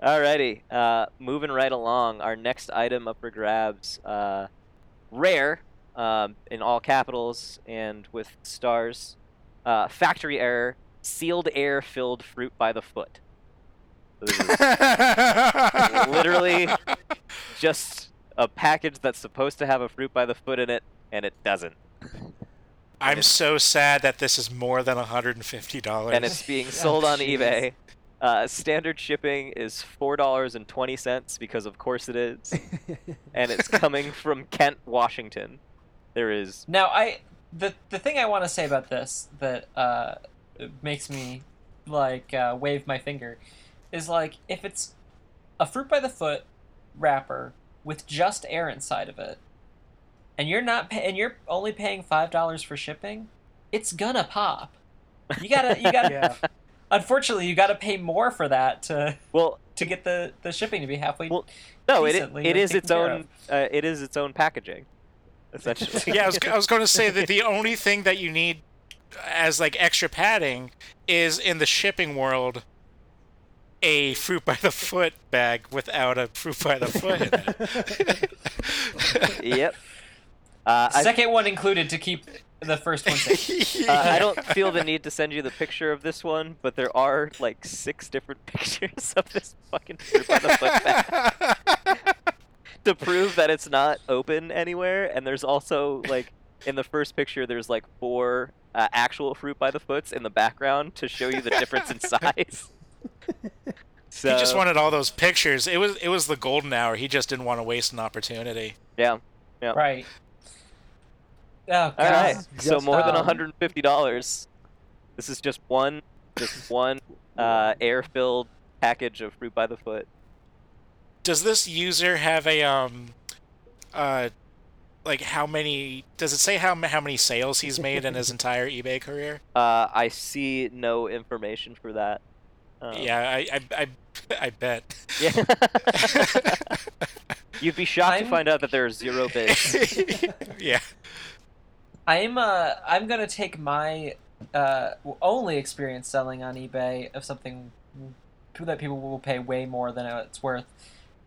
[SPEAKER 2] Alrighty, uh, moving right along. Our next item up for grabs, uh, rare, um, in all capitals and with stars. Uh, factory error, sealed air filled fruit by the foot. So this
[SPEAKER 4] (laughs)
[SPEAKER 2] is Literally. just a package that's supposed to have a fruit by the foot in it, and it doesn't.
[SPEAKER 4] I'm so sad that this is more than 150 dollars.
[SPEAKER 2] And it's being sold on
[SPEAKER 3] jeez.
[SPEAKER 2] eBay. Uh, standard shipping is four dollars and twenty cents because of course it
[SPEAKER 3] (laughs)
[SPEAKER 2] is. and it's coming from Kent, Washington. There is
[SPEAKER 3] Now I the the thing I want to say about this that uh, makes me like uh, wave my finger is like if it's a fruit by the foot wrapper with just air inside of it, and you're not pay- and you're only paying five dollars for shipping, it's gonna pop. You gotta you gotta.
[SPEAKER 1] yeah.
[SPEAKER 3] Unfortunately, you gotta pay more for that to
[SPEAKER 2] Well,
[SPEAKER 3] to get the the shipping to be halfway.
[SPEAKER 2] Well, no, it,
[SPEAKER 3] Decently,
[SPEAKER 2] it
[SPEAKER 3] like,
[SPEAKER 2] is its
[SPEAKER 3] taken care
[SPEAKER 2] own uh, it is its own packaging,
[SPEAKER 3] (laughs)
[SPEAKER 2] essentially.
[SPEAKER 4] yeah, I was, I was going to say that the only thing that you need as like extra padding is in the shipping world a fruit by the foot bag without a fruit by the foot in it.
[SPEAKER 2] (laughs) yep. Uh, I,
[SPEAKER 3] Second one included to keep the first one safe.
[SPEAKER 2] uh,
[SPEAKER 3] (laughs)
[SPEAKER 2] I don't feel the need to send you the picture of this one, but there are like six different (laughs) pictures of this fucking fruit by the foot
[SPEAKER 3] (laughs)
[SPEAKER 2] bag. to prove that it's not open anywhere. And there's also like in the first picture, there's like four uh, actual fruit by the foots in the background to show you the difference
[SPEAKER 3] (laughs)
[SPEAKER 2] in size. so
[SPEAKER 4] He just wanted all those pictures. It was it was the golden hour. He just didn't want to waste an opportunity.
[SPEAKER 2] yeah.
[SPEAKER 3] Right. Oh, God.
[SPEAKER 2] All right.
[SPEAKER 1] Just,
[SPEAKER 2] So more than
[SPEAKER 3] um,
[SPEAKER 2] 150 dollars. This is just one, just one uh, air-filled package of fruit by the foot.
[SPEAKER 4] Does this user have a um uh like how many does it say how ma- how many sales he's made in his entire eBay career?
[SPEAKER 2] Uh, I see no information for that. Um,
[SPEAKER 4] Yeah, I I I, I bet.
[SPEAKER 2] Yeah. (laughs) You'd be shocked to
[SPEAKER 3] I'm-
[SPEAKER 2] find out that there are zero
[SPEAKER 4] (laughs)
[SPEAKER 2] bids.
[SPEAKER 4] (laughs) yeah.
[SPEAKER 3] I'm uh I'm gonna take my uh only experience selling on eBay of something that people will pay way more than it's worth,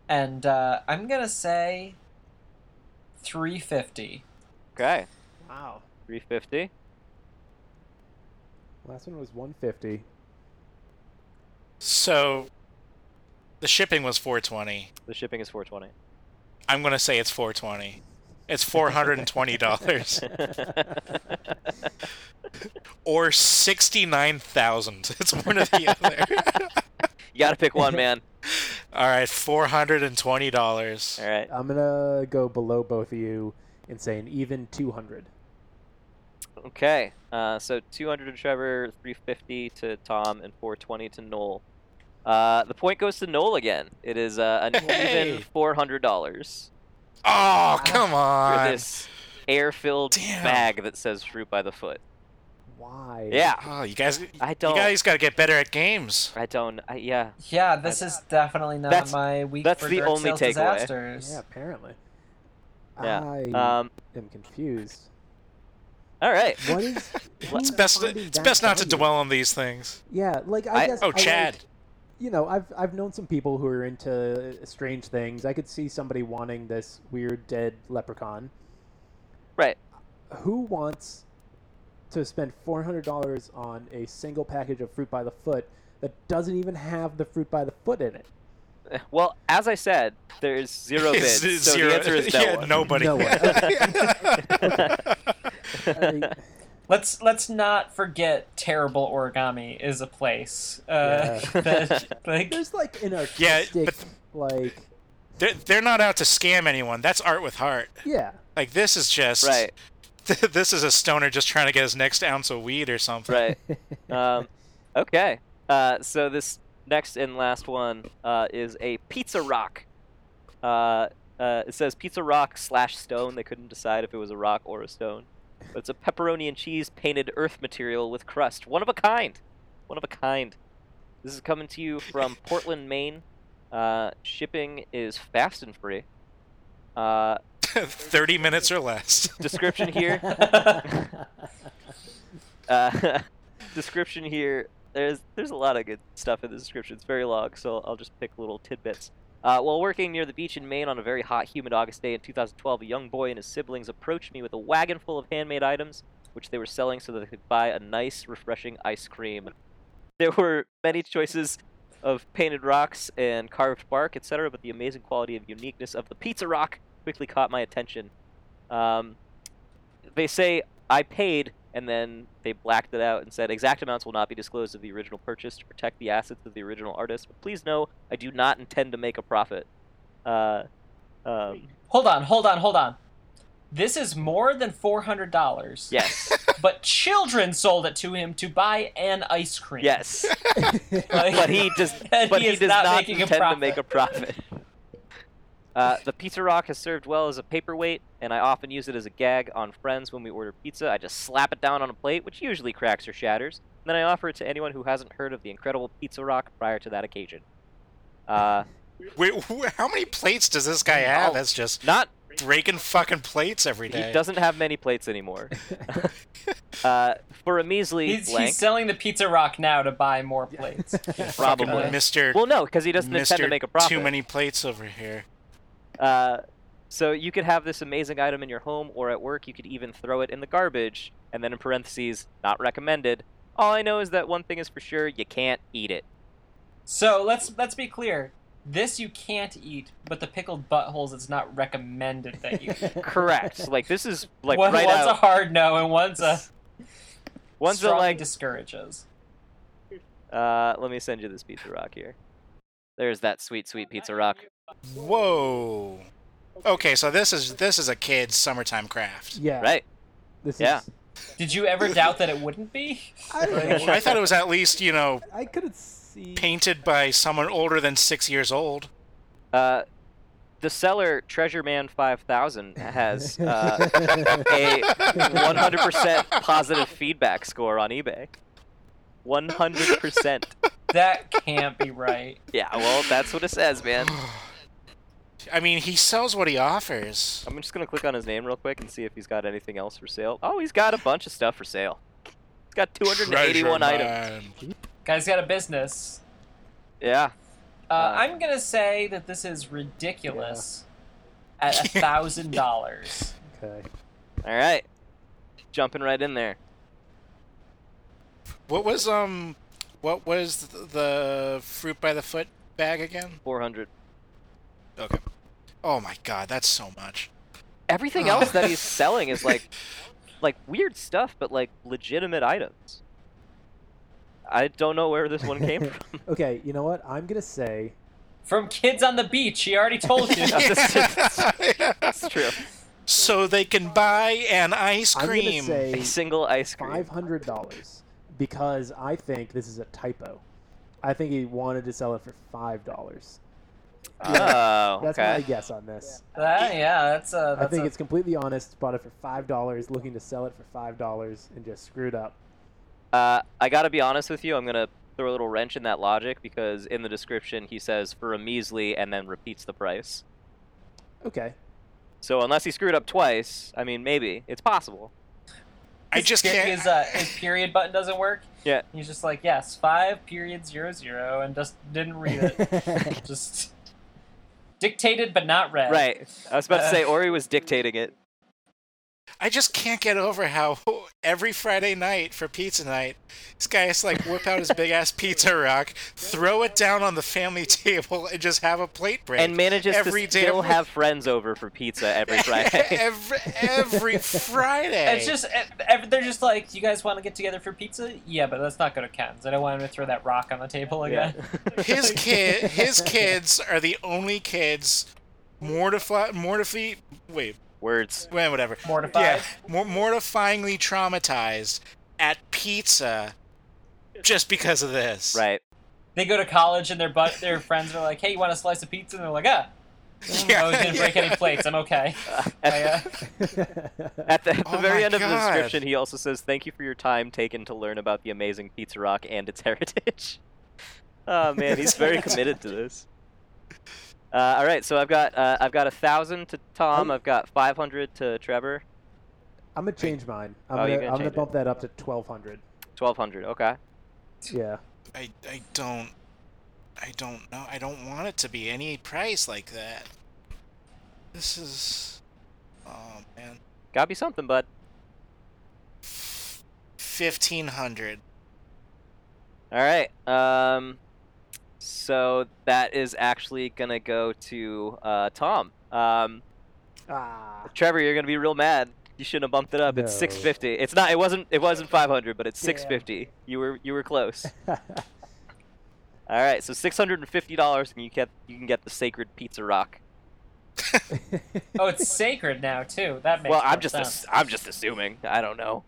[SPEAKER 3] and uh, I'm gonna say three fifty.
[SPEAKER 2] Okay,
[SPEAKER 5] Wow.
[SPEAKER 2] 350.
[SPEAKER 1] (laughs) Last one was 150.
[SPEAKER 4] So the shipping was 420.
[SPEAKER 2] The shipping is (laughs) 420.
[SPEAKER 4] I'm going to say it's 420. It's
[SPEAKER 2] (laughs)
[SPEAKER 4] $420 or 69,000. (laughs) It's one or the other.
[SPEAKER 2] you gotta pick one, man.
[SPEAKER 4] All right, $420.
[SPEAKER 2] All right.
[SPEAKER 1] I'm gonna go below both of you and say an even 200.
[SPEAKER 2] Okay. Uh, so 200 to Trevor, 350 to Tom, and 420 to Noel. Uh, the point goes to Noel again. It is uh, an
[SPEAKER 4] Hey!
[SPEAKER 2] even $400
[SPEAKER 4] Oh, come
[SPEAKER 2] for
[SPEAKER 4] on.
[SPEAKER 2] this air-filled
[SPEAKER 4] Damn.
[SPEAKER 2] bag that says fruit by the foot.
[SPEAKER 1] Why?
[SPEAKER 2] Yeah.
[SPEAKER 4] Oh, you guys
[SPEAKER 2] I
[SPEAKER 4] you
[SPEAKER 2] don't.
[SPEAKER 4] guys got to get better at games.
[SPEAKER 2] I don't. I, yeah.
[SPEAKER 3] Yeah, this is definitely not
[SPEAKER 2] That's-
[SPEAKER 3] my week
[SPEAKER 2] that's
[SPEAKER 3] for
[SPEAKER 2] the
[SPEAKER 3] direct
[SPEAKER 2] only
[SPEAKER 3] sales
[SPEAKER 2] takeaway.
[SPEAKER 3] disasters.
[SPEAKER 1] Yeah, apparently.
[SPEAKER 2] Yeah,
[SPEAKER 4] Mm. uh,
[SPEAKER 1] I
[SPEAKER 2] Um.
[SPEAKER 1] am confused.
[SPEAKER 2] All right.
[SPEAKER 1] What
[SPEAKER 4] (laughs)
[SPEAKER 1] is?
[SPEAKER 4] It's best it's best not to dwell on these things.
[SPEAKER 1] Yeah, like I,
[SPEAKER 2] I-
[SPEAKER 1] guess.
[SPEAKER 4] Oh,
[SPEAKER 1] I
[SPEAKER 4] Chad.
[SPEAKER 1] like- you know, I've I've known some people who are into strange things. I could see somebody wanting this weird dead leprechaun.
[SPEAKER 2] Right.
[SPEAKER 1] Who wants to spend four hundred dollars on a single package of fruit by the foot that doesn't even have the fruit by the foot in it?
[SPEAKER 2] Well, as I said, there is
[SPEAKER 4] (laughs)
[SPEAKER 2] zero bids.
[SPEAKER 4] It's
[SPEAKER 2] so
[SPEAKER 4] zero-
[SPEAKER 2] the answer
[SPEAKER 4] (laughs)
[SPEAKER 2] is no.
[SPEAKER 4] yeah,
[SPEAKER 2] one.
[SPEAKER 4] nobody.
[SPEAKER 1] No one.
[SPEAKER 4] (laughs)
[SPEAKER 1] I-
[SPEAKER 3] Let's let's not forget terrible origami is a place. Uh,
[SPEAKER 1] Yeah.
[SPEAKER 3] (laughs) that, like,
[SPEAKER 1] there's like an artistic, like
[SPEAKER 4] they're, they're not out to scam anyone. That's art with heart. (laughs)
[SPEAKER 1] yeah,
[SPEAKER 4] Like this is just
[SPEAKER 2] Right.
[SPEAKER 4] (laughs) this is a stoner just trying to get his next ounce of weed or something. (laughs)
[SPEAKER 2] Right.
[SPEAKER 4] Uh,
[SPEAKER 2] um, okay. Uh, so this next and last one uh, is a pizza rock. Uh, uh, it says pizza rock slash stone. They couldn't decide if it was a rock or a stone. But it's a pepperoni and cheese painted earth material with crust. One of a kind. One of a kind. This is coming to you from Portland, Maine. Uh, shipping is fast and free. Uh,
[SPEAKER 4] 30 minutes or less. (laughs)
[SPEAKER 2] description
[SPEAKER 1] (laughs)
[SPEAKER 2] here uh, (laughs) description here. There's there's a lot of good stuff in the description. It's very long, so I'll just pick little tidbits. Uh, while working near the beach in Maine on a very hot, humid August day in 2012, a young boy and his siblings approached me with a wagon full of handmade items, which they were selling so that they could buy a nice, refreshing ice cream. There were many choices of painted rocks and carved bark, etc., but the amazing quality and uniqueness of the pizza rock quickly caught my attention. Um, they say I paid, and then they blacked it out and said exact amounts will not be disclosed of the original purchase to protect the assets of the original artist. But please know, I do not intend to make a profit. Uh, um,
[SPEAKER 3] hold on, hold on, hold on. This is more than four hundred dollars. (laughs)
[SPEAKER 2] Yes.
[SPEAKER 3] But children sold it to him to buy an ice cream.
[SPEAKER 2] Yes.
[SPEAKER 3] Like,
[SPEAKER 2] but he does.
[SPEAKER 3] (laughs) And
[SPEAKER 2] but
[SPEAKER 3] he
[SPEAKER 2] he,
[SPEAKER 3] is
[SPEAKER 2] does
[SPEAKER 3] not
[SPEAKER 2] not,
[SPEAKER 3] making a
[SPEAKER 2] intend to make a profit.
[SPEAKER 3] (laughs)
[SPEAKER 2] Uh, the pizza rock has served well as a paperweight, and I often use it as a gag on friends when we order pizza. I just slap it down on a plate, which usually cracks or shatters, and then I offer it to anyone who hasn't heard of the incredible pizza rock prior to that occasion. Uh,
[SPEAKER 4] Wait, wh- how many plates does this guy have? That's just
[SPEAKER 2] not
[SPEAKER 4] breaking fucking plates every day.
[SPEAKER 2] Oh. he doesn't have many plates
[SPEAKER 4] (laughs)
[SPEAKER 2] anymore. (laughs) uh, for a measly
[SPEAKER 3] He's,
[SPEAKER 2] blank,
[SPEAKER 3] he's selling the Pizza Rock now to buy more plates.
[SPEAKER 4] Fucking
[SPEAKER 2] probably.
[SPEAKER 4] Mr.
[SPEAKER 2] Well, no, because he doesn't intend to
[SPEAKER 4] Mr.
[SPEAKER 2] make a profit.
[SPEAKER 4] Too many plates over here.
[SPEAKER 2] Uh, so you could have this amazing item in your home or at work. You could even throw it in the garbage, and then in parentheses, not recommended. All I know is that one thing is for sure: you can't eat it.
[SPEAKER 3] so let's let's be clear. This you can't eat, but the pickled buttholes it's not recommended that you eat.
[SPEAKER 2] Correct. like this is (laughs) like
[SPEAKER 3] One-
[SPEAKER 2] right
[SPEAKER 3] one's a
[SPEAKER 2] out.
[SPEAKER 3] hard no and one's a
[SPEAKER 2] one's a,
[SPEAKER 3] strongly
[SPEAKER 2] like.
[SPEAKER 3] discourages.
[SPEAKER 2] Uh, let me send you this pizza rock here. There's that sweet, sweet pizza rock.
[SPEAKER 4] Whoa. Okay, so this is this is a kid's summertime craft.
[SPEAKER 1] Yeah.
[SPEAKER 2] Right.
[SPEAKER 1] This
[SPEAKER 2] Yeah.
[SPEAKER 1] is.
[SPEAKER 3] Did you ever doubt that it wouldn't be?
[SPEAKER 2] (laughs)
[SPEAKER 1] (laughs) I, don't know.
[SPEAKER 4] I thought it was at least you know
[SPEAKER 1] I couldn't see.
[SPEAKER 4] painted by someone older than six years old.
[SPEAKER 2] Uh, the seller, Treasure Man Five Thousand,
[SPEAKER 1] (laughs)
[SPEAKER 2] has uh, a 100% positive feedback score on eBay. 100%.
[SPEAKER 3] That can't be right.
[SPEAKER 2] Yeah, well, that's what it says, man.
[SPEAKER 4] I mean, he sells what he offers.
[SPEAKER 2] I'm just gonna click on his name real quick and see if he's got anything else for sale. Oh, he's got a bunch of stuff for sale. He's got 281
[SPEAKER 4] Treasure
[SPEAKER 2] items.
[SPEAKER 4] mine.
[SPEAKER 3] Guy's got a business.
[SPEAKER 2] Yeah,
[SPEAKER 3] Uh,
[SPEAKER 2] Uh,
[SPEAKER 3] I'm gonna say that this is ridiculous. At a thousand dollars.
[SPEAKER 1] Okay.
[SPEAKER 2] all right. Jumping right in there.
[SPEAKER 4] What was um, what was th- the fruit by the foot bag again?
[SPEAKER 2] 400.
[SPEAKER 4] Okay. Oh my god, that's so much. (laughs)
[SPEAKER 2] Everything else that he's selling is like, like weird stuff, but like legitimate items. I don't know where this one came from.
[SPEAKER 1] (laughs) Okay. You know what? I'm gonna say.
[SPEAKER 3] From kids on the beach, he already
[SPEAKER 4] (laughs)
[SPEAKER 3] told you.
[SPEAKER 2] It's true.
[SPEAKER 4] so they can buy an ice
[SPEAKER 1] I'm
[SPEAKER 4] cream.
[SPEAKER 1] gonna
[SPEAKER 2] (laughs) A
[SPEAKER 1] say
[SPEAKER 2] single ice cream.
[SPEAKER 1] five hundred dollars because I think this is a typo. I think he wanted to sell it for five dollars.
[SPEAKER 2] Oh,
[SPEAKER 1] That's my
[SPEAKER 2] okay.
[SPEAKER 1] guess on this.
[SPEAKER 3] That- yeah, that's uh
[SPEAKER 1] I
[SPEAKER 3] that's
[SPEAKER 1] think
[SPEAKER 3] a-
[SPEAKER 1] it's completely honest. Bought it for five dollars, looking to sell it for five dollars, and just screwed up.
[SPEAKER 2] Uh, I gotta be honest with you. I'm gonna throw a little wrench in that logic because in the description he says for a measly and then repeats the price.
[SPEAKER 1] Okay.
[SPEAKER 2] So unless he screwed up twice, I mean, maybe it's possible.
[SPEAKER 4] I just
[SPEAKER 3] his,
[SPEAKER 4] can't.
[SPEAKER 3] His, uh, his period button doesn't work.
[SPEAKER 2] Yeah.
[SPEAKER 3] He's just like, yes, five period zero zero, and just didn't read
[SPEAKER 4] (laughs)
[SPEAKER 3] it. just dictated but not read.
[SPEAKER 2] Right. I was
[SPEAKER 1] (laughs)
[SPEAKER 2] about to say
[SPEAKER 3] Uh,
[SPEAKER 2] Ori was dictating it.
[SPEAKER 4] I just can't get over how (laughs) every Friday night for pizza night, this guy has to like whip out his big ass pizza rock, throw it down on the family (laughs) table, and just have a plate break.
[SPEAKER 2] And manages
[SPEAKER 4] every
[SPEAKER 2] to
[SPEAKER 4] damn
[SPEAKER 2] still
[SPEAKER 4] week.
[SPEAKER 2] have friends over for pizza
[SPEAKER 4] (laughs)
[SPEAKER 2] every Friday.
[SPEAKER 4] every every Friday.
[SPEAKER 3] It's just (laughs) eh, ev- they're just like, you guys want to get together for pizza? Yeah, but let's not go to Ken's. I don't want him to throw that rock on the table
[SPEAKER 2] (laughs) Yeah.
[SPEAKER 4] (laughs)
[SPEAKER 3] again.
[SPEAKER 4] his kid. His kids are the only kids mortified, mortified. Wait,
[SPEAKER 2] Words.
[SPEAKER 4] wait, whatever.
[SPEAKER 3] Mortified.
[SPEAKER 4] Yeah, mor- mortifyingly traumatized at pizza, just because of this. (laughs)
[SPEAKER 2] Right.
[SPEAKER 3] They go to college and their but their friends are like, hey, you want a slice of pizza? And they're like, ah, mm, I was gonna
[SPEAKER 4] (laughs)
[SPEAKER 3] break any plates. I'm okay.
[SPEAKER 2] Uh,
[SPEAKER 3] I,
[SPEAKER 2] (laughs) at,
[SPEAKER 3] uh,
[SPEAKER 2] at the, at the
[SPEAKER 4] Oh
[SPEAKER 2] very
[SPEAKER 4] my
[SPEAKER 2] end of the
[SPEAKER 4] God.
[SPEAKER 2] description, he also says, "Thank you for your time taken to learn about the amazing Pizza Rock and its (laughs) heritage." Oh man, he's
[SPEAKER 4] (laughs)
[SPEAKER 2] very committed to this. Uh, all right, so I've got uh, I've got a thousand to
[SPEAKER 4] Oh.
[SPEAKER 2] Tom. I've got five hundred to Trevor.
[SPEAKER 1] (laughs) I'm gonna change mine. I'm
[SPEAKER 2] Oh,
[SPEAKER 1] gonna,
[SPEAKER 2] you're gonna
[SPEAKER 1] I'm gonna
[SPEAKER 2] change it.
[SPEAKER 1] bump that up to twelve hundred.
[SPEAKER 2] Twelve hundred. Okay.
[SPEAKER 1] Yeah.
[SPEAKER 4] I I don't I don't know. I don't want it to be any price like that. This is oh man.
[SPEAKER 2] Gotta be something, bud.
[SPEAKER 4] Fifteen hundred. (laughs)
[SPEAKER 2] All right. Um, so that is actually gonna go to uh, Tom. Um,
[SPEAKER 1] Ah.
[SPEAKER 2] Trevor, you're gonna be real mad. You shouldn't have bumped it up. It's
[SPEAKER 1] No.
[SPEAKER 2] 650. It's not. It wasn't. It wasn't 500, but it's
[SPEAKER 1] Damn.
[SPEAKER 2] 650. You were. You were close. (laughs) All right. So 650 dollars, and you get. You can get the sacred pizza rock.
[SPEAKER 3] Oh, it's sacred now too. That makes
[SPEAKER 2] well,
[SPEAKER 3] more
[SPEAKER 2] I'm just
[SPEAKER 3] sense.
[SPEAKER 2] ass- I'm just assuming. I don't know.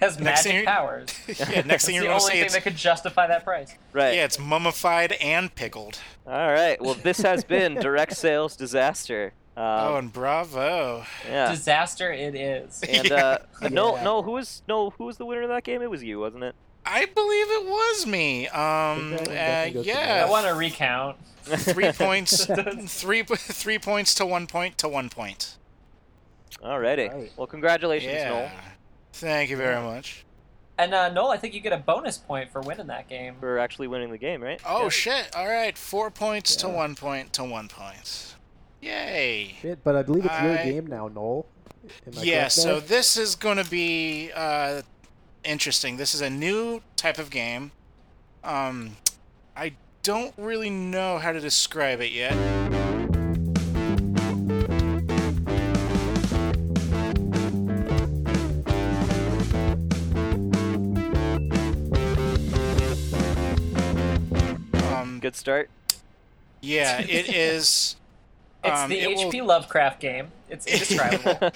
[SPEAKER 3] has
[SPEAKER 4] Next thing
[SPEAKER 3] magic
[SPEAKER 4] you-
[SPEAKER 3] powers.
[SPEAKER 4] yeah, next
[SPEAKER 3] It's
[SPEAKER 4] thing
[SPEAKER 3] the
[SPEAKER 4] you're gonna
[SPEAKER 3] only
[SPEAKER 4] see,
[SPEAKER 3] thing
[SPEAKER 4] it's,
[SPEAKER 3] that could justify that price.
[SPEAKER 2] Right.
[SPEAKER 4] yeah, it's mummified and pickled.
[SPEAKER 2] All right. Well, this has
[SPEAKER 3] (laughs)
[SPEAKER 2] been direct sales disaster. Um,
[SPEAKER 4] oh, and bravo!
[SPEAKER 2] yeah.
[SPEAKER 3] Disaster it is.
[SPEAKER 2] and
[SPEAKER 4] (laughs)
[SPEAKER 2] uh, no,
[SPEAKER 1] Yeah.
[SPEAKER 2] no, who was no, who was the winner of that game? It was you, wasn't it?
[SPEAKER 4] I believe it was me. Um,
[SPEAKER 1] Think that one
[SPEAKER 4] uh,
[SPEAKER 1] definitely goes to
[SPEAKER 4] yeah,
[SPEAKER 3] I want (laughs) to recount.
[SPEAKER 2] (laughs)
[SPEAKER 4] (laughs) three points, three three points to one point to one point.
[SPEAKER 2] Alrighty.
[SPEAKER 1] Right.
[SPEAKER 2] Well, congratulations,
[SPEAKER 4] Yeah.
[SPEAKER 2] Noel,
[SPEAKER 4] Thank you very much.
[SPEAKER 3] And uh, Noel, I think you get a bonus point for winning that game.
[SPEAKER 2] for actually winning the game, right?
[SPEAKER 4] Oh
[SPEAKER 2] Yeah.
[SPEAKER 4] shit! All right, four points to
[SPEAKER 1] Yeah.
[SPEAKER 4] one point to one point. Yay!
[SPEAKER 1] (laughs) Shit, but I believe it's your
[SPEAKER 4] I-
[SPEAKER 1] game now, Noel. Am I
[SPEAKER 4] yeah
[SPEAKER 1] correct
[SPEAKER 4] so
[SPEAKER 1] there?
[SPEAKER 4] this is going to be uh, interesting this is a new type of game um, i don't really know how to describe it yet Um,
[SPEAKER 2] Good
[SPEAKER 4] (laughs)
[SPEAKER 2] start. (laughs)
[SPEAKER 3] (laughs)
[SPEAKER 4] yeah, it is.
[SPEAKER 3] It's
[SPEAKER 4] um,
[SPEAKER 3] the
[SPEAKER 4] it will-
[SPEAKER 3] HP Lovecraft game.
[SPEAKER 4] (laughs)
[SPEAKER 3] It's indescribable.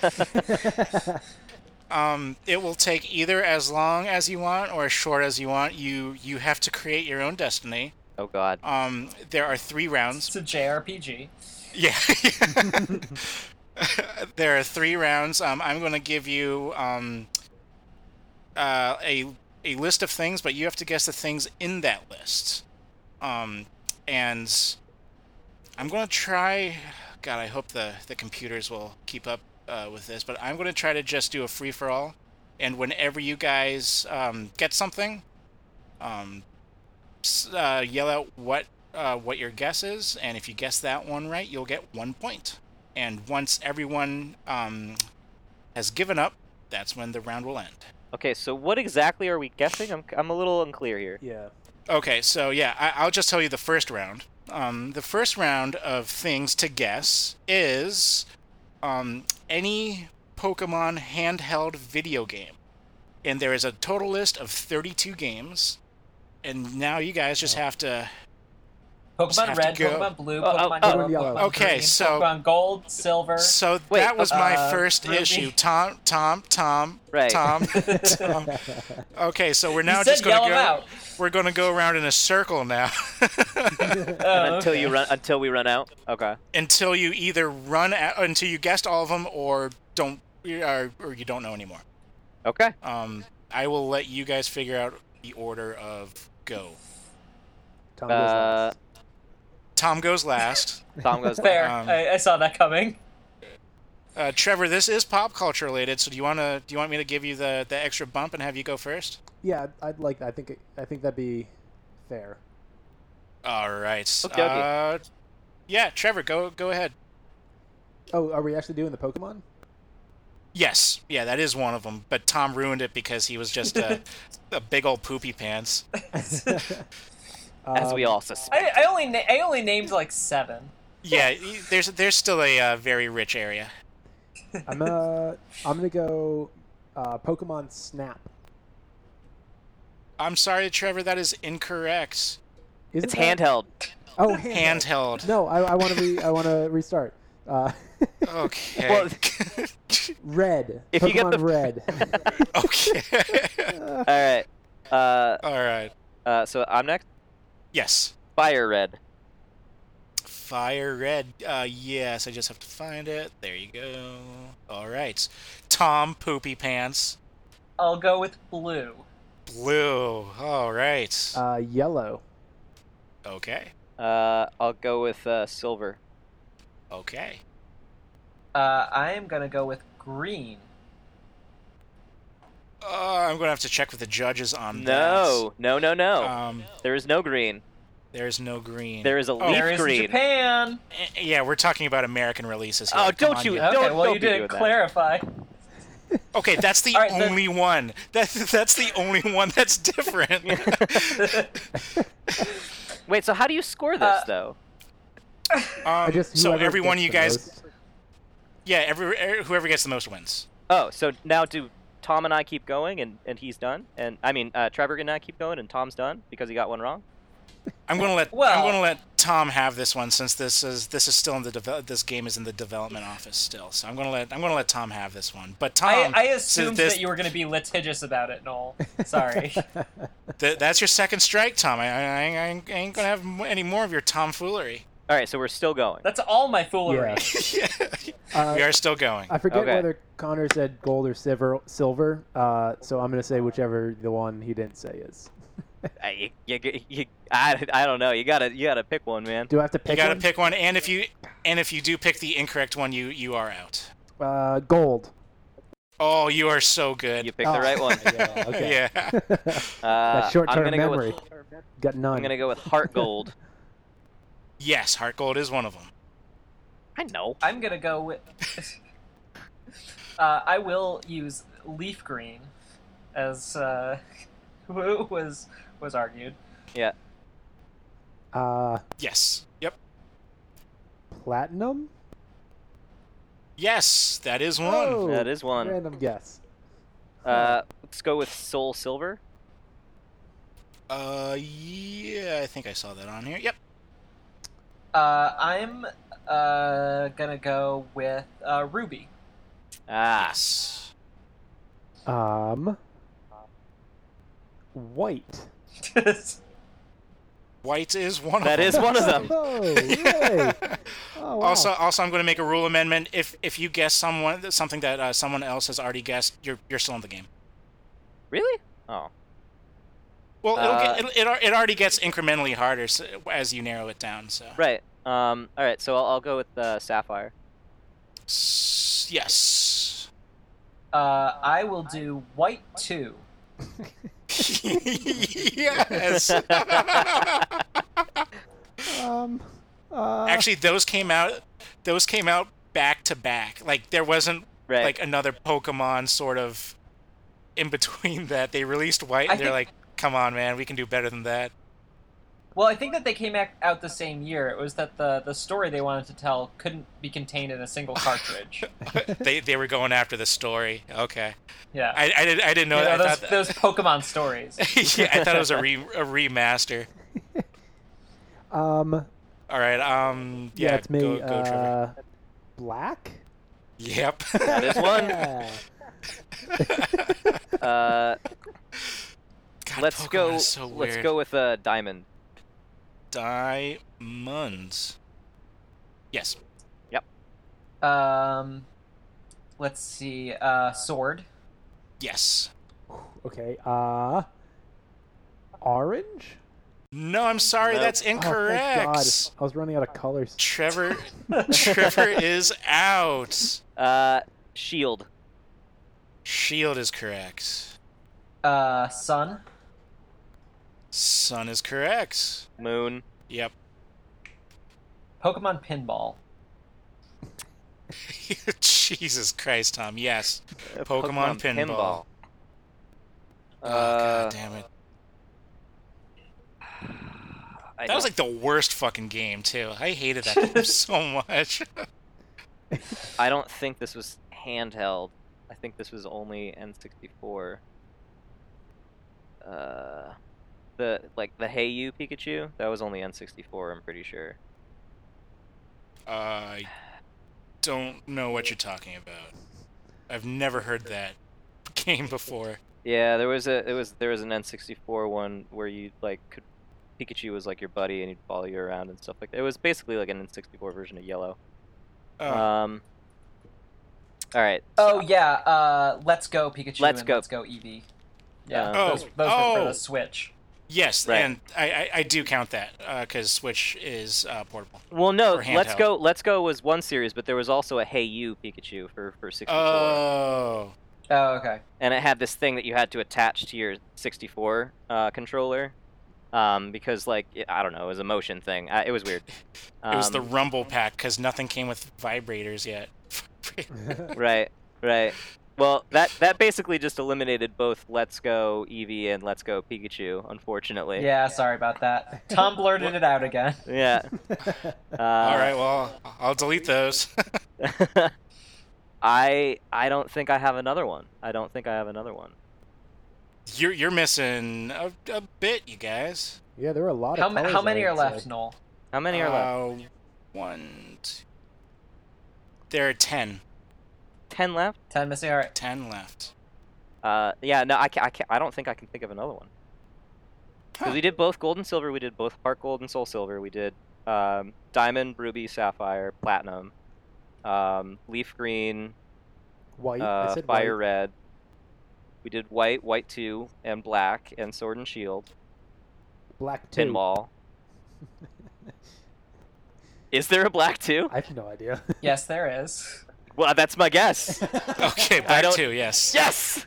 [SPEAKER 4] Um, it will take either as long as you want or as short as you want. You you have to create your own destiny.
[SPEAKER 2] Oh God.
[SPEAKER 4] Um, there are three rounds.
[SPEAKER 3] it's a JRPG.
[SPEAKER 4] Yeah. (laughs) there are three rounds. Um, I'm going to give you um, uh, a a list of things, but you have to guess the things in that list. Um, and I'm going to try. God, I hope the the computers will keep up uh, with this, but I'm going to try to just do a free for all. And whenever you guys um, get something, um, s- uh, yell out what uh, what your guess is, and if you guess that one right, you'll get one point. And once everyone um, has given up, that's when the round will end.
[SPEAKER 2] Okay, so what exactly are we guessing? I'm I'm a little unclear here.
[SPEAKER 1] (laughs) yeah.
[SPEAKER 4] Okay, so yeah, I- I'll just tell you the first round. Um, the first round of things to guess is um, any Pokemon handheld video game. And there is a total list of 32 games. And now you guys just have to.
[SPEAKER 3] Pokemon
[SPEAKER 4] have to
[SPEAKER 3] Red,
[SPEAKER 4] go.
[SPEAKER 3] Pokemon Blue,
[SPEAKER 2] Oh, oh, oh.
[SPEAKER 3] Pokemon Yellow,
[SPEAKER 1] Pokemon Yellow.
[SPEAKER 3] Pokemon
[SPEAKER 4] Okay,
[SPEAKER 3] Green,
[SPEAKER 4] so-
[SPEAKER 3] Pokemon Gold, Silver.
[SPEAKER 4] So
[SPEAKER 2] Wait,
[SPEAKER 4] that was my
[SPEAKER 3] uh,
[SPEAKER 4] first
[SPEAKER 3] Ruby.
[SPEAKER 4] issue. Tom, Tom, Tom,
[SPEAKER 2] Right.
[SPEAKER 3] (laughs)
[SPEAKER 4] Tom, Tom. Okay, so we're now
[SPEAKER 3] you said
[SPEAKER 4] just going
[SPEAKER 3] yell
[SPEAKER 4] to
[SPEAKER 3] 'em
[SPEAKER 4] go.
[SPEAKER 3] out.
[SPEAKER 4] We're going to go around in a circle now. (laughs)
[SPEAKER 3] Oh,
[SPEAKER 2] until you
[SPEAKER 3] okay.
[SPEAKER 2] run until we run out. Okay.
[SPEAKER 4] until you either run out, until you guessed all of them or don't or, or you don't know anymore.
[SPEAKER 2] Okay.
[SPEAKER 4] Um, I will let you guys figure out the order of go.
[SPEAKER 1] Tom goes
[SPEAKER 2] Uh,
[SPEAKER 1] last.
[SPEAKER 4] Tom goes last.
[SPEAKER 2] Tom
[SPEAKER 3] (laughs)
[SPEAKER 2] goes.
[SPEAKER 3] Fair.
[SPEAKER 4] Um,
[SPEAKER 3] I, I saw that coming.
[SPEAKER 4] Uh, Trevor, this is pop culture related, so do you want to do you want me to give you the the extra bump and have you go first?
[SPEAKER 1] Yeah, I'd- I'd like. I think. it- I think that'd be fair.
[SPEAKER 4] All right.
[SPEAKER 2] Okey dokey.
[SPEAKER 4] Uh, yeah, Trevor, go go ahead.
[SPEAKER 1] Oh, are we actually doing the Pokemon?
[SPEAKER 4] Yes, yeah, that is one of them. But Tom ruined it because he was just a, a big old poopy pants.
[SPEAKER 2] (laughs) As we
[SPEAKER 1] Um,
[SPEAKER 2] all suspect.
[SPEAKER 3] I, I only na- I only named like seven.
[SPEAKER 4] Yeah, he- there's there's still a uh, very rich area.
[SPEAKER 1] Um, I'm gonna. I'm gonna go. Uh, Pokemon Snap.
[SPEAKER 4] I'm sorry, Trevor, that is incorrect.
[SPEAKER 1] Isn't
[SPEAKER 2] It's
[SPEAKER 1] that-
[SPEAKER 2] handheld.
[SPEAKER 1] Oh, handheld.
[SPEAKER 4] Handheld.
[SPEAKER 1] No, I, I want to. Re- I want to restart. Uh, (laughs)
[SPEAKER 4] Okay.
[SPEAKER 2] Well-
[SPEAKER 1] red.
[SPEAKER 2] If
[SPEAKER 1] Pokemon
[SPEAKER 2] you get the-
[SPEAKER 1] red.
[SPEAKER 4] (laughs)
[SPEAKER 2] (laughs)
[SPEAKER 4] okay.
[SPEAKER 2] All
[SPEAKER 4] (laughs)
[SPEAKER 2] right. Uh,
[SPEAKER 4] All right.
[SPEAKER 2] uh, so I'm next.
[SPEAKER 4] Yes.
[SPEAKER 2] Fire red.
[SPEAKER 4] Fire red. Uh, yes, I just have to find it. There you go. All right. Tom Poopy Pants.
[SPEAKER 3] I'll go with blue.
[SPEAKER 4] Blue. All right.
[SPEAKER 1] uh, yellow.
[SPEAKER 4] okay.
[SPEAKER 2] Uh, I'll go with uh, silver.
[SPEAKER 4] Okay.
[SPEAKER 3] Uh, I am gonna go with green.
[SPEAKER 4] Uh, I'm gonna have to check with the judges on
[SPEAKER 2] No, no, no,
[SPEAKER 4] that.
[SPEAKER 2] no.
[SPEAKER 4] Um,
[SPEAKER 2] there is no green.
[SPEAKER 4] there is no green.
[SPEAKER 2] There is a
[SPEAKER 4] Oh.
[SPEAKER 2] leaf
[SPEAKER 3] there is
[SPEAKER 2] green.
[SPEAKER 3] Japan.
[SPEAKER 4] Eh, Yeah, we're talking about American releases here.
[SPEAKER 2] Oh,
[SPEAKER 4] Come
[SPEAKER 2] don't
[SPEAKER 4] on,
[SPEAKER 2] you-
[SPEAKER 3] Okay,
[SPEAKER 2] Don't-
[SPEAKER 3] well
[SPEAKER 2] don't
[SPEAKER 3] you
[SPEAKER 2] be
[SPEAKER 3] didn't
[SPEAKER 2] doing that.
[SPEAKER 3] clarify. (laughs)
[SPEAKER 4] Okay, that's the
[SPEAKER 3] All right, then-
[SPEAKER 4] only one. That that's the only one
[SPEAKER 2] (laughs)
[SPEAKER 4] that's different. (laughs) Um,
[SPEAKER 2] Wait, so how do you score this
[SPEAKER 3] Uh,
[SPEAKER 2] though?
[SPEAKER 1] I
[SPEAKER 4] um,
[SPEAKER 1] just
[SPEAKER 4] so
[SPEAKER 1] whoever
[SPEAKER 4] every one
[SPEAKER 1] gets
[SPEAKER 4] of you
[SPEAKER 1] the
[SPEAKER 4] guys,
[SPEAKER 1] most.
[SPEAKER 4] yeah, every er, whoever gets the most wins.
[SPEAKER 2] Oh, so now do Tom and I keep going, and, and he's done, and I mean uh, Trevor and I keep going, and Tom's done because he got one wrong.
[SPEAKER 4] I'm going to let I'm
[SPEAKER 3] Well-
[SPEAKER 4] going to let Tom have this one since this is this is still in the develop this game is in the development office still. So I'm going to let I'm going to let Tom have this one. But Tom,
[SPEAKER 3] I, I
[SPEAKER 4] since
[SPEAKER 3] assumed
[SPEAKER 4] this-
[SPEAKER 3] that you were going to be litigious about it,
[SPEAKER 4] (laughs)
[SPEAKER 3] Noel. Sorry.
[SPEAKER 4] th- that's your second strike, Tom. I, I, I ain't going to have mo- any more of
[SPEAKER 2] (laughs)
[SPEAKER 4] your tomfoolery.
[SPEAKER 2] All right, so we're still going.
[SPEAKER 3] That's all my foolery.
[SPEAKER 1] Uh,
[SPEAKER 4] we are still going.
[SPEAKER 1] I forget
[SPEAKER 2] Okay.
[SPEAKER 1] whether Connor said gold or silver. Silver. Uh, so I'm gonna say whichever the one he didn't say is.
[SPEAKER 2] I, you, you, you- I, I don't know. You gotta you gotta pick one, man.
[SPEAKER 1] Do I have to pick?
[SPEAKER 4] you got to
[SPEAKER 1] one?
[SPEAKER 4] pick one, and if you and if you do pick the incorrect one, you you are out.
[SPEAKER 1] Uh, gold.
[SPEAKER 4] Oh, you are so good.
[SPEAKER 2] You picked
[SPEAKER 1] Oh.
[SPEAKER 2] the right one.
[SPEAKER 1] (laughs) Yeah, okay.
[SPEAKER 4] (laughs) Yeah.
[SPEAKER 2] Uh,
[SPEAKER 1] That short-term
[SPEAKER 2] I'm gonna
[SPEAKER 1] memory.
[SPEAKER 2] Go with,
[SPEAKER 1] Got none.
[SPEAKER 2] I'm gonna go with
[SPEAKER 1] (laughs)
[SPEAKER 2] heart gold.
[SPEAKER 4] yes, heart gold is one of them.
[SPEAKER 2] I know.
[SPEAKER 3] I'm going to go with. (laughs) uh, I will use leaf green, as uh, (laughs) was was argued.
[SPEAKER 1] Uh,
[SPEAKER 4] Yes. Yep.
[SPEAKER 1] platinum.
[SPEAKER 4] Yes, that is one.
[SPEAKER 1] Oh,
[SPEAKER 2] That is one.
[SPEAKER 1] Random guess.
[SPEAKER 2] Uh, let's go with soul silver.
[SPEAKER 4] Uh, yeah, I think I saw that on here. Yep.
[SPEAKER 3] Uh, I'm uh, going to go with uh, Ruby. (laughs)
[SPEAKER 2] Ah,
[SPEAKER 4] Yes.
[SPEAKER 1] Um, white.
[SPEAKER 3] Uh,
[SPEAKER 4] White is one of
[SPEAKER 2] That
[SPEAKER 4] them.
[SPEAKER 2] is one of them.
[SPEAKER 1] (laughs) Oh, yay.
[SPEAKER 4] (laughs)
[SPEAKER 1] Oh, wow.
[SPEAKER 4] Also, also, I'm going to make a rule amendment. If if you guess someone something that uh, someone else has already guessed, you're you're still in the game.
[SPEAKER 2] really? Oh,
[SPEAKER 4] Well, it'll
[SPEAKER 2] Uh,
[SPEAKER 4] get, it'll, it al- it already gets incrementally harder s as you narrow it down. So
[SPEAKER 2] right. Um, all right. So I'll, I'll go with uh, sapphire.
[SPEAKER 4] S- yes. (laughs)
[SPEAKER 3] Uh, I will do white two.
[SPEAKER 4] yes.
[SPEAKER 1] um, uh,
[SPEAKER 4] Actually, those came out. Those came out back to back. Like there wasn't
[SPEAKER 2] Right.
[SPEAKER 4] like another Pokemon sort of in between (laughs) that. They released White,
[SPEAKER 3] I
[SPEAKER 4] and they're
[SPEAKER 3] think-
[SPEAKER 4] like, "Come on, man, we can do better than that." (laughs)
[SPEAKER 3] Well, I think that they came ac- out the same year. It was that the the story they wanted to tell couldn't be contained in
[SPEAKER 4] (laughs)
[SPEAKER 3] a single cartridge.
[SPEAKER 4] they they were going after the story. Okay,
[SPEAKER 3] Yeah,
[SPEAKER 4] I, I did I didn't know
[SPEAKER 3] You know,
[SPEAKER 4] that. I
[SPEAKER 3] those,
[SPEAKER 4] thought, (laughs)
[SPEAKER 3] those Pokemon stories.
[SPEAKER 4] yeah, I thought it was a, re, a remaster.
[SPEAKER 1] um,
[SPEAKER 4] All right. Um.
[SPEAKER 1] yeah,
[SPEAKER 4] Yeah.
[SPEAKER 1] it's me.
[SPEAKER 4] Go, go, Trevor.
[SPEAKER 1] uh, black. (laughs)
[SPEAKER 4] Yep. (laughs)
[SPEAKER 2] That is one.
[SPEAKER 1] Yeah.
[SPEAKER 4] (laughs)
[SPEAKER 2] Uh,
[SPEAKER 4] God,
[SPEAKER 2] let's
[SPEAKER 4] Pokemon
[SPEAKER 2] go.
[SPEAKER 4] is so
[SPEAKER 2] let's
[SPEAKER 4] weird.
[SPEAKER 2] go with uh, diamond.
[SPEAKER 4] Diamonds. Yes.
[SPEAKER 3] Um, let's see, uh, sword.
[SPEAKER 4] Yes.
[SPEAKER 1] (laughs) Okay. Uh, orange.
[SPEAKER 4] No, I'm sorry.
[SPEAKER 2] Nope.
[SPEAKER 4] That's
[SPEAKER 1] Oh, thank God.
[SPEAKER 4] incorrect.
[SPEAKER 1] I was running out of colors. (laughs)
[SPEAKER 4] Trevor. Trevor is out.
[SPEAKER 2] Uh, shield.
[SPEAKER 4] Shield is correct.
[SPEAKER 3] Uh, sun.
[SPEAKER 4] Sun is correct.
[SPEAKER 2] Moon.
[SPEAKER 4] Yep. (laughs)
[SPEAKER 3] Pokemon pinball.
[SPEAKER 4] Jesus Christ, Tom. Yes. Pokemon pinball. Oh,
[SPEAKER 2] Uh,
[SPEAKER 4] God damn it.
[SPEAKER 2] Uh, (sighs) I
[SPEAKER 4] That
[SPEAKER 2] don't-
[SPEAKER 4] was like the worst fucking game too. I hated that game (laughs) so much.
[SPEAKER 2] I don't think this was handheld. I think this was only N64. Uh, the like the Hey You Pikachu that was only N64. I'm pretty sure.
[SPEAKER 4] I don't know what you're talking about. I've never heard that game before.
[SPEAKER 2] Yeah, there was a it was there was an N64 one where you like could Pikachu was like your buddy and he'd follow you around and stuff like that. It was basically like an N64 version of Yellow.
[SPEAKER 4] Oh,
[SPEAKER 2] Um. All right.
[SPEAKER 3] Oh yeah. Uh, let's go Pikachu.
[SPEAKER 2] Let's
[SPEAKER 3] and
[SPEAKER 2] go.
[SPEAKER 3] Let's go Eevee. Yeah.
[SPEAKER 2] Um,
[SPEAKER 4] Oh,
[SPEAKER 3] those those were for
[SPEAKER 4] oh.
[SPEAKER 3] the Switch.
[SPEAKER 4] yes,
[SPEAKER 2] right.
[SPEAKER 4] and I, I, I do count that because Switch is uh, portable.
[SPEAKER 2] Well, no.
[SPEAKER 4] Or
[SPEAKER 2] Let's
[SPEAKER 4] handheld.
[SPEAKER 2] go. Let's go was one series, but there was also a Hey You Pikachu for for 64.
[SPEAKER 4] Oh,
[SPEAKER 3] Oh okay.
[SPEAKER 2] and it had this thing that you had to attach to your 64 uh, controller um, because like it, i don't know it was a motion thing I, it was weird um,
[SPEAKER 4] (laughs) it was the (laughs) Rumble Pack because nothing came with vibrators yet. (laughs)
[SPEAKER 2] Uh, right right well that that basically just eliminated both let's go eevee and let's go pikachu unfortunately
[SPEAKER 3] Yeah. Sorry about that. Tom blurted it out again.
[SPEAKER 2] yeah uh,
[SPEAKER 4] All
[SPEAKER 2] (laughs)
[SPEAKER 4] right, well, I'll delete those. (laughs)
[SPEAKER 2] i i don't think i have another one i don't think i have another one
[SPEAKER 4] You're you're missing a, a bit, you guys.
[SPEAKER 1] Yeah, there are a lot
[SPEAKER 3] How,
[SPEAKER 1] of.
[SPEAKER 3] ma-
[SPEAKER 1] colors
[SPEAKER 3] how
[SPEAKER 1] I
[SPEAKER 3] many are
[SPEAKER 1] would
[SPEAKER 3] left,
[SPEAKER 1] say.
[SPEAKER 3] Noel?
[SPEAKER 2] How many are left?
[SPEAKER 4] uh, One. Two. There are ten.
[SPEAKER 2] Ten left?
[SPEAKER 3] Ten missing. All right.
[SPEAKER 4] Ten left.
[SPEAKER 2] Uh, yeah, no, I can't, I can't. I don't think I can think of another one. 'Cause
[SPEAKER 4] Huh.
[SPEAKER 2] we did both gold and silver. We did both heart gold and soul silver. We did um, diamond, ruby, sapphire, platinum, um, leaf green,
[SPEAKER 1] White. I
[SPEAKER 2] uh,
[SPEAKER 1] said
[SPEAKER 2] fire
[SPEAKER 1] white.
[SPEAKER 2] red. We did white, white two, and black, and sword and shield,
[SPEAKER 1] Black two. (laughs)
[SPEAKER 2] pinball. Is there a black two?
[SPEAKER 1] I have no idea. (laughs)
[SPEAKER 2] (laughs)
[SPEAKER 3] Yes, there is.
[SPEAKER 2] Well, that's my guess.
[SPEAKER 4] (laughs) Okay,
[SPEAKER 2] I
[SPEAKER 4] back
[SPEAKER 2] don't-
[SPEAKER 4] two. Yes.
[SPEAKER 2] yes.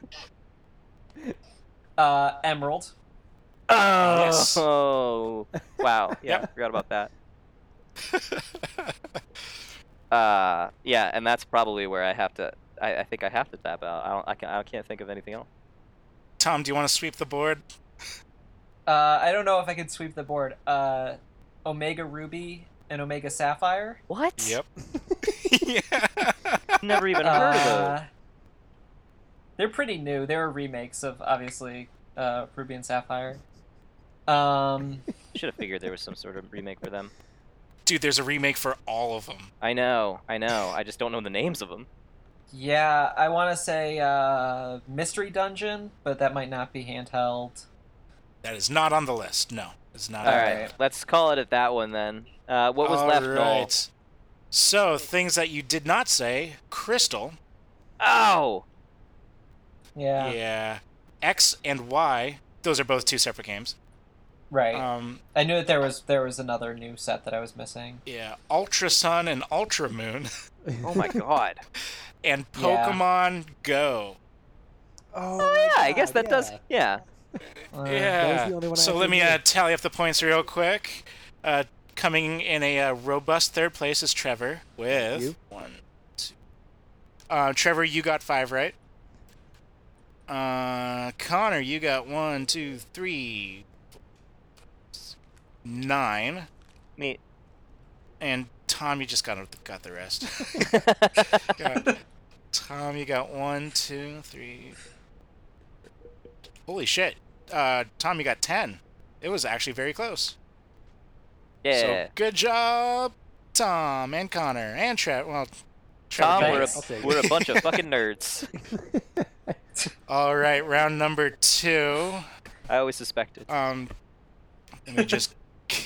[SPEAKER 3] Uh, emerald.
[SPEAKER 2] Oh. (laughs)
[SPEAKER 4] Yes.
[SPEAKER 2] Wow. Yeah,
[SPEAKER 4] Yep.
[SPEAKER 2] forgot about that. Uh, yeah, and that's probably where I have to. I, I think I have to tap out. I don't. I, can, I can't think of anything else.
[SPEAKER 4] Tom, do you want to sweep the board?
[SPEAKER 3] Uh, I don't know if I can sweep the board. Uh, Omega Ruby and Omega Sapphire.
[SPEAKER 2] What?
[SPEAKER 4] (laughs) yeah.
[SPEAKER 2] Never even
[SPEAKER 3] Uh,
[SPEAKER 2] heard of those.
[SPEAKER 3] They're pretty new. They're remakes of obviously uh, Ruby and Sapphire. Um,
[SPEAKER 2] Should have figured there was some sort of remake for them.
[SPEAKER 4] Dude, there's a remake for all of them.
[SPEAKER 2] I know. I know. I just don't know the names of them.
[SPEAKER 3] yeah, I want to say uh, Mystery Dungeon, but that might not be handheld.
[SPEAKER 4] That is not on the list. No, it's not.
[SPEAKER 2] All
[SPEAKER 4] on
[SPEAKER 2] right. Let's call it at that one then. Uh, what was left? Noel?
[SPEAKER 4] Alright. So things that you did not say: crystal,
[SPEAKER 2] Oh.
[SPEAKER 3] Yeah,
[SPEAKER 4] yeah, X and Y. Those are both two separate games.
[SPEAKER 3] right.
[SPEAKER 4] Um,
[SPEAKER 3] I knew that there was there was another new set that I was missing.
[SPEAKER 4] yeah, Ultra Sun and Ultra Moon, (laughs)
[SPEAKER 2] Oh my God.
[SPEAKER 4] and
[SPEAKER 3] Yeah.
[SPEAKER 4] Pokemon Go.
[SPEAKER 1] Oh,
[SPEAKER 2] Oh yeah. I guess
[SPEAKER 1] God,
[SPEAKER 2] that does.
[SPEAKER 1] yeah.
[SPEAKER 2] Yeah.
[SPEAKER 1] that
[SPEAKER 3] Uh,
[SPEAKER 1] was
[SPEAKER 4] yeah.
[SPEAKER 1] the only one I
[SPEAKER 4] So
[SPEAKER 1] actually
[SPEAKER 4] let me
[SPEAKER 1] knew.
[SPEAKER 4] uh, tally up the points real quick. Uh, coming in a uh, robust third place is Trevor with
[SPEAKER 1] You.
[SPEAKER 4] one, two. Uh, Trevor, you got five right. Uh, Connor, you got one, two, three, four, six, nine,
[SPEAKER 2] Me. (laughs)
[SPEAKER 4] and Tom, you just got got the rest. (laughs)
[SPEAKER 2] I
[SPEAKER 4] God. Tom, you got one, two, three. Holy shit. Uh, Tom, you got 10. It was actually very close.
[SPEAKER 2] Yeah.
[SPEAKER 4] So good job, Tom and Connor and Trev. Well,
[SPEAKER 2] Tom,
[SPEAKER 4] Trevor.
[SPEAKER 2] we're
[SPEAKER 3] Thanks.
[SPEAKER 1] I'll take
[SPEAKER 2] a,
[SPEAKER 1] it.
[SPEAKER 2] we're a bunch of fucking nerds.
[SPEAKER 4] All right, round number two.
[SPEAKER 2] I always suspected.
[SPEAKER 4] Um, let me just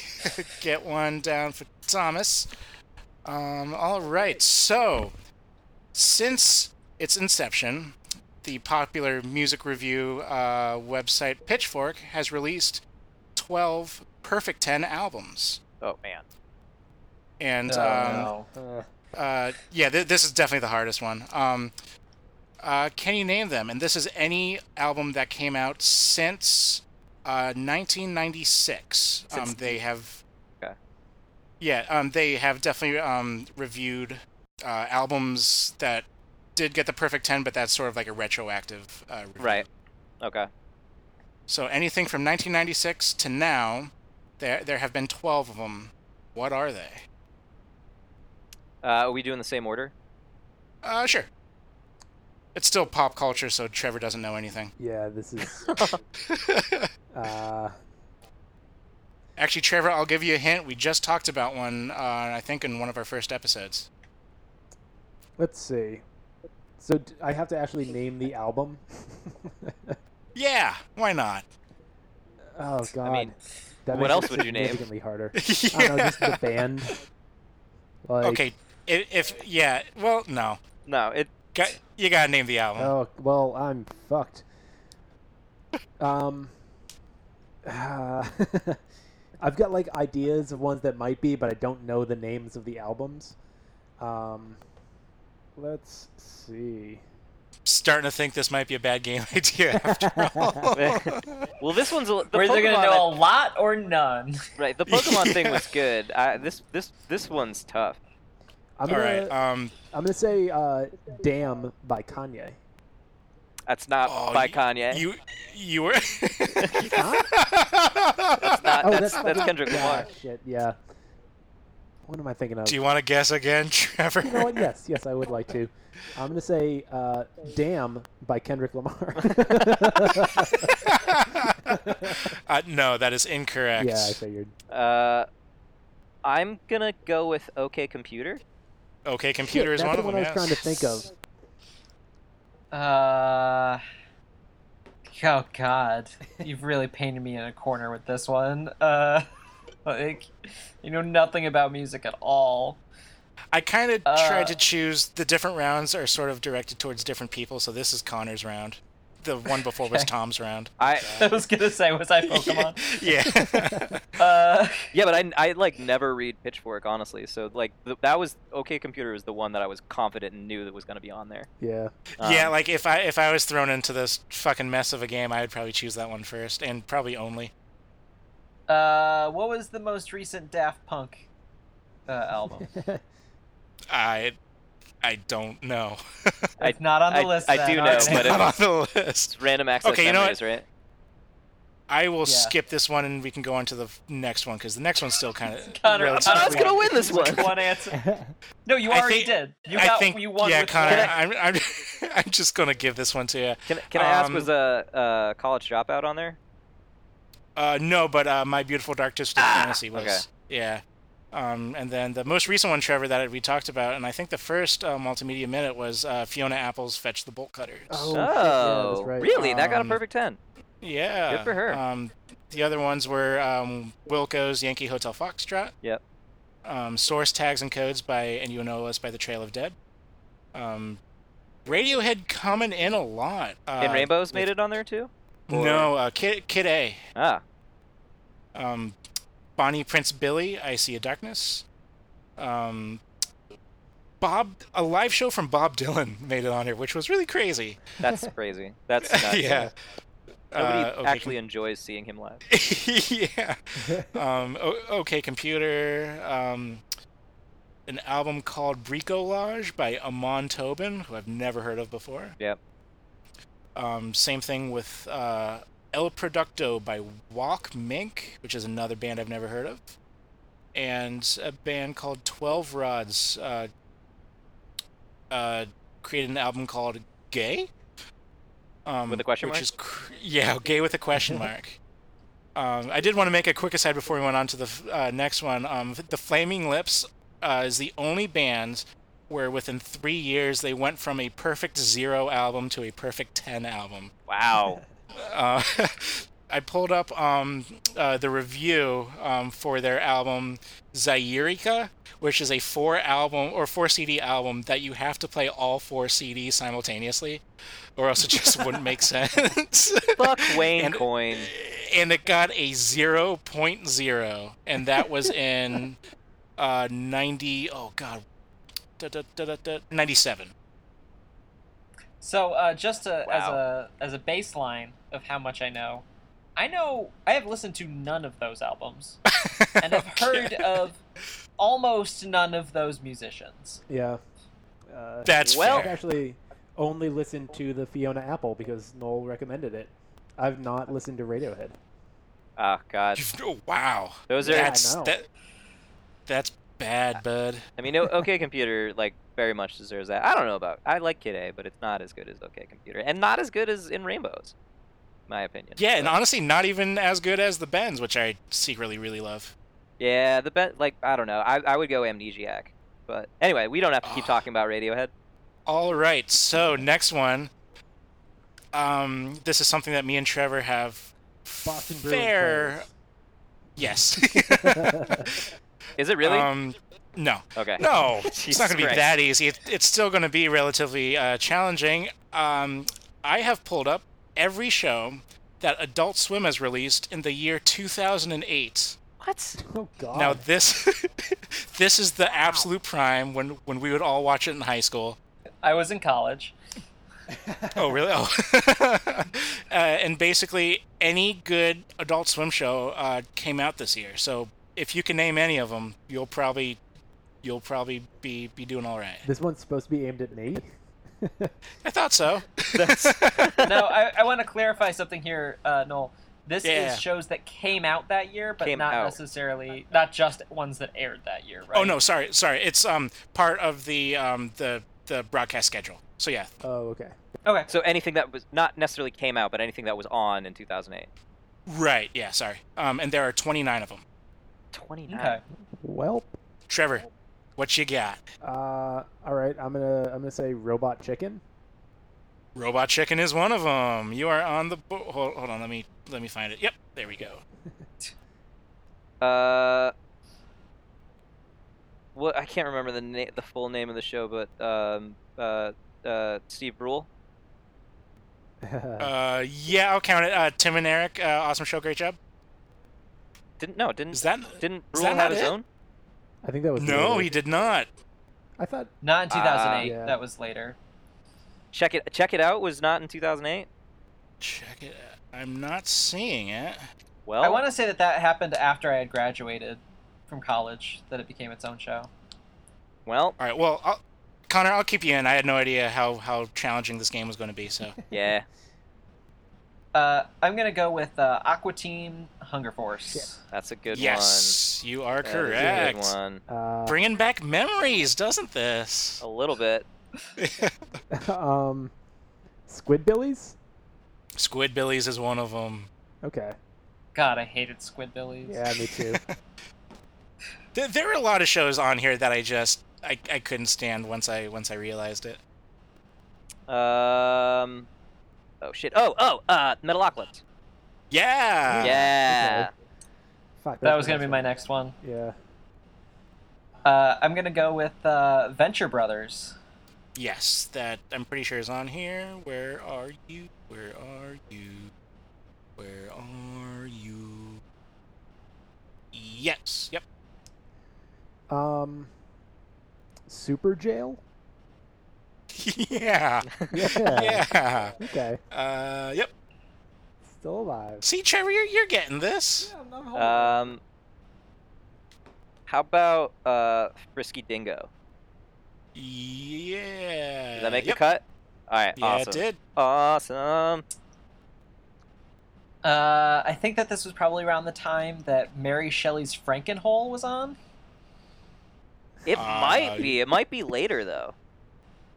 [SPEAKER 4] (laughs) get one down for Thomas. Um, all right, so since its inception, the popular music review uh, website Pitchfork has released 12 Perfect 10 albums.
[SPEAKER 2] Oh man.
[SPEAKER 4] And
[SPEAKER 3] oh,
[SPEAKER 4] um,
[SPEAKER 3] no.
[SPEAKER 1] Uh,
[SPEAKER 4] uh, yeah, th- this is definitely the hardest one. Um, uh, can you name them? And this is any album that came out since uh, 1996. Um,
[SPEAKER 2] Since-
[SPEAKER 4] they have.
[SPEAKER 2] Okay.
[SPEAKER 4] Yeah, um, they have definitely um, reviewed uh, albums that did get the perfect 10, but that's sort of like a retroactive uh, review.
[SPEAKER 2] Right. Okay.
[SPEAKER 4] So anything from 1996 to now, there, there have been 12 of them. What are they?
[SPEAKER 2] Uh, are we doing the same order?
[SPEAKER 4] Uh, sure. It's still pop culture, so Trevor doesn't know anything.
[SPEAKER 1] yeah, this is.
[SPEAKER 2] (laughs)
[SPEAKER 1] (laughs) Uh,
[SPEAKER 4] Actually, Trevor, I'll give you a hint. We just talked about one, uh, I think, in one of our first episodes.
[SPEAKER 1] let's see. So d- I have to actually name the album. (laughs)
[SPEAKER 4] Yeah, why not? (laughs)
[SPEAKER 1] oh God.
[SPEAKER 2] mean,
[SPEAKER 1] that
[SPEAKER 2] what
[SPEAKER 1] makes
[SPEAKER 2] else
[SPEAKER 1] it
[SPEAKER 2] would you name?
[SPEAKER 1] Significantly harder. I don't know, just
[SPEAKER 2] (laughs)
[SPEAKER 1] the band. (laughs) Like,
[SPEAKER 4] Okay, i- if yeah, well, no,
[SPEAKER 2] No. It.
[SPEAKER 4] Got, you gotta name the album.
[SPEAKER 1] Oh well, I'm fucked. Um, (laughs) uh, I've got like ideas of ones that might be, but I don't know the names of the albums. Um, let's see.
[SPEAKER 4] Starting to think this might be a bad game (laughs) idea
[SPEAKER 1] (laughs)
[SPEAKER 4] after all.
[SPEAKER 2] Well, this one's a, li- the
[SPEAKER 3] We're either
[SPEAKER 2] Pokemon.
[SPEAKER 3] gonna
[SPEAKER 2] I-
[SPEAKER 3] know a lot or none.
[SPEAKER 2] Right, the Pokemon thing (laughs)
[SPEAKER 4] Yeah.
[SPEAKER 2] was good. I, this this this one's tough.
[SPEAKER 1] I'm
[SPEAKER 4] all
[SPEAKER 1] gonna
[SPEAKER 4] right, um,
[SPEAKER 1] I'm gonna say uh, "Damn" by Kanye.
[SPEAKER 2] That's not
[SPEAKER 4] Oh,
[SPEAKER 2] by
[SPEAKER 4] y-
[SPEAKER 2] Kanye.
[SPEAKER 4] you you were
[SPEAKER 1] Huh?
[SPEAKER 2] Not- that's that's,
[SPEAKER 1] Oh, fucking-
[SPEAKER 2] Kendrick
[SPEAKER 1] Ah,
[SPEAKER 2] Lamar.
[SPEAKER 1] shit, yeah. What am I thinking of?
[SPEAKER 4] Do you (laughs) want to guess again, Trevor?
[SPEAKER 1] You know what? Yes, yes, I would like to. I'm going to say uh, "Damn" by Kendrick Lamar. (laughs)
[SPEAKER 4] (laughs) uh, no, that is incorrect.
[SPEAKER 1] yeah, I figured.
[SPEAKER 2] Uh, I'm gonna go with OK Computer.
[SPEAKER 4] okay, computer
[SPEAKER 1] Shit,
[SPEAKER 4] is
[SPEAKER 1] that's
[SPEAKER 4] one
[SPEAKER 1] the
[SPEAKER 4] of
[SPEAKER 1] one
[SPEAKER 4] them.
[SPEAKER 1] I was
[SPEAKER 4] yes.
[SPEAKER 1] trying to think of.
[SPEAKER 3] Uh, oh God, you've really painted me in a corner with this one. Uh, (laughs) like you know nothing about music at all. (laughs)
[SPEAKER 4] I kind of
[SPEAKER 3] Uh,
[SPEAKER 4] tried to choose. The different rounds are sort of directed towards different people, so this is Connor's round. The one before was
[SPEAKER 3] (laughs) Okay. Oh,
[SPEAKER 4] Tom's round.
[SPEAKER 2] I
[SPEAKER 3] I was gonna say was I Pokemon?
[SPEAKER 4] (laughs)
[SPEAKER 3] (laughs)
[SPEAKER 4] yeah.
[SPEAKER 3] Uh,
[SPEAKER 2] (laughs) yeah, but I, I like never read Pitchfork honestly. So like th- that was OK Computer was the one that I was confident and knew that was gonna be on there.
[SPEAKER 1] Yeah.
[SPEAKER 2] Um,
[SPEAKER 4] yeah, like if I if I was thrown into this fucking mess of a game, I'd probably choose that one first and probably only.
[SPEAKER 3] uh, what was the most recent Daft Punk uh, album?
[SPEAKER 4] I I don't know.
[SPEAKER 3] Oh,
[SPEAKER 2] I-
[SPEAKER 3] It's not on the
[SPEAKER 2] I-
[SPEAKER 3] list.
[SPEAKER 2] I
[SPEAKER 3] then,
[SPEAKER 2] do know,
[SPEAKER 3] alright.
[SPEAKER 4] it's
[SPEAKER 2] but
[SPEAKER 4] not
[SPEAKER 2] it
[SPEAKER 4] on the list.
[SPEAKER 2] it's random access
[SPEAKER 4] Okay, you know
[SPEAKER 2] memories, right?
[SPEAKER 4] I will
[SPEAKER 3] Yeah.
[SPEAKER 4] skip this one and we can go on to the f- next one because the next one's still kind of.
[SPEAKER 3] Connor,
[SPEAKER 2] I was
[SPEAKER 3] It's
[SPEAKER 2] gonna
[SPEAKER 3] one-
[SPEAKER 2] win this one.
[SPEAKER 3] It's one answer. No, you
[SPEAKER 4] I
[SPEAKER 3] already
[SPEAKER 4] think-
[SPEAKER 3] did. You
[SPEAKER 4] I
[SPEAKER 3] got
[SPEAKER 4] think
[SPEAKER 3] you won.
[SPEAKER 4] yeah,
[SPEAKER 3] with
[SPEAKER 4] Connor.
[SPEAKER 3] one.
[SPEAKER 4] I'm I'm, (laughs) I'm just gonna give this one to you.
[SPEAKER 2] Can, can I ask
[SPEAKER 4] Um,
[SPEAKER 2] was a uh, uh, college dropout on there?
[SPEAKER 4] Uh, no, but uh, my beautiful dark twisted fantasy was
[SPEAKER 2] Ah, okay.
[SPEAKER 4] yeah. Um, and then the most recent one, Trevor, that we talked about, and I think the first uh, multimedia minute was uh, Fiona Apple's "Fetch the Bolt Cutters."
[SPEAKER 1] Oh, shit, yeah,
[SPEAKER 2] Oh,
[SPEAKER 1] that's right.
[SPEAKER 2] really? that got a
[SPEAKER 4] Um,
[SPEAKER 2] perfect ten.
[SPEAKER 4] yeah,
[SPEAKER 2] good for her.
[SPEAKER 4] Um, the other ones were um, Wilco's "Yankee Hotel Foxtrot."
[SPEAKER 2] Yep.
[SPEAKER 4] Um, Source tags and codes by and you know us by the Trail of Dead. Um, Radiohead coming in a lot. Uh,
[SPEAKER 2] and Rainbows made it on there too. Or-
[SPEAKER 4] No, uh, Kid Kid A.
[SPEAKER 2] Ah,
[SPEAKER 4] um, Bonnie Prince Billy, I See a Darkness. Um, Bob, a live show from Bob Dylan (laughs) made it on here, which was really crazy. (laughs)
[SPEAKER 2] that's crazy. That's nuts.
[SPEAKER 4] yeah.
[SPEAKER 2] Nobody
[SPEAKER 4] Uh, okay,
[SPEAKER 2] actually enjoys seeing him live.
[SPEAKER 4] (laughs) yeah. Um, o- okay, computer. Um, an album called Bricolage by Amon Tobin, who I've never heard of before.
[SPEAKER 2] Yep.
[SPEAKER 4] Um, same thing with uh, El Producto by Walk Mink, which is another band I've never heard of, and a band called Twelve Rods uh, uh, created an album called Gay. Um,
[SPEAKER 2] With a question
[SPEAKER 4] which
[SPEAKER 2] mark?
[SPEAKER 4] Is cr- yeah, Gay with a question
[SPEAKER 2] (laughs)
[SPEAKER 4] mark. Um, I did want to make a quick aside before we went on to the f- uh, next one. Um, the Flaming Lips uh, is the only band where within three years they went from a perfect zero album to a perfect 10 album. (laughs)
[SPEAKER 2] Wow.
[SPEAKER 4] Uh, I pulled up um, uh, the review um, for their album Zairica, which is a four album or four CD album that you have to play all four CDs simultaneously, or else it just
[SPEAKER 1] (laughs)
[SPEAKER 4] wouldn't make sense. (laughs)
[SPEAKER 2] Fuck Wayne
[SPEAKER 4] And-
[SPEAKER 2] Coyne.
[SPEAKER 4] and it got a 0.0 and that was in uh 90 oh god da, da, da, da, da, 97
[SPEAKER 3] So uh, just to,
[SPEAKER 2] Wow.
[SPEAKER 3] as a as a baseline of how much I know, I know I have listened to none of those albums,
[SPEAKER 4] (laughs)
[SPEAKER 3] and I've heard of almost none of those musicians.
[SPEAKER 1] yeah. Uh,
[SPEAKER 4] (laughs) that's
[SPEAKER 2] Well-
[SPEAKER 1] I've
[SPEAKER 4] fair.
[SPEAKER 1] actually only listened to the Fiona Apple because Noel recommended it. I've not listened to Radiohead.
[SPEAKER 2] Oh God.
[SPEAKER 4] You've- oh, wow
[SPEAKER 2] Those are.
[SPEAKER 1] Yeah, I
[SPEAKER 4] that's
[SPEAKER 1] know.
[SPEAKER 4] that that's bad bud
[SPEAKER 2] I mean, o- OK Computer like very much deserves that. I don't know about. I like Kid A, but it's not as good as OK Computer, and not as good as in Rainbows, in my opinion.
[SPEAKER 4] yeah and
[SPEAKER 2] But-
[SPEAKER 4] honestly not even as good as the bends which i secretly really love
[SPEAKER 2] yeah. The bet like I don't know. I I would go Amnesiac, but anyway, we don't have to keep
[SPEAKER 4] Ah.
[SPEAKER 2] talking about Radiohead.
[SPEAKER 4] All right. So next one. Um, this is something that me and Trevor have
[SPEAKER 1] Boston Bruins
[SPEAKER 4] fair. Yes. (laughs)
[SPEAKER 1] (laughs)
[SPEAKER 2] Is it (laughs) really?
[SPEAKER 4] Um, no.
[SPEAKER 2] okay.
[SPEAKER 4] No. it's
[SPEAKER 2] Jesus
[SPEAKER 4] not going to be
[SPEAKER 2] Christ.
[SPEAKER 4] that easy. It, it's still going to be relatively uh, challenging. Um, I have pulled up every show that Adult Swim has released in the year 2008.
[SPEAKER 2] What?
[SPEAKER 1] Oh God.
[SPEAKER 4] Now this (laughs) this is the absolute prime when when we would all watch it in high school.
[SPEAKER 3] I was in college.
[SPEAKER 4] (laughs) Oh, really? Oh. (laughs) uh, and basically, any good Adult Swim show uh, came out this year. So if you can name any of them, you'll probably you'll probably be be doing all right.
[SPEAKER 1] this one's supposed to be aimed at me.
[SPEAKER 4] I thought so.
[SPEAKER 2] That's
[SPEAKER 3] No, I, I want to clarify something here, uh, Noel. This
[SPEAKER 4] Yeah.
[SPEAKER 3] is shows that came out that year, but
[SPEAKER 2] Came
[SPEAKER 3] not
[SPEAKER 2] out.
[SPEAKER 3] necessarily not just ones that aired that year, right?
[SPEAKER 4] Oh no, sorry, sorry. It's um part of the um the the broadcast schedule. So yeah,
[SPEAKER 1] Oh, okay.
[SPEAKER 3] Okay.
[SPEAKER 2] So anything that was not necessarily came out, but anything that was on in 2008.
[SPEAKER 4] right. Yeah, sorry. Um, and there are 29 of them.
[SPEAKER 2] 29.
[SPEAKER 3] Okay.
[SPEAKER 1] Well,
[SPEAKER 4] Trevor, what you got?
[SPEAKER 1] uh, all right. I'm gonna I'm gonna say robot chicken. (laughs)
[SPEAKER 4] Robot Chicken is one of them. You are on the bo- hold, hold on. Let me let me find it. Yep, there we go.
[SPEAKER 2] Uh, what I can't remember the na- the full name of the show, but um, uh, uh, Steve Brule.
[SPEAKER 4] Uh, yeah, I'll count it. Uh, Tim and Eric, uh, awesome show, great job.
[SPEAKER 2] Didn't no, didn't
[SPEAKER 4] Is that
[SPEAKER 2] didn't
[SPEAKER 4] is
[SPEAKER 2] Brule
[SPEAKER 4] that
[SPEAKER 2] have
[SPEAKER 4] not
[SPEAKER 2] his
[SPEAKER 4] it?
[SPEAKER 2] own?
[SPEAKER 1] I think that was
[SPEAKER 4] no?
[SPEAKER 1] later.
[SPEAKER 4] He did not.
[SPEAKER 1] I thought
[SPEAKER 3] Not
[SPEAKER 4] Uh,
[SPEAKER 3] in 2008.
[SPEAKER 1] Ah. Yeah.
[SPEAKER 3] That was later.
[SPEAKER 2] Check it check it out was not in 2008.
[SPEAKER 4] Check it. out. I'm not seeing it.
[SPEAKER 2] Well,
[SPEAKER 3] I want to say that that happened after I had graduated from college. That it became its own show.
[SPEAKER 2] (laughs) well,
[SPEAKER 4] All right. Well, I'll, Connor, I'll keep you in. I had no idea how how challenging this game was going to be. So
[SPEAKER 2] yeah.
[SPEAKER 3] Uh, I'm gonna go with uh, Aqua Team Hunger Force.
[SPEAKER 2] That's a good
[SPEAKER 4] yes, you are
[SPEAKER 2] one. That is a
[SPEAKER 4] correct.
[SPEAKER 2] good one.
[SPEAKER 1] uh,
[SPEAKER 4] Bringing back memories, doesn't this?
[SPEAKER 2] A
[SPEAKER 4] (laughs)
[SPEAKER 2] little bit.
[SPEAKER 1] (laughs) um, Squidbillies.
[SPEAKER 4] Squidbillies is one of them.
[SPEAKER 1] Okay.
[SPEAKER 3] God, I hated Squidbillies.
[SPEAKER 1] Yeah, me too.
[SPEAKER 4] (laughs) There, there were a lot of shows on here that I just I, I couldn't stand once I once I realized it.
[SPEAKER 2] Um. Oh shit. Oh oh. Uh, Metalocalypse.
[SPEAKER 1] Ah,
[SPEAKER 4] Yeah.
[SPEAKER 2] yeah.
[SPEAKER 1] Fuck.
[SPEAKER 3] That was gonna be my next one.
[SPEAKER 1] Yeah.
[SPEAKER 3] Uh, I'm gonna go with uh, Venture Brothers.
[SPEAKER 4] Yes, that I'm pretty sure is on here. Where are you? Where are you? Where are you? Yes. Yep. (laughs)
[SPEAKER 1] Um, Super (laughs) Jail.
[SPEAKER 2] (laughs)
[SPEAKER 4] yeah.
[SPEAKER 1] Yeah.
[SPEAKER 4] Yeah.
[SPEAKER 1] Okay.
[SPEAKER 4] Uh. Yep.
[SPEAKER 1] Still alive.
[SPEAKER 4] See, Trevor, you're, you're getting this.
[SPEAKER 2] Um. How about uh, Frisky Dingo?
[SPEAKER 4] Yeah.
[SPEAKER 2] Did that make
[SPEAKER 4] yep.
[SPEAKER 2] the cut? All right.
[SPEAKER 4] Yeah,
[SPEAKER 2] awesome.
[SPEAKER 4] it did.
[SPEAKER 2] Awesome.
[SPEAKER 3] Uh, I think that this was probably around the time that Mary Shelley's Frankenhole was on.
[SPEAKER 2] It
[SPEAKER 4] Uh,
[SPEAKER 2] might be. It might be later though.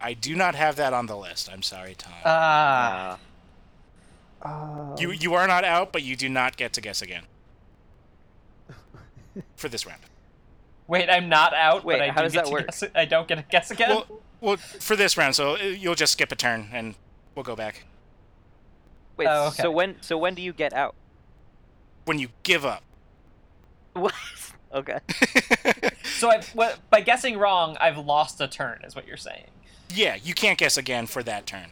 [SPEAKER 4] I do not have that on the list. I'm sorry, Tom.
[SPEAKER 3] Ah,
[SPEAKER 2] Uh,
[SPEAKER 1] Um,
[SPEAKER 4] you you are not out, but you do not get to guess again. For this round.
[SPEAKER 3] wait, I'm not out.
[SPEAKER 2] Wait,
[SPEAKER 3] but I
[SPEAKER 2] how
[SPEAKER 3] do
[SPEAKER 2] does
[SPEAKER 3] get
[SPEAKER 2] that
[SPEAKER 3] to
[SPEAKER 2] work?
[SPEAKER 3] guess- I don't get a guess again.
[SPEAKER 4] Well, well, for this round, so uh, you'll just skip a turn and we'll go back.
[SPEAKER 2] wait.
[SPEAKER 3] Oh, okay.
[SPEAKER 2] So when? So when do you get
[SPEAKER 3] (laughs)
[SPEAKER 2] out?
[SPEAKER 4] When you give up. (laughs)
[SPEAKER 2] What? okay.
[SPEAKER 3] so I've, what, by guessing wrong, I've lost a turn, is what you're saying.
[SPEAKER 4] yeah, you can't guess again for that turn.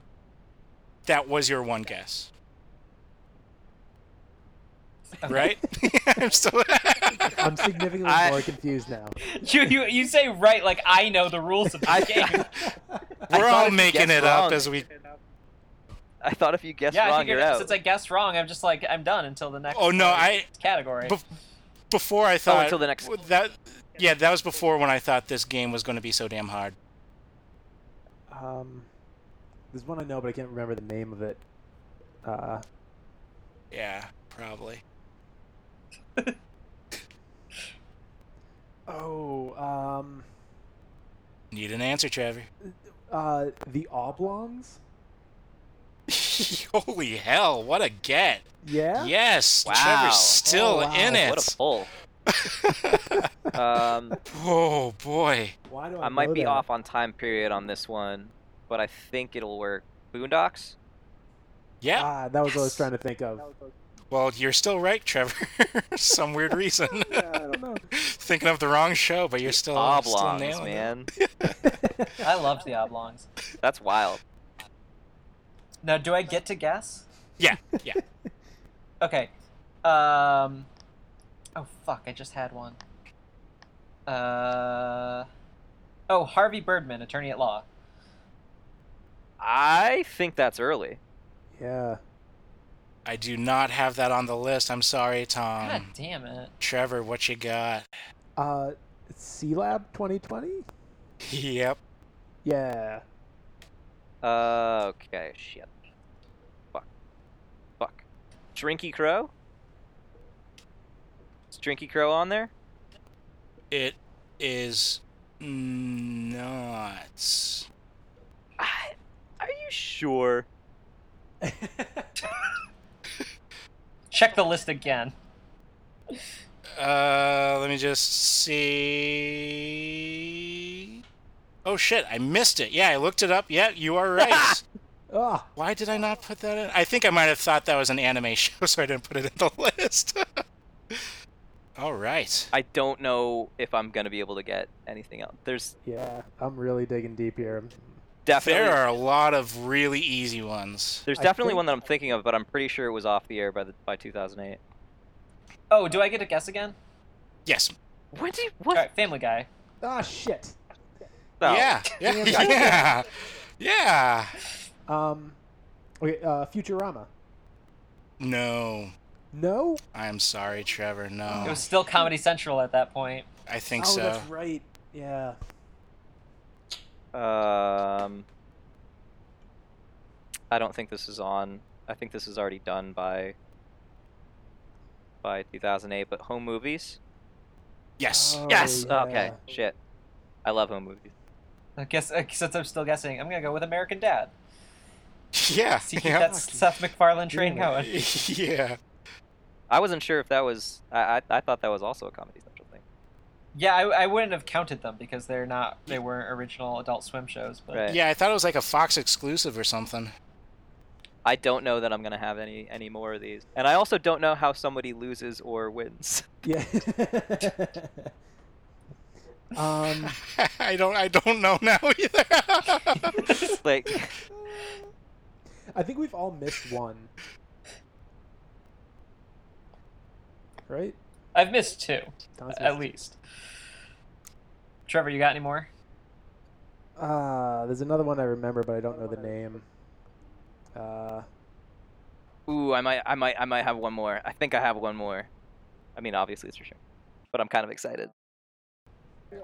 [SPEAKER 4] That was your one guess. Right? (laughs)
[SPEAKER 2] (laughs)
[SPEAKER 4] I'm still.
[SPEAKER 1] I'm (laughs) significantly
[SPEAKER 2] I-
[SPEAKER 1] more confused now.
[SPEAKER 3] You, you you say right like I know the rules of
[SPEAKER 2] (laughs) I-
[SPEAKER 3] the game.
[SPEAKER 2] I
[SPEAKER 4] We're
[SPEAKER 2] thought
[SPEAKER 4] all
[SPEAKER 2] if you
[SPEAKER 4] making
[SPEAKER 2] guessed
[SPEAKER 4] it up
[SPEAKER 2] wrong-
[SPEAKER 4] as we.
[SPEAKER 2] I thought if you guessed
[SPEAKER 3] yeah, I
[SPEAKER 2] wrong,
[SPEAKER 3] figured
[SPEAKER 2] you're out.
[SPEAKER 3] since I guessed wrong, I'm just like I'm done until the next.
[SPEAKER 4] Oh no,
[SPEAKER 3] uh,
[SPEAKER 4] I
[SPEAKER 3] category.
[SPEAKER 4] Bef- before I thought
[SPEAKER 2] Oh, until the next-
[SPEAKER 4] that yeah that was before when I thought this game was going to be so damn hard.
[SPEAKER 1] Um, there's one I know, but I can't remember the name of it. Uh,
[SPEAKER 4] Yeah, probably.
[SPEAKER 1] oh, um,
[SPEAKER 4] Need an answer, Trevor.
[SPEAKER 1] uh, the Oblongs.
[SPEAKER 4] (laughs) Holy hell! What a get!
[SPEAKER 1] Yeah.
[SPEAKER 4] Yes,
[SPEAKER 2] Wow.
[SPEAKER 4] Trevor's still
[SPEAKER 1] Oh, wow.
[SPEAKER 4] in it.
[SPEAKER 2] What a
[SPEAKER 4] (laughs)
[SPEAKER 2] pull. um,
[SPEAKER 4] oh boy.
[SPEAKER 1] Why do I?
[SPEAKER 2] I might
[SPEAKER 1] know
[SPEAKER 2] be
[SPEAKER 1] that?
[SPEAKER 2] off on time period on this one, but I think it'll work. Boondocks.
[SPEAKER 4] Yeah.
[SPEAKER 1] Ah, that was what I was
[SPEAKER 3] Yes.
[SPEAKER 1] trying to think of.
[SPEAKER 4] well, you're still right, Trevor. (laughs) Some weird reason.
[SPEAKER 1] Yeah, I don't know.
[SPEAKER 4] (laughs) Thinking of the wrong show, but you're still Oh, still
[SPEAKER 2] Oblongs,
[SPEAKER 4] nailing it. (laughs)
[SPEAKER 2] man.
[SPEAKER 3] I loved the oblongs.
[SPEAKER 2] That's wild.
[SPEAKER 3] Now, do I get to guess?
[SPEAKER 4] Yeah, yeah.
[SPEAKER 3] (laughs) Okay. Um. Oh fuck! I just had one. Uh. Oh, Harvey Birdman, attorney at law.
[SPEAKER 2] I think that's early.
[SPEAKER 1] Yeah.
[SPEAKER 4] I do not have that on the list. I'm sorry, Tom.
[SPEAKER 3] God damn it!
[SPEAKER 4] Trevor, what you got? (laughs)
[SPEAKER 1] Uh, C Lab 2020.
[SPEAKER 4] Yep.
[SPEAKER 1] Yeah.
[SPEAKER 2] Uh, okay, shit. Fuck. Fuck. Shrinky Crow? Drinky Crow on there?
[SPEAKER 4] It is not.
[SPEAKER 2] I, are you sure?
[SPEAKER 3] Check the list again.
[SPEAKER 4] Uh, let me just see. Oh shit! I missed it. Yeah, I looked it up. Yeah, you are right.
[SPEAKER 1] (laughs) Ah,
[SPEAKER 4] Why did I not put that in? I think I might have thought that was an anime (laughs) show, so I didn't put it in the list. (laughs) All right.
[SPEAKER 2] I don't know if I'm gonna be able to get anything else. There's
[SPEAKER 1] yeah. I'm really digging deep here.
[SPEAKER 2] definitely
[SPEAKER 4] There are a lot of really easy ones.
[SPEAKER 2] there's
[SPEAKER 1] I
[SPEAKER 2] definitely
[SPEAKER 1] think-
[SPEAKER 2] one that I'm thinking of, but I'm pretty sure it was off the air by the by 2008.
[SPEAKER 3] Oh, do I get a guess again?
[SPEAKER 4] Yes.
[SPEAKER 2] When did
[SPEAKER 3] All
[SPEAKER 2] what?
[SPEAKER 3] right, Family Guy.
[SPEAKER 1] Ah, shit.
[SPEAKER 2] Oh,
[SPEAKER 4] Yeah. Yeah.
[SPEAKER 1] Yeah.
[SPEAKER 4] Yeah. yeah.
[SPEAKER 1] Um, okay, uh, Futurama.
[SPEAKER 4] No.
[SPEAKER 1] No.
[SPEAKER 4] I'm sorry, Trevor. No.
[SPEAKER 3] It was still Comedy Central at that point.
[SPEAKER 4] I think
[SPEAKER 1] oh,
[SPEAKER 4] so.
[SPEAKER 1] that's right. Yeah.
[SPEAKER 2] Um, I don't think this is on. I think this is already done by by 2008. But home movies.
[SPEAKER 4] Yes.
[SPEAKER 1] Oh,
[SPEAKER 2] yes. Okay.
[SPEAKER 1] yeah.
[SPEAKER 2] Shit. I love home movies.
[SPEAKER 3] I guess uh, since I'm still guessing, I'm gonna go with American Dad.
[SPEAKER 4] (laughs) Yeah.
[SPEAKER 3] See, keep
[SPEAKER 4] Yeah.
[SPEAKER 3] that Seth MacFarlane train
[SPEAKER 1] Yeah.
[SPEAKER 3] going.
[SPEAKER 4] (laughs) yeah.
[SPEAKER 2] I wasn't sure if that was. I I, I thought that was also a Comedy Central thing.
[SPEAKER 3] Yeah, I, I wouldn't have counted them because they're not they weren't original Adult Swim shows. But
[SPEAKER 2] Right.
[SPEAKER 4] Yeah, I thought it was like a Fox exclusive or something. (laughs)
[SPEAKER 2] I don't know that I'm gonna have any any more of these, and I also don't know how somebody loses or wins. (laughs)
[SPEAKER 1] Yeah. (laughs) um,
[SPEAKER 4] I don't. I don't know now (laughs) either.
[SPEAKER 2] like,
[SPEAKER 1] I think we've all missed one. Right?
[SPEAKER 3] I've missed two
[SPEAKER 1] Don's
[SPEAKER 3] at
[SPEAKER 1] missed-
[SPEAKER 3] least. Trevor, you got any more?
[SPEAKER 1] Ah, there's another one I remember, but I don't know the name. Uh,
[SPEAKER 2] ooh, I might I might I might have one more. I think I have one more. I mean, obviously it's for sure, but I'm kind of excited.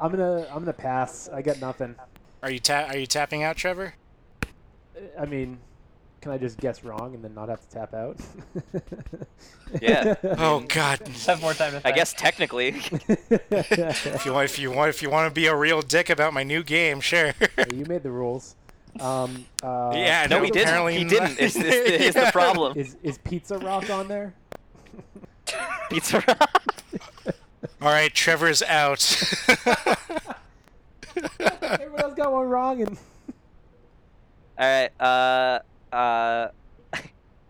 [SPEAKER 1] I'm gonna, I'm gonna pass. I got nothing.
[SPEAKER 4] are you ta- Are you tapping out, Trevor?
[SPEAKER 1] Uh, I mean, can I just guess wrong and then not have to tap out? (laughs)
[SPEAKER 2] Yeah.
[SPEAKER 4] Oh God. (laughs)
[SPEAKER 3] Have more time to.
[SPEAKER 2] I
[SPEAKER 3] think.
[SPEAKER 2] guess technically. (laughs)
[SPEAKER 4] If you want, if you want, if you want to be a real dick about my new game, sure. (laughs)
[SPEAKER 1] you made the rules. Um, uh,
[SPEAKER 4] yeah.
[SPEAKER 2] no, he didn't.
[SPEAKER 4] apparently
[SPEAKER 2] he
[SPEAKER 4] not. (laughs)
[SPEAKER 2] didn't. It's, it's, the- it's the
[SPEAKER 4] Yeah.
[SPEAKER 2] problem.
[SPEAKER 1] Is is Pizza Rock on there?
[SPEAKER 2] Pizza.
[SPEAKER 4] All right, Trevor's out. (laughs)
[SPEAKER 1] Everyone else got one wrong, and
[SPEAKER 2] (laughs) All right. Uh, uh,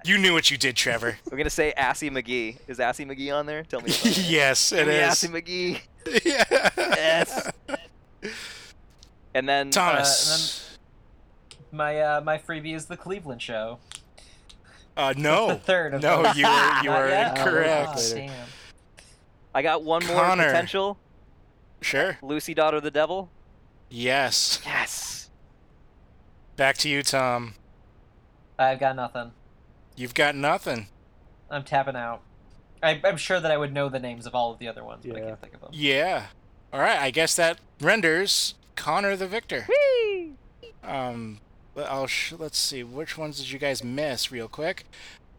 [SPEAKER 4] you knew what you did, Trevor. (laughs)
[SPEAKER 2] I'm gonna say Assy McGee. Is Assy McGee on there? Tell me. if I'm right.
[SPEAKER 4] yes, (laughs) it
[SPEAKER 2] Give me
[SPEAKER 4] is.
[SPEAKER 2] Assy McGee.
[SPEAKER 4] (laughs) yes.
[SPEAKER 2] And then
[SPEAKER 4] Thomas.
[SPEAKER 3] my uh, my freebie is the Cleveland show.
[SPEAKER 4] Uh, (laughs)
[SPEAKER 3] The
[SPEAKER 4] no.
[SPEAKER 3] third. Of (laughs)
[SPEAKER 4] No,
[SPEAKER 3] those.
[SPEAKER 4] you were you
[SPEAKER 3] Not
[SPEAKER 4] were
[SPEAKER 3] yet?
[SPEAKER 1] correct.
[SPEAKER 4] incorrect.
[SPEAKER 3] Oh, damn.
[SPEAKER 2] I got one more
[SPEAKER 4] Connor.
[SPEAKER 2] potential.
[SPEAKER 4] Sure.
[SPEAKER 2] Lucy, daughter of the devil.
[SPEAKER 4] Yes.
[SPEAKER 2] Yes.
[SPEAKER 4] Back to you, Tom.
[SPEAKER 3] I've got nothing.
[SPEAKER 4] You've got nothing.
[SPEAKER 3] I'm tapping out. I, I'm sure that I would know the names of all of the other ones, but I
[SPEAKER 1] Yeah.
[SPEAKER 3] can't think of them.
[SPEAKER 4] Yeah. All right. I guess that renders Connor the victor. Um, well, I'll sh- let's see. Which ones did you guys miss, real quick?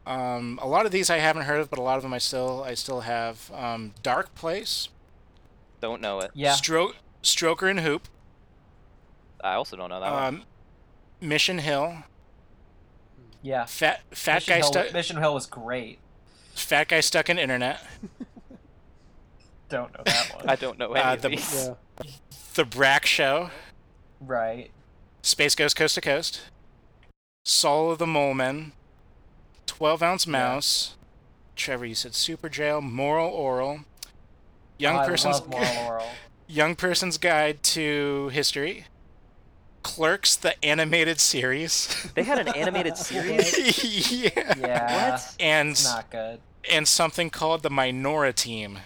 [SPEAKER 4] Um, a lot of these I haven't heard of, but a lot of them I still I still have. Um, Dark Place.
[SPEAKER 2] Don't know it.
[SPEAKER 3] Yeah.
[SPEAKER 4] Stroke. Stroker and Hoop.
[SPEAKER 2] I also don't know that one.
[SPEAKER 4] Um, Mission Hill.
[SPEAKER 3] Yeah.
[SPEAKER 4] Fat Fat
[SPEAKER 3] Mission
[SPEAKER 4] guy
[SPEAKER 3] Hill,
[SPEAKER 4] stuck.
[SPEAKER 3] Mission Hill was great.
[SPEAKER 4] Fat guy stuck in internet.
[SPEAKER 3] Don't know that one.
[SPEAKER 2] I don't know any
[SPEAKER 4] uh,
[SPEAKER 2] of
[SPEAKER 4] the-
[SPEAKER 2] these.
[SPEAKER 1] yeah,
[SPEAKER 4] The Brack Show.
[SPEAKER 3] right.
[SPEAKER 4] Space Ghost Coast to Coast, Soul of the Mole Men, 12 Ounce Mouse, Trevor, you said Super Jail, Moral Oral, Young
[SPEAKER 3] I
[SPEAKER 4] Person's
[SPEAKER 3] love Moral Oral.
[SPEAKER 4] (laughs) Young Person's Guide to History, Clerks the Animated Series, (laughs)
[SPEAKER 2] They had an animated series.
[SPEAKER 4] yeah.
[SPEAKER 3] Yeah.
[SPEAKER 4] and
[SPEAKER 3] It's not good.
[SPEAKER 4] and something called the Minora Team.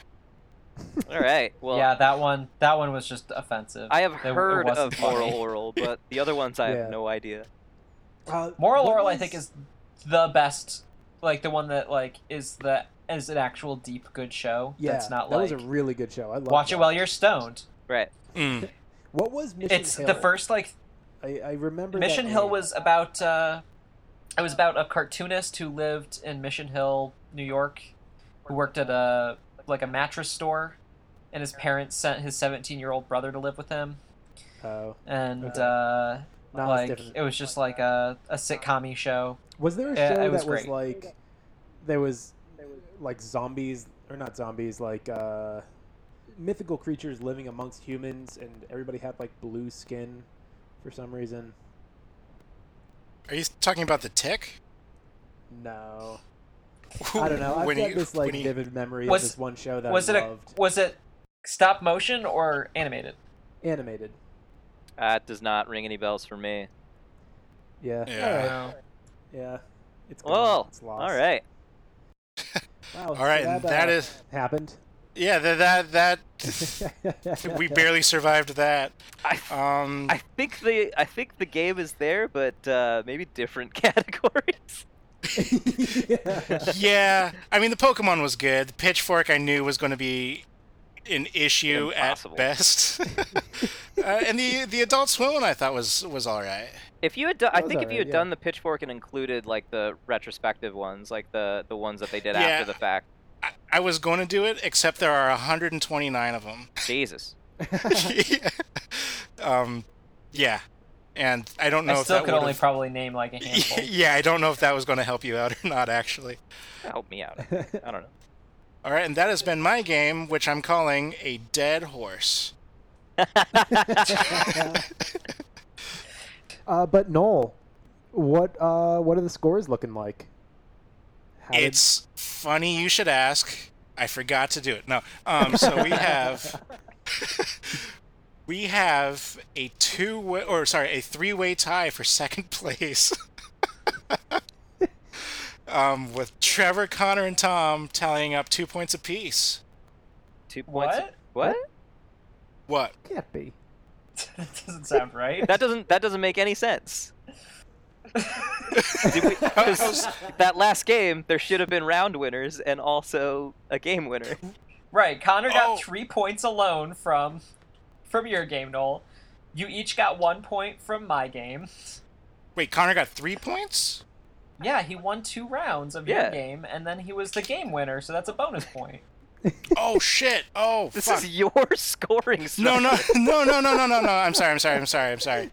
[SPEAKER 2] All right. Well,
[SPEAKER 3] yeah, that one. That one was just offensive.
[SPEAKER 2] I have
[SPEAKER 3] It- it
[SPEAKER 2] heard
[SPEAKER 3] wasn't
[SPEAKER 2] of Moral
[SPEAKER 3] funny.
[SPEAKER 2] Oral, but the other ones I
[SPEAKER 1] Yeah.
[SPEAKER 2] have no idea.
[SPEAKER 1] Uh,
[SPEAKER 3] Moral
[SPEAKER 1] what
[SPEAKER 3] Oral, I
[SPEAKER 1] was-
[SPEAKER 3] think, is the best. Like the one that like is the is an actual deep good show.
[SPEAKER 1] yeah.
[SPEAKER 3] that's not
[SPEAKER 1] that was
[SPEAKER 3] like
[SPEAKER 1] a really good show. I love
[SPEAKER 3] watch
[SPEAKER 1] that.
[SPEAKER 3] it while you're stoned.
[SPEAKER 2] Right.
[SPEAKER 4] Mm.
[SPEAKER 1] What was Mission
[SPEAKER 3] it's
[SPEAKER 1] Hill?
[SPEAKER 3] the first like
[SPEAKER 1] I, I remember that
[SPEAKER 3] Mission Hill
[SPEAKER 1] name.
[SPEAKER 3] was about. Uh, it was about a cartoonist who lived in Mission Hill, New York, who worked at a, like a mattress store, and his parents sent his 17 year old brother to live with him,
[SPEAKER 1] Oh,
[SPEAKER 3] and
[SPEAKER 1] Okay.
[SPEAKER 3] uh,
[SPEAKER 1] no, that's
[SPEAKER 3] like
[SPEAKER 1] different.
[SPEAKER 3] it was just like a a sitcom show.
[SPEAKER 1] Was there a
[SPEAKER 3] Yeah,
[SPEAKER 1] show
[SPEAKER 3] it was
[SPEAKER 1] that was
[SPEAKER 3] great.
[SPEAKER 1] like there was like zombies or not zombies like uh mythical creatures living amongst humans and everybody had like blue skin for some reason?
[SPEAKER 4] Are you talking about the tick?
[SPEAKER 1] No. I don't know. I've
[SPEAKER 4] (laughs) When
[SPEAKER 1] got
[SPEAKER 4] you-
[SPEAKER 1] this like
[SPEAKER 4] when you-
[SPEAKER 1] vivid memory
[SPEAKER 3] Was-
[SPEAKER 1] of this one show that
[SPEAKER 3] Was
[SPEAKER 1] I
[SPEAKER 3] it a,
[SPEAKER 1] loved.
[SPEAKER 3] was it stop motion or animated?
[SPEAKER 1] Animated.
[SPEAKER 2] That does not ring any bells for me.
[SPEAKER 1] Yeah.
[SPEAKER 4] Yeah.
[SPEAKER 1] Alright.
[SPEAKER 3] No.
[SPEAKER 1] Yeah. It's gone.
[SPEAKER 2] Well,
[SPEAKER 1] It's
[SPEAKER 2] all
[SPEAKER 1] lost.
[SPEAKER 2] right.
[SPEAKER 1] Wow,
[SPEAKER 4] All right,
[SPEAKER 1] that,
[SPEAKER 4] and that
[SPEAKER 1] uh,
[SPEAKER 4] is
[SPEAKER 1] happened.
[SPEAKER 4] yeah. That that, that
[SPEAKER 1] (laughs)
[SPEAKER 4] (laughs) we barely survived that.
[SPEAKER 2] I,
[SPEAKER 4] Um,
[SPEAKER 2] I think the I think the game is there, but uh, maybe different (laughs) categories.
[SPEAKER 1] yeah.
[SPEAKER 4] yeah, I mean the Pokemon was good. The Pitchfork I knew was going to be an issue
[SPEAKER 2] Impossible.
[SPEAKER 4] at best, (laughs) uh, and the the Adult Swim one I thought was was all right.
[SPEAKER 2] If you had, do- I
[SPEAKER 1] Those
[SPEAKER 2] think
[SPEAKER 1] are
[SPEAKER 2] if you
[SPEAKER 1] right,
[SPEAKER 2] had
[SPEAKER 1] yeah.
[SPEAKER 2] done the pitchfork and included like the retrospective ones, like the the ones that they did
[SPEAKER 4] Yeah.
[SPEAKER 2] after the fact,
[SPEAKER 4] I, I was going to do it, except there are 129 of them. (laughs)
[SPEAKER 2] Jesus.
[SPEAKER 4] um, yeah, and I don't know
[SPEAKER 3] I
[SPEAKER 4] if
[SPEAKER 3] still
[SPEAKER 4] that (laughs)
[SPEAKER 3] could only
[SPEAKER 4] would've-
[SPEAKER 3] probably name like a handful.
[SPEAKER 4] (laughs) yeah, I don't know if that was going to help you out or not actually.
[SPEAKER 2] Help me out. I don't know.
[SPEAKER 4] All right, and that has been my game, which I'm calling a dead horse.
[SPEAKER 2] (laughs)
[SPEAKER 1] (laughs) uh, but Noel, what uh, what are the scores looking like? How did-
[SPEAKER 4] It's funny you should ask. I forgot to do it. No. Um, so we have we have a two way, or sorry, a three way tie for second place. (laughs) um, with Trevor, Connor, and Tom tallying up two points apiece.
[SPEAKER 2] Two points.
[SPEAKER 3] What? (laughs)
[SPEAKER 2] What?
[SPEAKER 4] What?
[SPEAKER 1] can't be.
[SPEAKER 3] that doesn't sound right.
[SPEAKER 2] That doesn't that doesn't make any sense. Did we, 'cause
[SPEAKER 4] How's-
[SPEAKER 2] that last game, there should have been round winners and also a game
[SPEAKER 4] (laughs)
[SPEAKER 2] winner.
[SPEAKER 3] Right, Connor got
[SPEAKER 4] Oh.
[SPEAKER 3] three points alone from from your game, Noel. You each got one point from my game.
[SPEAKER 4] Wait, Connor got three points.
[SPEAKER 3] Yeah, he won two rounds of
[SPEAKER 2] Yeah.
[SPEAKER 3] your game, and then he was the game winner, so that's a bonus point.
[SPEAKER 4] Oh shit! Oh
[SPEAKER 2] This
[SPEAKER 4] fuck!
[SPEAKER 2] is your (laughs) scoring.
[SPEAKER 4] No,
[SPEAKER 2] structure.
[SPEAKER 4] no, no, no, no, no, no, no. I'm sorry. I'm sorry. I'm sorry. I'm sorry.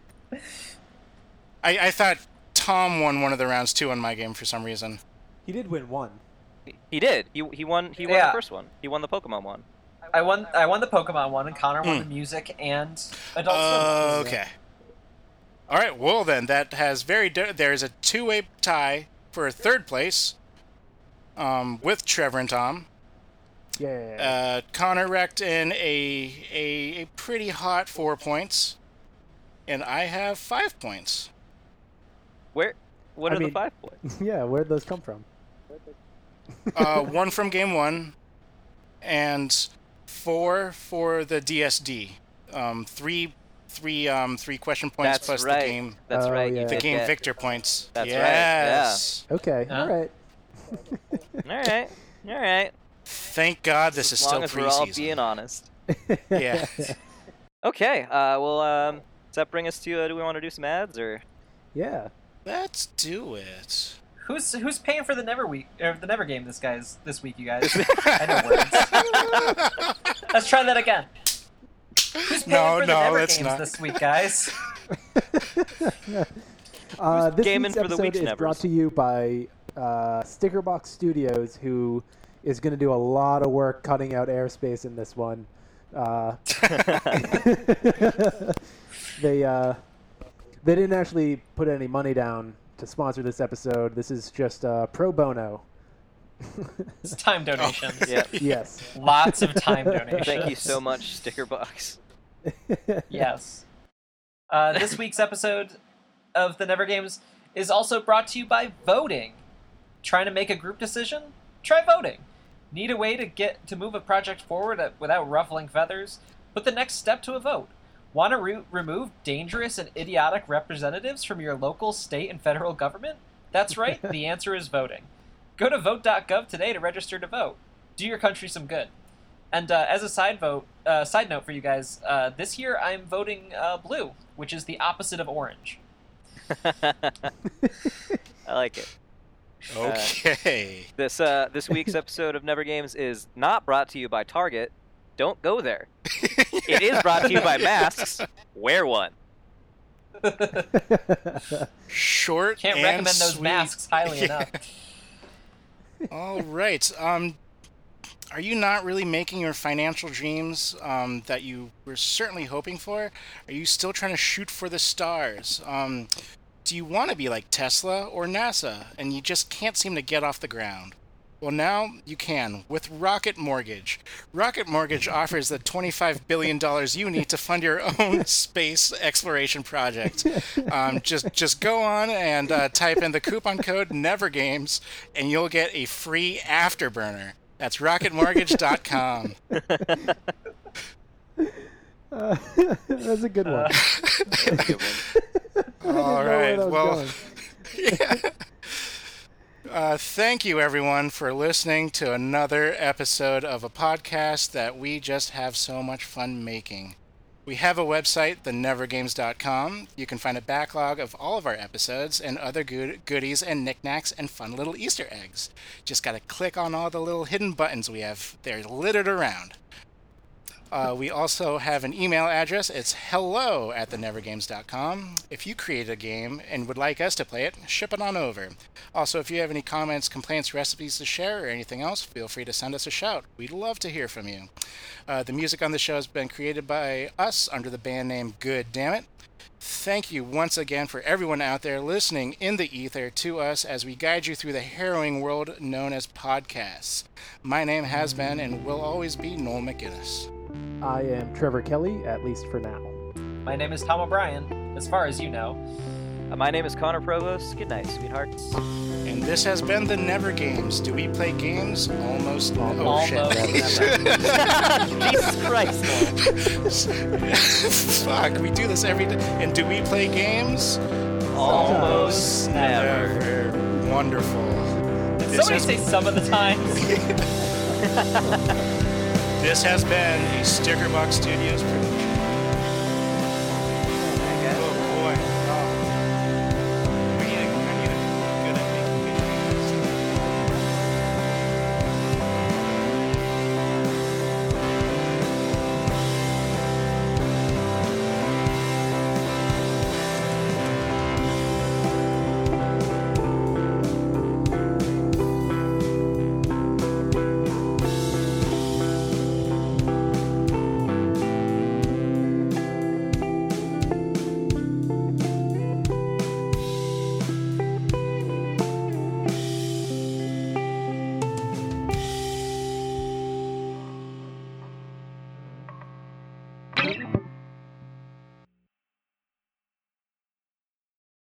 [SPEAKER 4] I, I thought Tom won one of the rounds too on my game for some reason.
[SPEAKER 1] He did win one.
[SPEAKER 2] He did. He he won. He won
[SPEAKER 3] Yeah.
[SPEAKER 2] the first one. He won the Pokemon one.
[SPEAKER 3] I won. I won the Pokemon one, and Connor won the music and Adult Swim.
[SPEAKER 4] Hmm. Uh, okay. All right. Well, then that has very. Di- there's a two-way tie for third place, um, with Trevor and Tom.
[SPEAKER 1] Yeah.
[SPEAKER 4] Uh, Connor wrecked in a, a a pretty hot four points, and I have five points.
[SPEAKER 2] Where? What
[SPEAKER 1] I
[SPEAKER 2] are
[SPEAKER 1] mean-
[SPEAKER 2] the five points?
[SPEAKER 1] (laughs) yeah. Where'd those come from?
[SPEAKER 4] uh, one from game one, and four for the DSD. Um, three, three, um, three question points
[SPEAKER 2] That's
[SPEAKER 4] plus
[SPEAKER 2] right.
[SPEAKER 4] the game,
[SPEAKER 2] That's
[SPEAKER 1] Oh,
[SPEAKER 2] right.
[SPEAKER 1] yeah.
[SPEAKER 2] You
[SPEAKER 4] the
[SPEAKER 2] did
[SPEAKER 4] game
[SPEAKER 2] that.
[SPEAKER 4] victor points.
[SPEAKER 2] That's right,
[SPEAKER 4] yes.
[SPEAKER 1] Okay.
[SPEAKER 3] Huh?
[SPEAKER 1] All right.
[SPEAKER 2] All right. All right.
[SPEAKER 4] Thank God this is
[SPEAKER 2] as long
[SPEAKER 4] still
[SPEAKER 2] as we're all being
[SPEAKER 4] preseason.
[SPEAKER 2] honest.
[SPEAKER 4] Yeah.
[SPEAKER 2] Okay. Uh. Well. Um. Does that bring us to? Uh, do we want to do some ads
[SPEAKER 4] (laughs)
[SPEAKER 2] or?
[SPEAKER 1] (laughs)
[SPEAKER 2] (laughs)
[SPEAKER 1] yeah.
[SPEAKER 4] Let's do it.
[SPEAKER 3] Who's who's paying for the Never week or the Never game? This guys this week, you
[SPEAKER 4] (laughs)
[SPEAKER 3] guys. I know words. Let's try that again. Who's paying
[SPEAKER 4] No,
[SPEAKER 3] for the
[SPEAKER 4] no,
[SPEAKER 3] Never
[SPEAKER 4] let's
[SPEAKER 3] games
[SPEAKER 4] not.
[SPEAKER 3] this week, guys?
[SPEAKER 1] Uh, this
[SPEAKER 2] gaming
[SPEAKER 1] week's
[SPEAKER 2] for the
[SPEAKER 1] episode
[SPEAKER 2] week's
[SPEAKER 1] is
[SPEAKER 2] nevers?
[SPEAKER 1] brought to you by uh, Stickerbox Studios, who is going to do a lot of work cutting out airspace in this one. Uh, (laughs) they uh, they didn't actually put any money down to sponsor this episode. This is just uh, pro bono. (laughs)
[SPEAKER 3] It's
[SPEAKER 4] (laughs)
[SPEAKER 3] time
[SPEAKER 4] Oh,
[SPEAKER 3] donations.
[SPEAKER 2] Yeah.
[SPEAKER 1] Yes.
[SPEAKER 3] Lots of time donations.
[SPEAKER 2] Thank you so much, Sticker Box.
[SPEAKER 4] (laughs)
[SPEAKER 1] (laughs)
[SPEAKER 3] (laughs) Yes. Uh, this week's episode of the Never Games is also brought to you by voting. Trying to make a group decision? Try voting. Need a way to get to move a project forward at- without ruffling feathers? Put the next step to a vote. Want to re- remove dangerous and idiotic representatives from your local, state, and federal government? That's right. the answer is voting. Go to vote.gov today to register to vote. Do your country some good. And uh, as a side vote, uh, side note for you guys, uh, this year I'm voting uh, blue, which is the opposite of orange.
[SPEAKER 2] I like it.
[SPEAKER 4] (laughs)
[SPEAKER 2] (laughs)
[SPEAKER 4] Okay.
[SPEAKER 2] This uh, this week's episode of Never Games is not brought to you by Target. Don't go there.
[SPEAKER 4] (laughs)
[SPEAKER 2] It is brought to you by masks. Wear
[SPEAKER 4] (laughs)
[SPEAKER 2] one.
[SPEAKER 4] Short.
[SPEAKER 3] Can't
[SPEAKER 4] and
[SPEAKER 3] recommend those
[SPEAKER 4] sweet.
[SPEAKER 3] masks highly
[SPEAKER 4] (laughs) Yeah.
[SPEAKER 3] enough.
[SPEAKER 4] All right. Um, are you not really making your financial dreams um, that you were certainly hoping for? Are you still trying to shoot for the stars? Um, do you want to be like Tesla or NASA and you just can't seem to get off the ground? Well, now you can with Rocket Mortgage. Rocket Mortgage offers the $25 billion you need to fund your
[SPEAKER 1] (laughs)
[SPEAKER 4] own space exploration project. Um, just, just go on and uh, type in the coupon code NEVERGAMES and you'll get a free afterburner. That's rocketmortgage.com.
[SPEAKER 1] Uh, that's a good one.
[SPEAKER 3] Uh,
[SPEAKER 1] (laughs) I didn't know
[SPEAKER 4] Uh, All
[SPEAKER 1] where
[SPEAKER 4] right.
[SPEAKER 1] that was
[SPEAKER 4] Well,
[SPEAKER 1] going.
[SPEAKER 4] Uh, thank you, everyone, for listening to another episode of a podcast that we just have so much fun making. We have a website, thenevergames.com. You can find a backlog of all of our episodes and other good goodies and knickknacks and fun little Easter eggs. Just got to click on all the little hidden buttons we have. They're littered around. Uh, we also have an email address. It's hello at thenevergames.com. If you create a game and would like us to play it, ship it on over. Also, if you have any comments, complaints, recipes to share, or anything else, feel free to send us a shout. We'd love to hear from you. Uh, the music on the show has been created by us under the band name Good Damn It. Thank you once again for everyone out there listening in the ether to us as we guide you through the harrowing world known as podcasts. My name has been and will always be Noel McGinnis.
[SPEAKER 1] I am Trevor Kelly, at least for now.
[SPEAKER 3] my name is Tom O'Brien, as far as you know.
[SPEAKER 2] Uh, My name is Connor Provost. Good night, sweethearts.
[SPEAKER 4] And this has been the Never Games. Do we play games? Almost. Oh, (laughs)
[SPEAKER 3] Almost
[SPEAKER 2] Jesus Christ. Noel.
[SPEAKER 4] shit. Fuck, we do this every day. And do we play games?
[SPEAKER 2] Almost never.
[SPEAKER 4] Never. Wonderful. This
[SPEAKER 3] Somebody
[SPEAKER 4] has,
[SPEAKER 3] say some of the times.
[SPEAKER 4] this has been a Sticker Box Studios production. Oh,